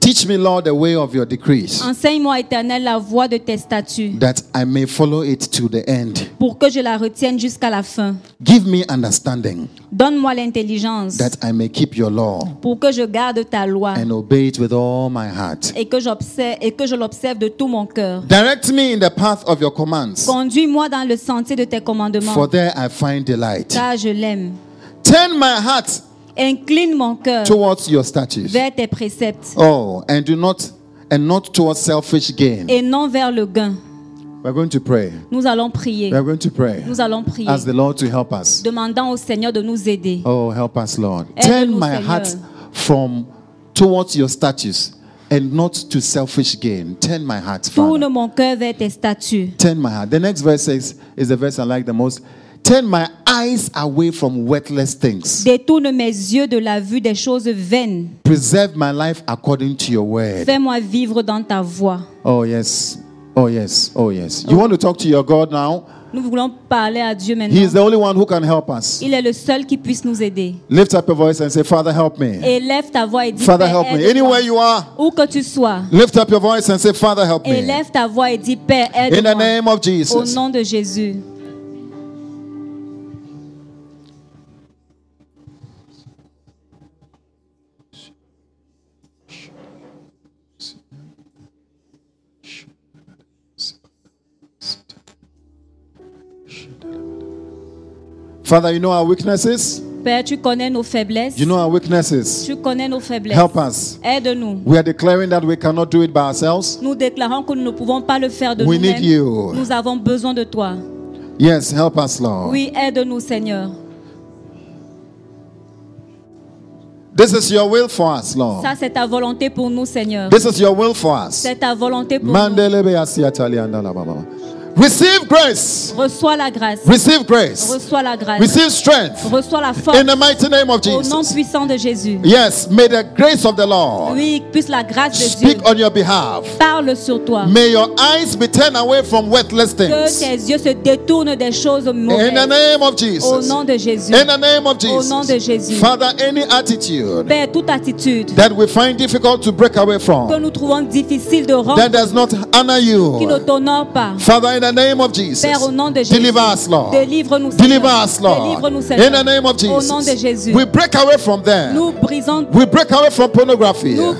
[SPEAKER 1] Teach me, Lord, the way of your decrees,
[SPEAKER 2] Enseigne-moi, Éternel, la voie de tes statuts,
[SPEAKER 1] that I may follow it to the end.
[SPEAKER 2] pour que je la retienne jusqu'à la fin.
[SPEAKER 1] Give me understanding,
[SPEAKER 2] Donne-moi l'intelligence,
[SPEAKER 1] that I may keep your law
[SPEAKER 2] pour que je garde ta loi
[SPEAKER 1] and obey it with all my heart.
[SPEAKER 2] et que j'observe et que je l'observe de tout mon cœur.
[SPEAKER 1] Direct me in the path of your commands,
[SPEAKER 2] Conduis-moi dans le sentier de tes
[SPEAKER 1] for
[SPEAKER 2] commandements,
[SPEAKER 1] there I find delight.
[SPEAKER 2] car je l'aime.
[SPEAKER 1] Turn my heart
[SPEAKER 2] Incline mon cœur
[SPEAKER 1] towards your statutes.
[SPEAKER 2] vers tes préceptes
[SPEAKER 1] Oh, and do not and not towards selfish gain.
[SPEAKER 2] et non vers le gain.
[SPEAKER 1] We're going to pray.
[SPEAKER 2] Nous allons prier.
[SPEAKER 1] We're going to pray.
[SPEAKER 2] Nous allons prier,
[SPEAKER 1] Ask the Lord to help us.
[SPEAKER 2] demandant au Seigneur de nous aider.
[SPEAKER 1] Oh, help us, Lord.
[SPEAKER 2] Aide-nous,
[SPEAKER 1] Turn my
[SPEAKER 2] Seigneur.
[SPEAKER 1] heart from towards your statutes and not to selfish gain. Turn my heart,
[SPEAKER 2] Tourne
[SPEAKER 1] Father.
[SPEAKER 2] mon cœur vers tes statuts.
[SPEAKER 1] Turn my heart. The next verse is, is the verse I like the most. Turn my eyes away from worthless things.
[SPEAKER 2] Détourne mes yeux de la vue des choses vaines.
[SPEAKER 1] Preserve my life according to your word.
[SPEAKER 2] Fais-moi vivre dans ta voie.
[SPEAKER 1] Oh, yes. Oh, yes. Oh, yes. You want to talk to your God now?
[SPEAKER 2] Nous voulons parler à Dieu
[SPEAKER 1] He is
[SPEAKER 2] maintenant.
[SPEAKER 1] the only one who can help us.
[SPEAKER 2] Il est le seul qui puisse nous aider.
[SPEAKER 1] Lift up your voice and say, Father, help me.
[SPEAKER 2] Élève ta voix et dis
[SPEAKER 1] Father,
[SPEAKER 2] Père,
[SPEAKER 1] help me.
[SPEAKER 2] aide-moi.
[SPEAKER 1] Anywhere you are,
[SPEAKER 2] Où que tu sois,
[SPEAKER 1] lift up your voice and say, Father, help me.
[SPEAKER 2] élève ta voix et dis Père,
[SPEAKER 1] In the
[SPEAKER 2] aide-moi.
[SPEAKER 1] name of
[SPEAKER 2] Au
[SPEAKER 1] Jesus.
[SPEAKER 2] nom de Jésus.
[SPEAKER 1] Father, you know our weaknesses.
[SPEAKER 2] Père, tu connais nos faiblesses.
[SPEAKER 1] You know our weaknesses.
[SPEAKER 2] Tu connais nos faiblesses.
[SPEAKER 1] Help us.
[SPEAKER 2] Aide-nous.
[SPEAKER 1] We are declaring that we cannot do it by ourselves.
[SPEAKER 2] Nous déclarons que nous ne pouvons pas le faire de
[SPEAKER 1] We need you.
[SPEAKER 2] nous-mêmes. Nous avons besoin de toi.
[SPEAKER 1] Yes, help us, Lord.
[SPEAKER 2] Oui, aide-nous, Seigneur.
[SPEAKER 1] This is your will for us, Lord.
[SPEAKER 2] Ça, c'est ta volonté pour nous, Seigneur.
[SPEAKER 1] This is your will for us.
[SPEAKER 2] C'est ta volonté pour nous.
[SPEAKER 1] Mandelebe asiatali andala baba. Receive grace.
[SPEAKER 2] Reçois la grâce.
[SPEAKER 1] Receive grace.
[SPEAKER 2] Reçois la grâce.
[SPEAKER 1] Receive Oh, strength.
[SPEAKER 2] Reçois la
[SPEAKER 1] In
[SPEAKER 2] force
[SPEAKER 1] the mighty name of
[SPEAKER 2] au nom
[SPEAKER 1] Jesus.
[SPEAKER 2] puissant de Jésus.
[SPEAKER 1] Yes, may the grace of the Lord
[SPEAKER 2] Oui, puisse la grâce de Dieu
[SPEAKER 1] speak on your behalf.
[SPEAKER 2] parle sur toi.
[SPEAKER 1] May your eyes be turned away from worthless
[SPEAKER 2] Que
[SPEAKER 1] things.
[SPEAKER 2] tes yeux se détournent des choses
[SPEAKER 1] In the
[SPEAKER 2] mauvaises.
[SPEAKER 1] name of
[SPEAKER 2] Au
[SPEAKER 1] Jesus.
[SPEAKER 2] nom de Jésus.
[SPEAKER 1] In the name of Oh, Jesus.
[SPEAKER 2] nom de Jésus.
[SPEAKER 1] Father, any attitude
[SPEAKER 2] Père, toute attitude
[SPEAKER 1] that we find difficult to break away
[SPEAKER 2] que
[SPEAKER 1] from,
[SPEAKER 2] nous trouvons difficile de
[SPEAKER 1] that
[SPEAKER 2] rendre,
[SPEAKER 1] does not honor
[SPEAKER 2] qui ne
[SPEAKER 1] you.
[SPEAKER 2] t'honore pas.
[SPEAKER 1] Father, in the name of Jesus,
[SPEAKER 2] Père, au nom de Jésus.
[SPEAKER 1] deliver us, Lord.
[SPEAKER 2] Délivre-nous, Seigneur.
[SPEAKER 1] Deliver us, Lord.
[SPEAKER 2] Délivre-nous, Seigneur.
[SPEAKER 1] In the name of
[SPEAKER 2] Au
[SPEAKER 1] Jesus.
[SPEAKER 2] nom de Jésus.
[SPEAKER 1] We break away from them.
[SPEAKER 2] Nous brisons,
[SPEAKER 1] We break away from pornography.
[SPEAKER 2] nous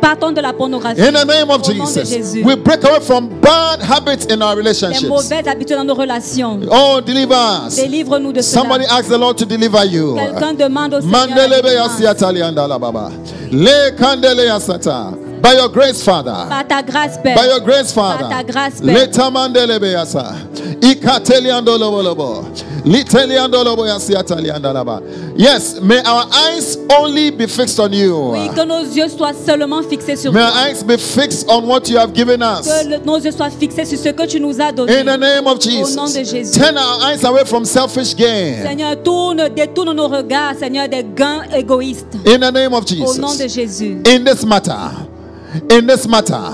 [SPEAKER 2] partons de la pornographie.
[SPEAKER 1] In the name of
[SPEAKER 2] Au nom de
[SPEAKER 1] Jesus.
[SPEAKER 2] Jésus.
[SPEAKER 1] We break away from bad habits in our
[SPEAKER 2] Les
[SPEAKER 1] relationships.
[SPEAKER 2] mauvaises habitudes dans nos relations.
[SPEAKER 1] Oh, deliver us.
[SPEAKER 2] Délivre-nous de
[SPEAKER 1] Somebody
[SPEAKER 2] cela.
[SPEAKER 1] ask the Lord to deliver you.
[SPEAKER 2] Quelqu'un demande au Seigneur. la
[SPEAKER 1] Mandelebe
[SPEAKER 2] délivrance.
[SPEAKER 1] yasiatali andala baba. Le kandele yasata. By your grace, Father.
[SPEAKER 2] Par ta grâce, Père.
[SPEAKER 1] By your grace, Father.
[SPEAKER 2] Par ta grâce, Père.
[SPEAKER 1] Leta mandelebe yasa. Ikateli andolobolobo. Liteli andolobo yasiatali andalaba. Yes, may our eyes only be fixed on you.
[SPEAKER 2] Oui, que nos yeux soient seulement fixés sur
[SPEAKER 1] May
[SPEAKER 2] toi.
[SPEAKER 1] our eyes be fixed on what you have given us.
[SPEAKER 2] Que le- nos yeux soient fixés sur ce que tu nous as donné.
[SPEAKER 1] In the name of Jesus.
[SPEAKER 2] nom de Jésus.
[SPEAKER 1] Turn our eyes away from selfish gain.
[SPEAKER 2] Seigneur, tourne, détourne nos regards, Seigneur, des gains égoïstes.
[SPEAKER 1] In the name of
[SPEAKER 2] Au nom
[SPEAKER 1] Jesus.
[SPEAKER 2] de Jésus.
[SPEAKER 1] in this matter, in this matter,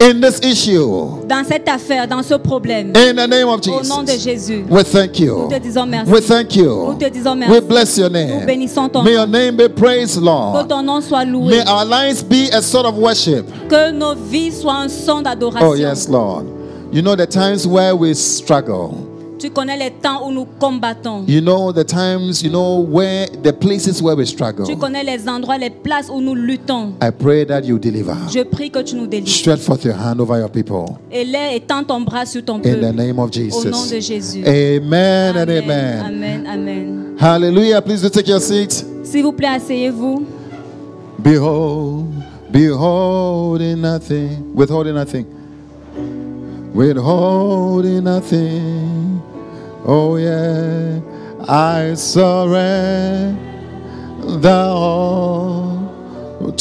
[SPEAKER 1] in this issue,
[SPEAKER 2] Dans cette affaire, dans ce problème.
[SPEAKER 1] in the name of
[SPEAKER 2] Au nom de
[SPEAKER 1] Jesus.
[SPEAKER 2] Jésus.
[SPEAKER 1] We thank you.
[SPEAKER 2] Nous te disons merci.
[SPEAKER 1] We thank you.
[SPEAKER 2] Nous te disons merci.
[SPEAKER 1] We bless your name.
[SPEAKER 2] Nous bénissons ton
[SPEAKER 1] May
[SPEAKER 2] nom.
[SPEAKER 1] your name be praised,
[SPEAKER 2] Que
[SPEAKER 1] Lord.
[SPEAKER 2] ton nom soit loué.
[SPEAKER 1] May our lives be a sort of worship.
[SPEAKER 2] Que nos vies soient un son d'adoration.
[SPEAKER 1] Oh, yes, Lord. You know the times where we struggle.
[SPEAKER 2] Tu connais les temps où nous combattons.
[SPEAKER 1] You know the times, you know, where the places where we
[SPEAKER 2] Tu
[SPEAKER 1] struggle.
[SPEAKER 2] connais les endroits, les places où nous luttons.
[SPEAKER 1] I pray that you deliver.
[SPEAKER 2] Je prie que tu nous délivres.
[SPEAKER 1] Stretch forth your hand over your people.
[SPEAKER 2] Et lève et tends ton bras sur ton
[SPEAKER 1] In the
[SPEAKER 2] peuple.
[SPEAKER 1] name of
[SPEAKER 2] Au nom
[SPEAKER 1] Jesus.
[SPEAKER 2] de Jésus.
[SPEAKER 1] Amen and
[SPEAKER 2] Amen.
[SPEAKER 1] amen.
[SPEAKER 2] Amen. Amen.
[SPEAKER 1] Hallelujah. Please do take your seat.
[SPEAKER 2] S'il vous plaît, asseyez-vous.
[SPEAKER 1] Behold, beholding nothing, withholding nothing, withholding nothing. Oh, yeah, I surrender all.